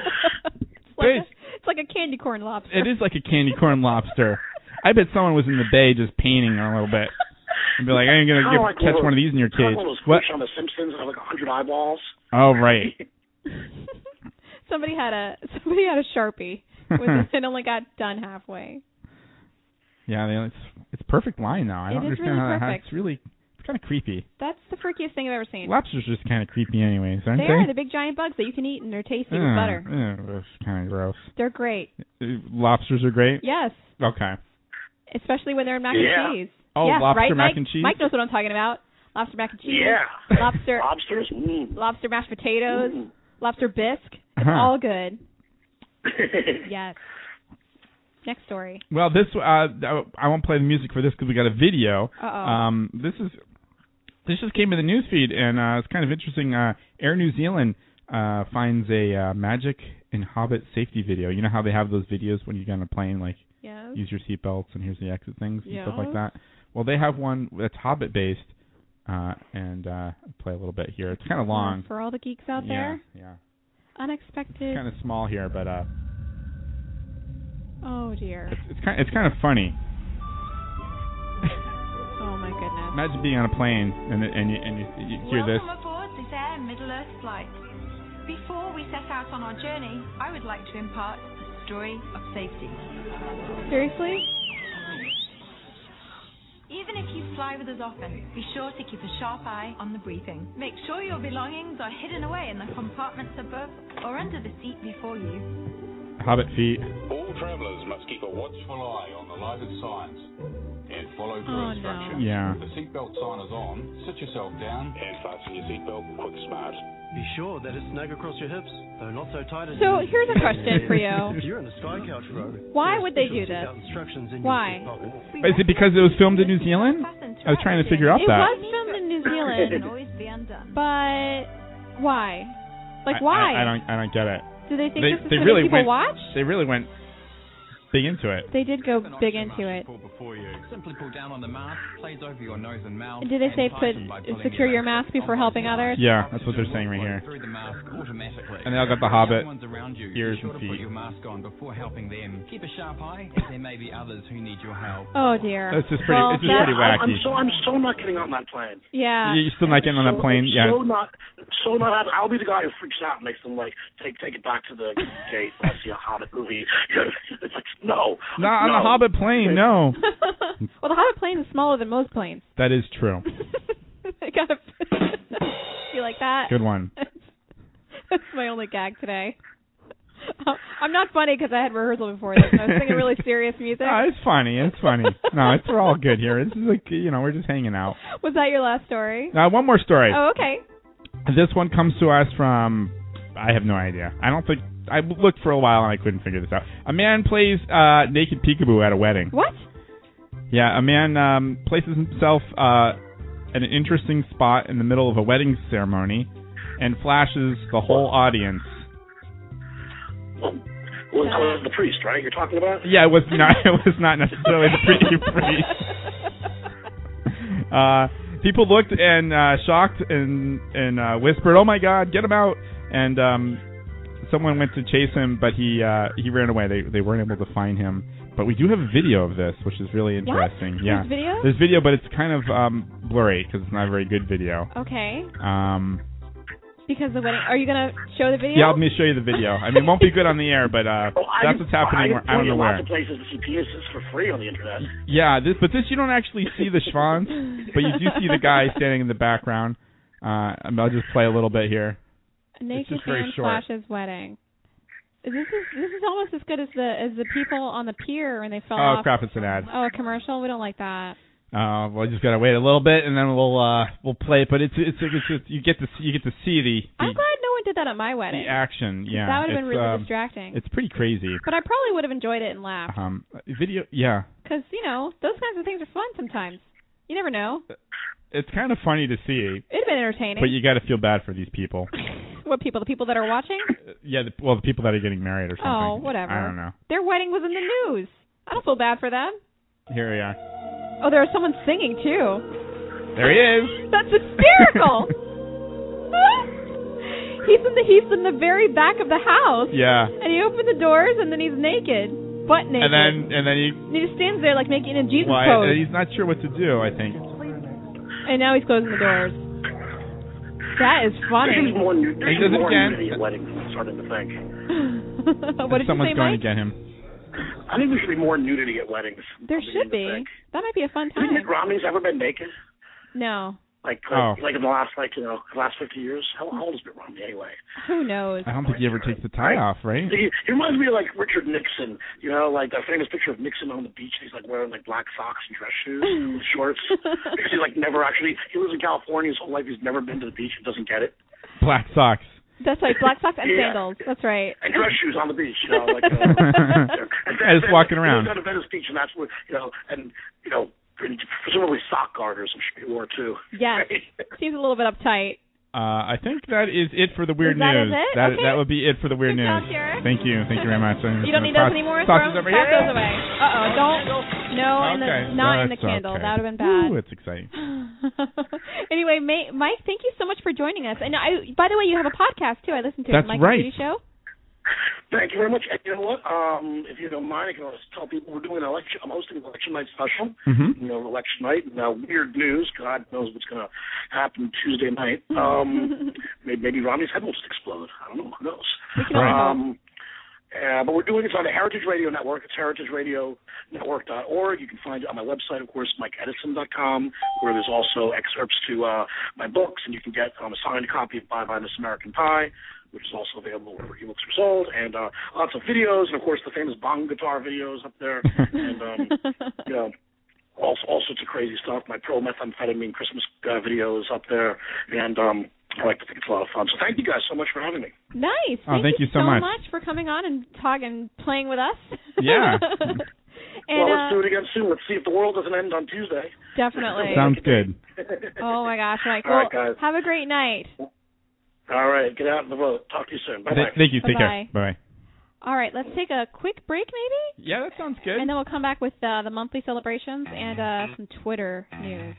Speaker 3: it's, like a, it's like a candy corn lobster.
Speaker 2: It is like a candy corn lobster. I bet someone was in the bay just painting a little bit. and be like, I ain't gonna
Speaker 7: Kinda
Speaker 2: give,
Speaker 7: like
Speaker 2: catch
Speaker 7: little-
Speaker 2: one of these in your cage.
Speaker 7: kinda Like one of those
Speaker 2: What?
Speaker 7: fish on The Simpsons that have like a hundred eyeballs.
Speaker 2: Oh
Speaker 7: [laughs]
Speaker 2: right.
Speaker 3: [laughs] Somebody had a somebody had a sharpie
Speaker 2: [laughs]
Speaker 3: with, and only got done halfway.
Speaker 2: Yeah, they, it's it's perfect line now. I
Speaker 3: It
Speaker 2: don't
Speaker 3: is
Speaker 2: understand
Speaker 3: really
Speaker 2: how that
Speaker 3: perfect.
Speaker 2: happens. It's really it's kind of creepy.
Speaker 3: That's the freakiest thing I've ever seen.
Speaker 2: Lobsters are just kind of creepy, anyways,
Speaker 3: they
Speaker 2: aren't
Speaker 3: are
Speaker 2: they?
Speaker 3: the big giant bugs that you can eat, and they're tasty with
Speaker 2: Ugh,
Speaker 3: butter.
Speaker 2: ugh, that's kind of gross.
Speaker 3: They're great.
Speaker 2: Uh, Lobsters are great.
Speaker 3: Yes,
Speaker 2: Okay.
Speaker 3: especially when they're in mac
Speaker 2: Yeah.
Speaker 3: and cheese.
Speaker 2: Oh,
Speaker 3: yeah,
Speaker 2: lobster
Speaker 3: right,
Speaker 2: mac
Speaker 3: Mike?
Speaker 2: and cheese? [laughs]
Speaker 3: Mike knows what I'm talking about. Lobster mac and cheese.
Speaker 7: Yeah.
Speaker 3: Lobster.
Speaker 7: Lobsters. Mm.
Speaker 3: Lobster mashed potatoes.
Speaker 7: Mm.
Speaker 3: Lobster bisque. It's
Speaker 2: Uh-huh.
Speaker 3: all good. Yes. Next story.
Speaker 2: Well, this uh, I- I won't play the music for this because we got a video.
Speaker 3: Uh-oh.
Speaker 2: Um, this is this just came in the news feed, and uh, it's kind of interesting. Uh, Air New Zealand uh, finds a uh, Magic and Hobbit safety video. You know how they have those videos when you get on a plane, like
Speaker 3: Yes.
Speaker 2: use your seatbelts and here's the exit things and stuff like
Speaker 3: Yes.
Speaker 2: that. Well, they have one that's Hobbit based, uh, and uh, play a little bit here. It's kind of long,
Speaker 3: For all the geeks out
Speaker 2: Yeah,
Speaker 3: there.
Speaker 2: yeah.
Speaker 3: Unexpected.
Speaker 2: kind of small here, but uh,
Speaker 3: oh dear.
Speaker 2: it's kind it's kind of funny.
Speaker 3: Oh my goodness.
Speaker 2: Imagine being on a plane and and you, and you, you hear this.
Speaker 13: Welcome aboard this Air Middle Earth flight. Before we set out on our journey, I would like to impart a story of safety.
Speaker 3: Seriously?
Speaker 13: Even if you fly with us often, be sure to keep a sharp eye on the breathing. Make sure your belongings are hidden away in the compartments above or under the seat before you.
Speaker 2: Hobbit feet.
Speaker 14: All travellers must keep a watchful eye on the lighted signs and follow for
Speaker 3: Oh, no.
Speaker 14: instructions.
Speaker 2: Yeah.
Speaker 14: The seatbelt sign is on. Sit yourself down and fasten your seatbelt quick smart.
Speaker 15: Be sure that it's snug across your hips, though not so tight as.
Speaker 3: So, here's a question for you.
Speaker 15: If you're in the Sky Couch row,
Speaker 3: Why
Speaker 15: there are
Speaker 3: would they
Speaker 15: special
Speaker 3: do this?
Speaker 15: seatbelt Instructions in
Speaker 3: Why?
Speaker 15: Your seat pocket.
Speaker 2: Is it because it was filmed in New Zealand? I was trying to figure out
Speaker 3: it
Speaker 2: that.
Speaker 3: was filmed in New Zealand,
Speaker 13: always be undone.
Speaker 3: but why?
Speaker 2: I-
Speaker 3: Like
Speaker 2: I-
Speaker 3: why?
Speaker 2: I, don't I don't get it.
Speaker 3: Do they think
Speaker 2: they
Speaker 3: this is
Speaker 2: they
Speaker 3: something
Speaker 2: really
Speaker 3: people
Speaker 2: went
Speaker 3: watch?
Speaker 2: they really went big into it.
Speaker 3: They did go
Speaker 16: An
Speaker 3: big
Speaker 16: oxymask
Speaker 3: into it.
Speaker 16: is pulled before you. Simply pull down on the mask, plays over your nose and mouth.
Speaker 3: Did they
Speaker 16: and
Speaker 3: say
Speaker 16: tighten by
Speaker 3: put
Speaker 16: pulling
Speaker 3: secure
Speaker 16: the
Speaker 3: your
Speaker 16: mask
Speaker 3: mask before helping others?
Speaker 2: Yeah, that's what they're saying right here.
Speaker 16: through the mask automatically.
Speaker 2: And they all got
Speaker 16: If
Speaker 2: the Hobbit
Speaker 16: Someone's around you.
Speaker 2: ears
Speaker 16: be sure
Speaker 2: and
Speaker 16: to put
Speaker 2: feet.
Speaker 16: your mask on before helping them. Keep a sharp eye, as there may be others who need your help.
Speaker 3: Oh dear.
Speaker 2: That's just pretty-
Speaker 3: Well,
Speaker 2: it's just pretty
Speaker 3: that-
Speaker 2: wacky.
Speaker 7: I'm so I'm so not getting on that plane.
Speaker 3: Yeah.
Speaker 2: You're still not getting on that plane. Yeah.
Speaker 7: So not so not. happy. I'll be the guy who freaks out and makes them like take take it back to the gate. when I see a Hobbit movie. [laughs] it's like no.
Speaker 2: Not on a Hobbit plane. No,
Speaker 3: [laughs] well, the Hobbit plane is smaller than most planes. [laughs]
Speaker 2: that is true.
Speaker 3: I gotta [laughs] be like that.
Speaker 2: Good one.
Speaker 3: [laughs] That's my only gag today. [laughs] Um, I'm not funny because I had rehearsal before this. And I was singing
Speaker 2: [laughs]
Speaker 3: really serious music.
Speaker 2: Ah, it's funny. It's
Speaker 3: [laughs]
Speaker 2: funny. No, it's we're all good here. This is like you know we're just hanging out.
Speaker 3: Was that your last story?
Speaker 2: Now one more story.
Speaker 3: Oh, okay.
Speaker 2: This one comes to us from I have no idea. I don't think I looked for a while and I couldn't figure this out. A man plays uh, naked peekaboo at a wedding.
Speaker 3: What?
Speaker 2: Yeah, a man um, places himself uh, at an interesting spot in the middle of a wedding ceremony and flashes the whole audience.
Speaker 7: Was was Oh, the priest right? You're talking about?
Speaker 2: Yeah, it was not. [laughs] It was not necessarily the pre-
Speaker 3: [laughs]
Speaker 2: priest. [laughs] Uh, people looked and uh, shocked and and uh, whispered, "Oh my God, get him out!" And um, someone went to chase him, but he uh, he ran away. They they weren't able to find him. But we do have a video of this, which is really interesting.
Speaker 3: There's
Speaker 2: Yeah,
Speaker 3: video?
Speaker 2: There's video, but it's kind of um, blurry because it's not a very good video.
Speaker 3: Okay.
Speaker 2: Um,
Speaker 3: Because the wedding. Are you gonna show the video?
Speaker 2: yeah, let me show you the video. I mean, it won't be good on the air, but uh,
Speaker 7: Oh, I
Speaker 2: that's
Speaker 7: can-
Speaker 2: what's happening.
Speaker 7: I,
Speaker 2: where-
Speaker 7: can
Speaker 2: I don't
Speaker 7: point you
Speaker 2: know where.
Speaker 7: Lots of places to see penises for free on the internet.
Speaker 2: Yeah, this but this you don't actually see the schwanz, but you do see the guy
Speaker 3: [laughs]
Speaker 2: standing in the background. Uh, I'll just play a little bit here.
Speaker 3: A naked
Speaker 2: just very
Speaker 3: man
Speaker 2: short.
Speaker 3: flashes wedding. This is this is almost as good as the as the people on the pier when they fell
Speaker 2: Oh
Speaker 3: off.
Speaker 2: crap, it's an ad.
Speaker 3: Oh, a commercial. We don't like that.
Speaker 2: Uh, well, just gotta wait a little bit and then we'll uh we'll play it. But it's it's, it's, it's you get to see, you get to see the
Speaker 3: I'm glad no one did that at my
Speaker 2: the,
Speaker 3: wedding.
Speaker 2: the action. Yeah,
Speaker 3: that would have been
Speaker 2: It's,
Speaker 3: really
Speaker 2: um,
Speaker 3: distracting.
Speaker 2: It's pretty crazy.
Speaker 3: But I probably would have enjoyed it and laughed
Speaker 2: Um, video. Yeah,
Speaker 3: because you know those kinds of things are fun sometimes. You never know.
Speaker 2: it's kind of funny to see,
Speaker 3: It'd have been entertaining.
Speaker 2: but you gotta feel bad for these people. Uh,
Speaker 3: what people? The people that are watching?
Speaker 2: Yeah, the, well, the people that are getting married or something.
Speaker 3: Oh, whatever.
Speaker 2: I don't know.
Speaker 3: Their wedding was in the news. I don't feel bad for them.
Speaker 2: Here we are.
Speaker 3: Oh, there was someone singing too.
Speaker 2: There he is.
Speaker 3: That's hysterical. [laughs] he's in the he's in the very back of the house.
Speaker 2: [laughs] Yeah.
Speaker 3: And he opened the doors and then he's naked, butt naked.
Speaker 2: And then uh, and then he
Speaker 3: And he just stands there like making a Jesus
Speaker 2: Well, I-
Speaker 3: pose.
Speaker 2: he's not sure what to do. I think.
Speaker 3: And now he's closing the doors. That is funny.
Speaker 7: [laughs] There's one, there's
Speaker 2: He does it
Speaker 7: one
Speaker 2: again.
Speaker 7: mini wedding I'm starting to think.
Speaker 3: [laughs] what did you
Speaker 2: Someone's
Speaker 3: say,
Speaker 2: going
Speaker 3: Mike?
Speaker 2: to get him.
Speaker 7: I think there should be more nudity at weddings.
Speaker 3: There should be. That might be a fun
Speaker 7: Do you think
Speaker 3: time.
Speaker 7: Mitt Romney's ever been naked?
Speaker 3: No,
Speaker 7: Like,
Speaker 2: Oh.
Speaker 7: like, like in the last, like you know, last fifty years. How, how old is Mitt Romney anyway?
Speaker 3: who knows?
Speaker 2: I don't think he ever takes the tie off, right?
Speaker 7: He, he reminds me of like Richard Nixon. You know, like that famous picture of Nixon on the beach. and He's like wearing like black socks and dress
Speaker 3: [laughs]
Speaker 7: shoes, and shorts. Because he like never actually. He lives in California his whole life. He's never been to the beach. He doesn't get it.
Speaker 2: Black socks.
Speaker 3: [laughs] That's right. Black socks and
Speaker 7: Yeah.
Speaker 3: sandals. That's right.
Speaker 7: And dress shoes on the beach. You know, like. Uh, [laughs] And
Speaker 2: Yeah,
Speaker 7: then-
Speaker 2: just walking
Speaker 7: then
Speaker 2: around.
Speaker 7: He was on a Venice Beach, and that's where you know, and you know, presumably sock garters I'm sure he wore too.
Speaker 3: [laughs] Yes. Seems a little bit uptight.
Speaker 2: Uh, I think that is it for the weird
Speaker 3: Is that
Speaker 2: news.
Speaker 3: it?
Speaker 2: That
Speaker 3: Okay.
Speaker 2: that would be it for the weird
Speaker 3: Good job,
Speaker 2: news.
Speaker 3: Derek.
Speaker 2: Thank you, thank you very much. I'm
Speaker 3: You
Speaker 2: just
Speaker 3: don't
Speaker 2: gonna
Speaker 3: need
Speaker 2: toss,
Speaker 3: those anymore.
Speaker 2: Toss
Speaker 3: Throw-
Speaker 2: Mm-hmm. those over
Speaker 3: toss
Speaker 2: here.
Speaker 3: those away. Uh oh, don't. No, in
Speaker 2: Okay,
Speaker 3: the not
Speaker 2: no,
Speaker 3: in the
Speaker 2: it's
Speaker 3: candle.
Speaker 2: okay.
Speaker 3: That would have been bad.
Speaker 2: Ooh, it's exciting.
Speaker 3: [laughs] anyway, Ma Mike, thank you so much for joining us. And I, by the way, you have a podcast too. I listened to
Speaker 2: That's
Speaker 3: it. Mike
Speaker 2: right.
Speaker 3: and Judy Show.
Speaker 7: Thank you very much. And you know what? Um, if you don't mind, I can always tell people we're doing an election. I'm hosting an election night special.
Speaker 2: Mm-hmm.
Speaker 7: You know, election night. Now, weird news. God knows what's going to happen Tuesday night. Um, maybe, maybe Romney's head will just explode. I don't know. Who knows?
Speaker 3: We can
Speaker 2: Right.
Speaker 3: all
Speaker 7: Um, uh, but we're doing this on the Heritage Radio Network. It's heritageradionetwork.org. You can find it on my website, of course, mikeedison.com, where there's also excerpts to uh, my books, and you can get um, a signed copy of Bye Bye Miss American Pie, which is also available wherever ebooks are sold, and uh, lots of videos, and of course the famous bong guitar videos up there, and um, you know. All, all sorts of crazy stuff. My pro methamphetamine Christmas uh, videos up there, and um, I like to think it's a lot of fun. So thank you guys so much for having me.
Speaker 3: [laughs] Nice.
Speaker 2: Oh, thank you so much.
Speaker 3: for coming on and talking, playing with us.
Speaker 2: Yeah.
Speaker 3: [laughs] and
Speaker 7: [laughs] well,
Speaker 3: uh,
Speaker 7: let's do it again soon. Let's see if the world doesn't end on Tuesday. [laughs]
Speaker 3: definitely.
Speaker 2: Sounds good.
Speaker 3: [laughs] oh my gosh, Mike.
Speaker 7: All right,
Speaker 3: well,
Speaker 7: guys.
Speaker 3: have a great night.
Speaker 7: All right, get out and vote. Talk to you soon. Bye
Speaker 2: Th-
Speaker 7: bye.
Speaker 2: thank you. Take care.
Speaker 3: Bye-bye.
Speaker 2: Bye bye.
Speaker 3: All right, let's take a quick break, maybe.
Speaker 2: Yeah, that sounds good.
Speaker 3: And then we'll come back with uh, the monthly celebrations and uh, some Twitter news.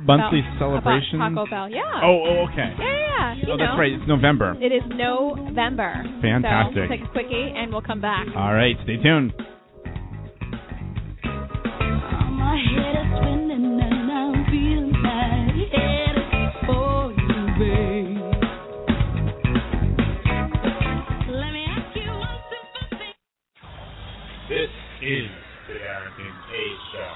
Speaker 2: Monthly
Speaker 3: about,
Speaker 2: celebration.
Speaker 3: About Taco Bell, yeah.
Speaker 2: Oh, oh, okay.
Speaker 3: Yeah, yeah. yeah. You
Speaker 2: oh,
Speaker 3: know.
Speaker 2: that's right. It's November.
Speaker 3: It is November. So
Speaker 2: Fantastic.
Speaker 3: we'll take a quickie and we'll come back.
Speaker 2: All right, stay tuned.
Speaker 17: My head is spinning and I'm feeling my head is for you, babe. Let me ask you one simple thing.
Speaker 9: This is the Derek and Kay Show.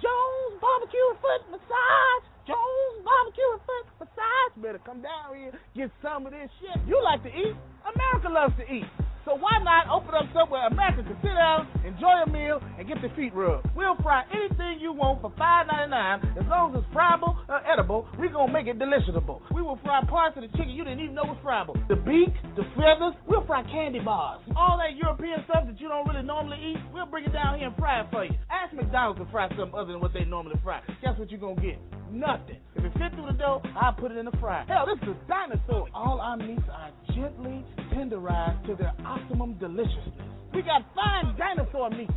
Speaker 17: Jones Barbecue and Foot Massage. Jones Barbecue and Foot Massage. Better come down here, get some of this shit. You like to eat? America loves to eat. So why not open up somewhere America can sit down, enjoy a meal, and get their feet rubbed? We'll fry anything you want for $5.99. As long as it's friable or edible, we're going to make it deliciousable. We will fry parts of the chicken you didn't even know was friable. The beak, the feathers, we'll fry candy bars. All that European stuff that you don't really normally eat, we'll bring it down here and fry it for you. Ask McDonald's to fry something other than what they normally fry. Guess what you're going to get? Nothing. If it fit through the dough, I'll put it in the fryer. Hell, this is a dinosaur. All our meats are gently tenderized to their optimum deliciousness. We got fine dinosaur meat.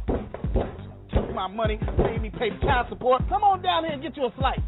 Speaker 17: Took my money, made me pay child support. Come on down here and get you a slice.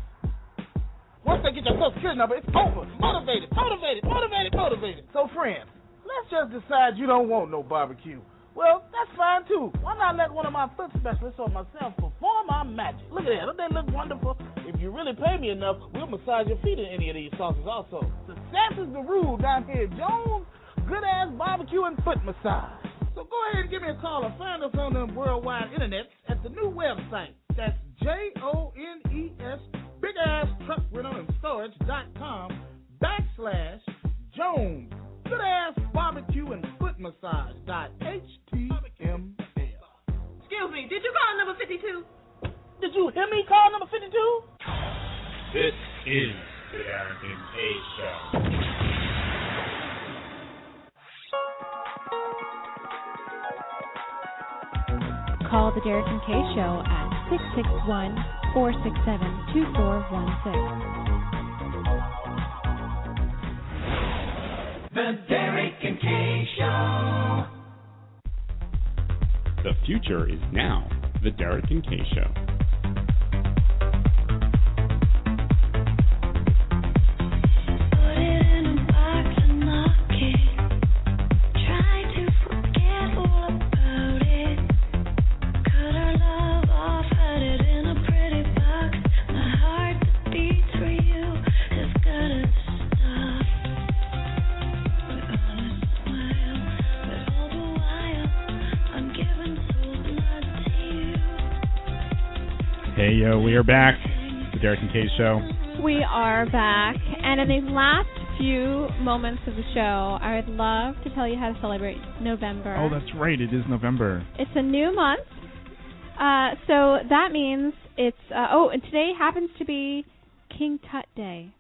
Speaker 17: Once they get your social security number, it's over. Motivated, motivated, motivated, motivated. So, friends, let's just decide you don't want no barbecue. Well, that's fine too. Why not let one of my foot specialists or myself perform our magic? Look at that, don't they look wonderful? If you really pay me enough, we'll massage your feet in any of these sauces also. Success is the rule down here at Jones. Good ass barbecue and foot massage. So go ahead and give me a call or find us on the worldwide internet at the new website. That's J O N E S big ass truck rental and storage dot com backslash Jones. Good ass barbecue and foot massage dot HTML. Excuse me, did you call number 52? Did you hear me call number 52?
Speaker 9: This is the Derek and Kay Show.
Speaker 4: Call the Derek and Kay Show at 661 467 2416.
Speaker 17: The Derek and Kay Show.
Speaker 9: The future is now. The Derek and Kay Show.
Speaker 17: Try to forget all about it.
Speaker 2: Radio. We are back. The Derek and Kay Show.
Speaker 3: We are back, and in these last few moments of the show, I would love to tell you how to celebrate November.
Speaker 2: Oh, that's right. It is November.
Speaker 3: It's a new month, uh, so that means it's. Uh, oh, and today happens to be King Tut Day.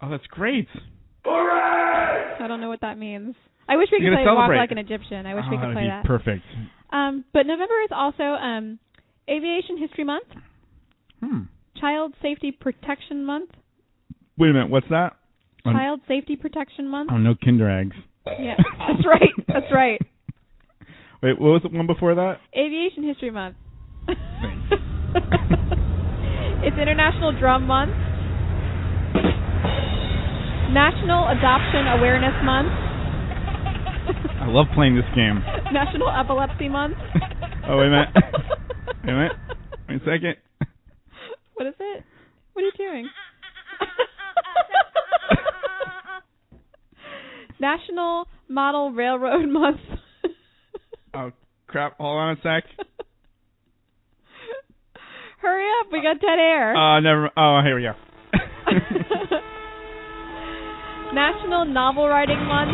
Speaker 2: Oh, that's great.
Speaker 3: I don't know what that means. I wish we
Speaker 2: You're
Speaker 3: could play
Speaker 2: gonna
Speaker 3: Walk
Speaker 2: celebrate.
Speaker 3: Like an Egyptian. I wish
Speaker 2: oh,
Speaker 3: we could
Speaker 2: that'd
Speaker 3: play
Speaker 2: be
Speaker 3: that.
Speaker 2: Perfect.
Speaker 3: Um, but November is also um, Aviation History Month,
Speaker 2: Hmm.
Speaker 3: Child Safety Protection Month,
Speaker 2: Wait a minute. What's that? Oh, n-
Speaker 3: Child Safety Protection Month.
Speaker 2: Oh, no Kinder eggs.
Speaker 3: Yeah, [laughs] that's right. That's right.
Speaker 2: Wait, what was the one before that?
Speaker 3: Aviation History Month. [laughs] it's International Drum Month. National Adoption Awareness Month.
Speaker 2: I love playing this game.
Speaker 3: [laughs] National Epilepsy Month.
Speaker 2: Oh, wait
Speaker 3: [laughs]
Speaker 2: a minute. wait a minute. Wait a second.
Speaker 3: What is it? What are you
Speaker 2: [laughs]
Speaker 3: doing? [laughs] National Model Railroad Month. [laughs]
Speaker 2: Oh, crap. Hold on a sec.
Speaker 3: [laughs] Hurry up, we got dead air.
Speaker 2: Uh, never. Oh, here we go.
Speaker 3: [laughs] National Novel Writing Month.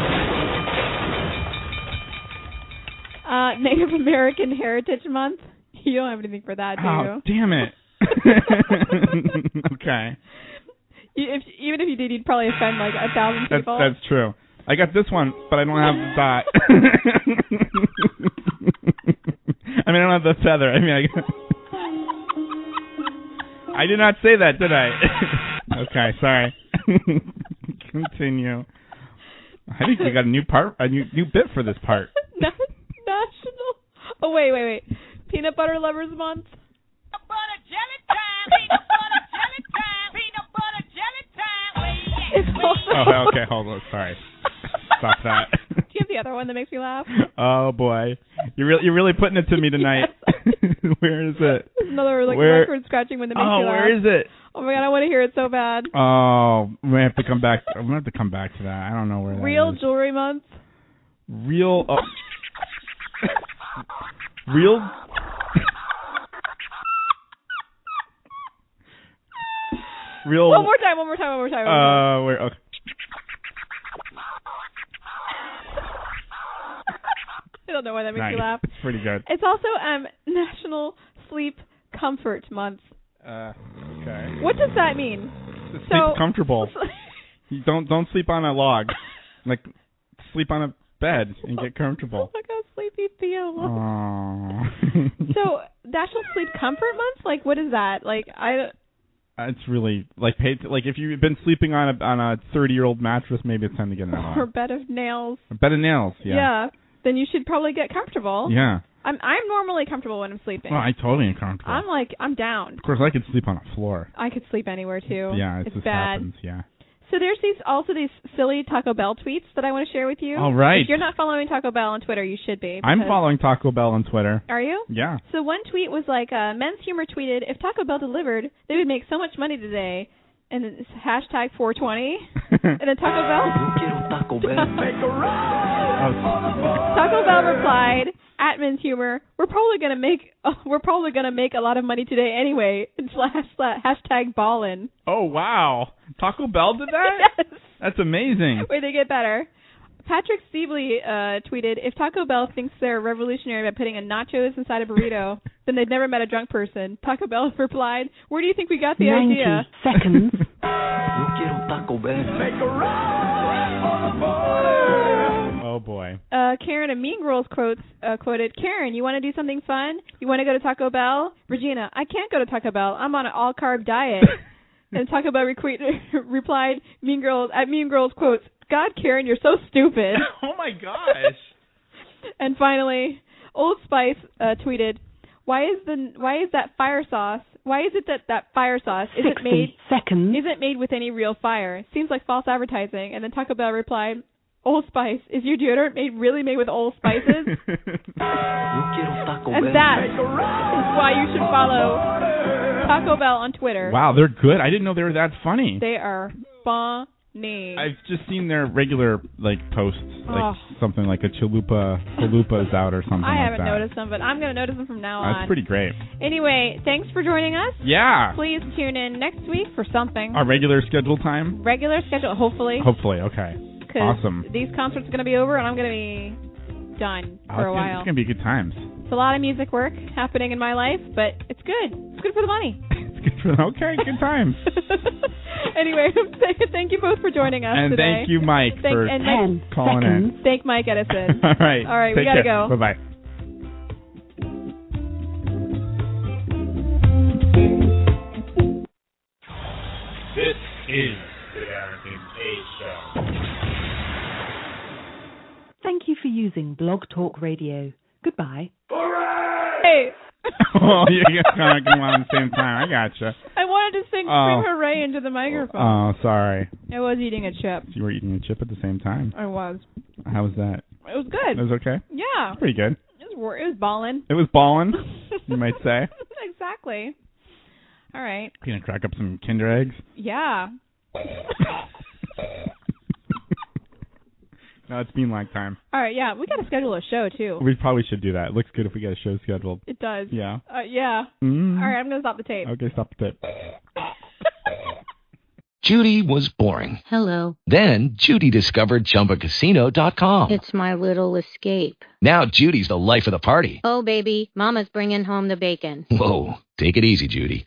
Speaker 3: Uh, Native American Heritage Month. You don't have anything for that, do
Speaker 2: Oh,
Speaker 3: you? [laughs]
Speaker 2: damn it. [laughs] okay.
Speaker 3: you E, if, even if you did, you'd probably offend like a thousand
Speaker 2: That's
Speaker 3: people.
Speaker 2: that's true. I got this one, but I don't
Speaker 3: [laughs]
Speaker 2: have the dot. [laughs] I mean, I don't have the feather. I mean, I, got- I [laughs] did not say that, did I? okay, sorry. [laughs] Continue. I think we got a new part, a new new bit for this part.
Speaker 3: Na- National. Oh wait, wait, wait. Peanut Butter Lovers Month. It's also.
Speaker 2: Oh, [laughs] okay, hold on. Sorry. Stop that.
Speaker 3: Do you have the other one that makes me laugh?
Speaker 2: Oh boy, you're really you're really putting it to me tonight. [laughs] Where is it?
Speaker 3: There's another like
Speaker 2: Where-
Speaker 3: record scratching one that makes
Speaker 2: Oh,
Speaker 3: me laugh.
Speaker 2: where is it?
Speaker 3: Oh my god, I want to hear it so bad.
Speaker 2: Oh, we have to come back. I'm gonna have to come back to that. I don't know where that
Speaker 3: Real
Speaker 2: is.
Speaker 3: Jewelry Month.
Speaker 2: real oh. real. Real.
Speaker 3: One more time, one more time, one more time. one more time.
Speaker 2: Uh, where? Okay.
Speaker 3: I don't know why that makes
Speaker 2: Uh, nice.
Speaker 3: me laugh.
Speaker 2: It's pretty
Speaker 3: [laughs]
Speaker 2: good.
Speaker 3: It's also um National Sleep Comfort Month.
Speaker 2: Uh, okay.
Speaker 3: What does that mean?
Speaker 2: Sleep
Speaker 3: so-
Speaker 2: comfortable.
Speaker 3: [laughs]
Speaker 2: You don't don't sleep on a log. Like sleep on a bed and get
Speaker 3: [laughs]
Speaker 2: comfortable.
Speaker 3: Oh, Look how sleepy Theo looks.
Speaker 2: Oh.
Speaker 3: So National Sleep Comfort Month, like what is that? Like I
Speaker 2: [laughs] it's really like paid like if you've been sleeping on a on a 30 year old mattress, maybe it's time to get an
Speaker 3: or
Speaker 2: alarm.
Speaker 3: bed of nails.
Speaker 2: A bed of nails. Uh-huh. Yeah.
Speaker 3: Then you should probably get comfortable.
Speaker 2: Yeah.
Speaker 3: I'm I'm normally comfortable when I'm sleeping.
Speaker 2: Well, I totally am comfortable.
Speaker 3: I'm like I'm down.
Speaker 2: of course, I could sleep on a floor.
Speaker 3: I could sleep anywhere too.
Speaker 2: Yeah, it
Speaker 3: it's
Speaker 2: just
Speaker 3: bad.
Speaker 2: happens. Yeah.
Speaker 3: So there's these also these silly Taco Bell tweets that I want to share with you.
Speaker 2: All right.
Speaker 3: If you're not following Taco Bell on Twitter, you should be.
Speaker 2: I'm
Speaker 3: because-
Speaker 2: following Taco Bell on Twitter.
Speaker 3: Are you?
Speaker 2: Yeah.
Speaker 3: So one tweet was like, uh, "Men's Humor tweeted, if Taco Bell delivered, they would make so much money today." And it's hashtag 420. and then Taco Bell. [laughs]
Speaker 2: [laughs]
Speaker 3: Taco Bell replied at Men's Humor, "We're probably gonna make [laughs] oh, we're probably gonna make a lot of money today anyway." [laughs] And slash, slash hashtag ballin.
Speaker 2: Oh wow, Taco Bell did
Speaker 3: [laughs]
Speaker 2: that? That's amazing.
Speaker 3: Wait, they get better. Patrick Stebley uh, tweeted, "If Taco Bell thinks they're revolutionary by putting a nachos inside a burrito, then they've never met a drunk person." Taco Bell [laughs] replied, "Where do you think we got the
Speaker 11: 90
Speaker 3: idea?"
Speaker 11: seconds.
Speaker 2: Oh
Speaker 3: [laughs]
Speaker 2: boy.
Speaker 3: Uh, Karen and Mean Girls quotes uh, quoted, "Karen, you want to do something fun? You want to go to Taco Bell? Regina, I can't go to Taco Bell. I'm on an all carb diet." and Taco Bell reque- [laughs] replied, "Mean Girls at Mean Girls quotes, God, Karen, you're so stupid."
Speaker 2: [laughs] oh my gosh.
Speaker 3: And finally, Old Spice uh, tweeted, "Why is the why is that fire sauce? Why is it that that fire sauce isn't made
Speaker 11: seconds.
Speaker 3: isn't made with any real fire? Seems like false advertising." And then Taco Bell replied, "Old Spice is your deodorant made really made with old
Speaker 2: [laughs]
Speaker 3: spices?" and that is why you should follow Taco Bell on Twitter.
Speaker 2: Wow, they're good. I didn't know they were that funny.
Speaker 3: They are bon name.
Speaker 2: I've just seen their regular like posts, like
Speaker 3: Oh.
Speaker 2: something like a chalupa chalupa is out or something.
Speaker 3: I
Speaker 2: like
Speaker 3: haven't
Speaker 2: that.
Speaker 3: noticed them, but I'm going to notice them from now
Speaker 2: That's
Speaker 3: on.
Speaker 2: pretty great.
Speaker 3: Anyway, thanks for joining us.
Speaker 2: Yeah.
Speaker 3: Please tune in next week for something.
Speaker 2: Our regular schedule time.
Speaker 3: Regular schedule, hopefully.
Speaker 2: Hopefully, okay.
Speaker 3: 'cause
Speaker 2: Awesome.
Speaker 3: These concerts are going to be over, and I'm going to be done for
Speaker 2: Oh, it's
Speaker 3: a
Speaker 2: gonna-
Speaker 3: while.
Speaker 2: It's gonna be good times.
Speaker 3: It's a lot of music work happening in my life, but it's good. It's good for the money.
Speaker 2: [laughs] okay, good times.
Speaker 3: [laughs] anyway, [laughs] thank- thank you both for joining us
Speaker 2: and
Speaker 3: today.
Speaker 2: thank you, Mike,
Speaker 3: Thank-
Speaker 2: for
Speaker 3: and Mike-
Speaker 2: calling
Speaker 3: Thank Mike
Speaker 2: in. [laughs]
Speaker 3: Edison.
Speaker 2: All right.
Speaker 3: All right, we gotta go.
Speaker 2: Bye bye.
Speaker 14: This is the Derek and Kay Show.
Speaker 18: Thank you for using Blog Talk Radio. Goodbye.
Speaker 2: [laughs]
Speaker 3: Hey,
Speaker 2: [laughs] oh, you guys kind of come on at the same time. I gotcha.
Speaker 3: I wanted to sing
Speaker 2: Oh.
Speaker 3: Scream Hooray into the microphone.
Speaker 2: Oh, sorry.
Speaker 3: I was eating a chip.
Speaker 2: You were eating a chip at the same time.
Speaker 3: I was.
Speaker 2: How was that?
Speaker 3: It was good.
Speaker 2: It was okay.
Speaker 3: yeah.
Speaker 2: Pretty good.
Speaker 3: It was, wor- it was ballin'.
Speaker 2: It was ballin', [laughs] you might say.
Speaker 3: [laughs] exactly. All right.
Speaker 2: You gonna crack up some Kinder eggs?
Speaker 3: Yeah.
Speaker 2: No, it's been like time.
Speaker 3: All right. Yeah, we got to schedule a show too.
Speaker 2: We probably should do that. It looks good if we get a show scheduled.
Speaker 3: It does.
Speaker 2: Yeah.
Speaker 3: Uh, yeah.
Speaker 2: Mm.
Speaker 3: All right. I'm gonna stop the tape.
Speaker 2: Okay, stop the tape.
Speaker 19: Judy was boring.
Speaker 20: Hello.
Speaker 19: Then Judy discovered ChumbaCasino.com.
Speaker 20: It's my little escape.
Speaker 19: Now Judy's the life of the party.
Speaker 20: Oh, baby, Mama's bringing home the bacon.
Speaker 19: Whoa, take it easy, Judy.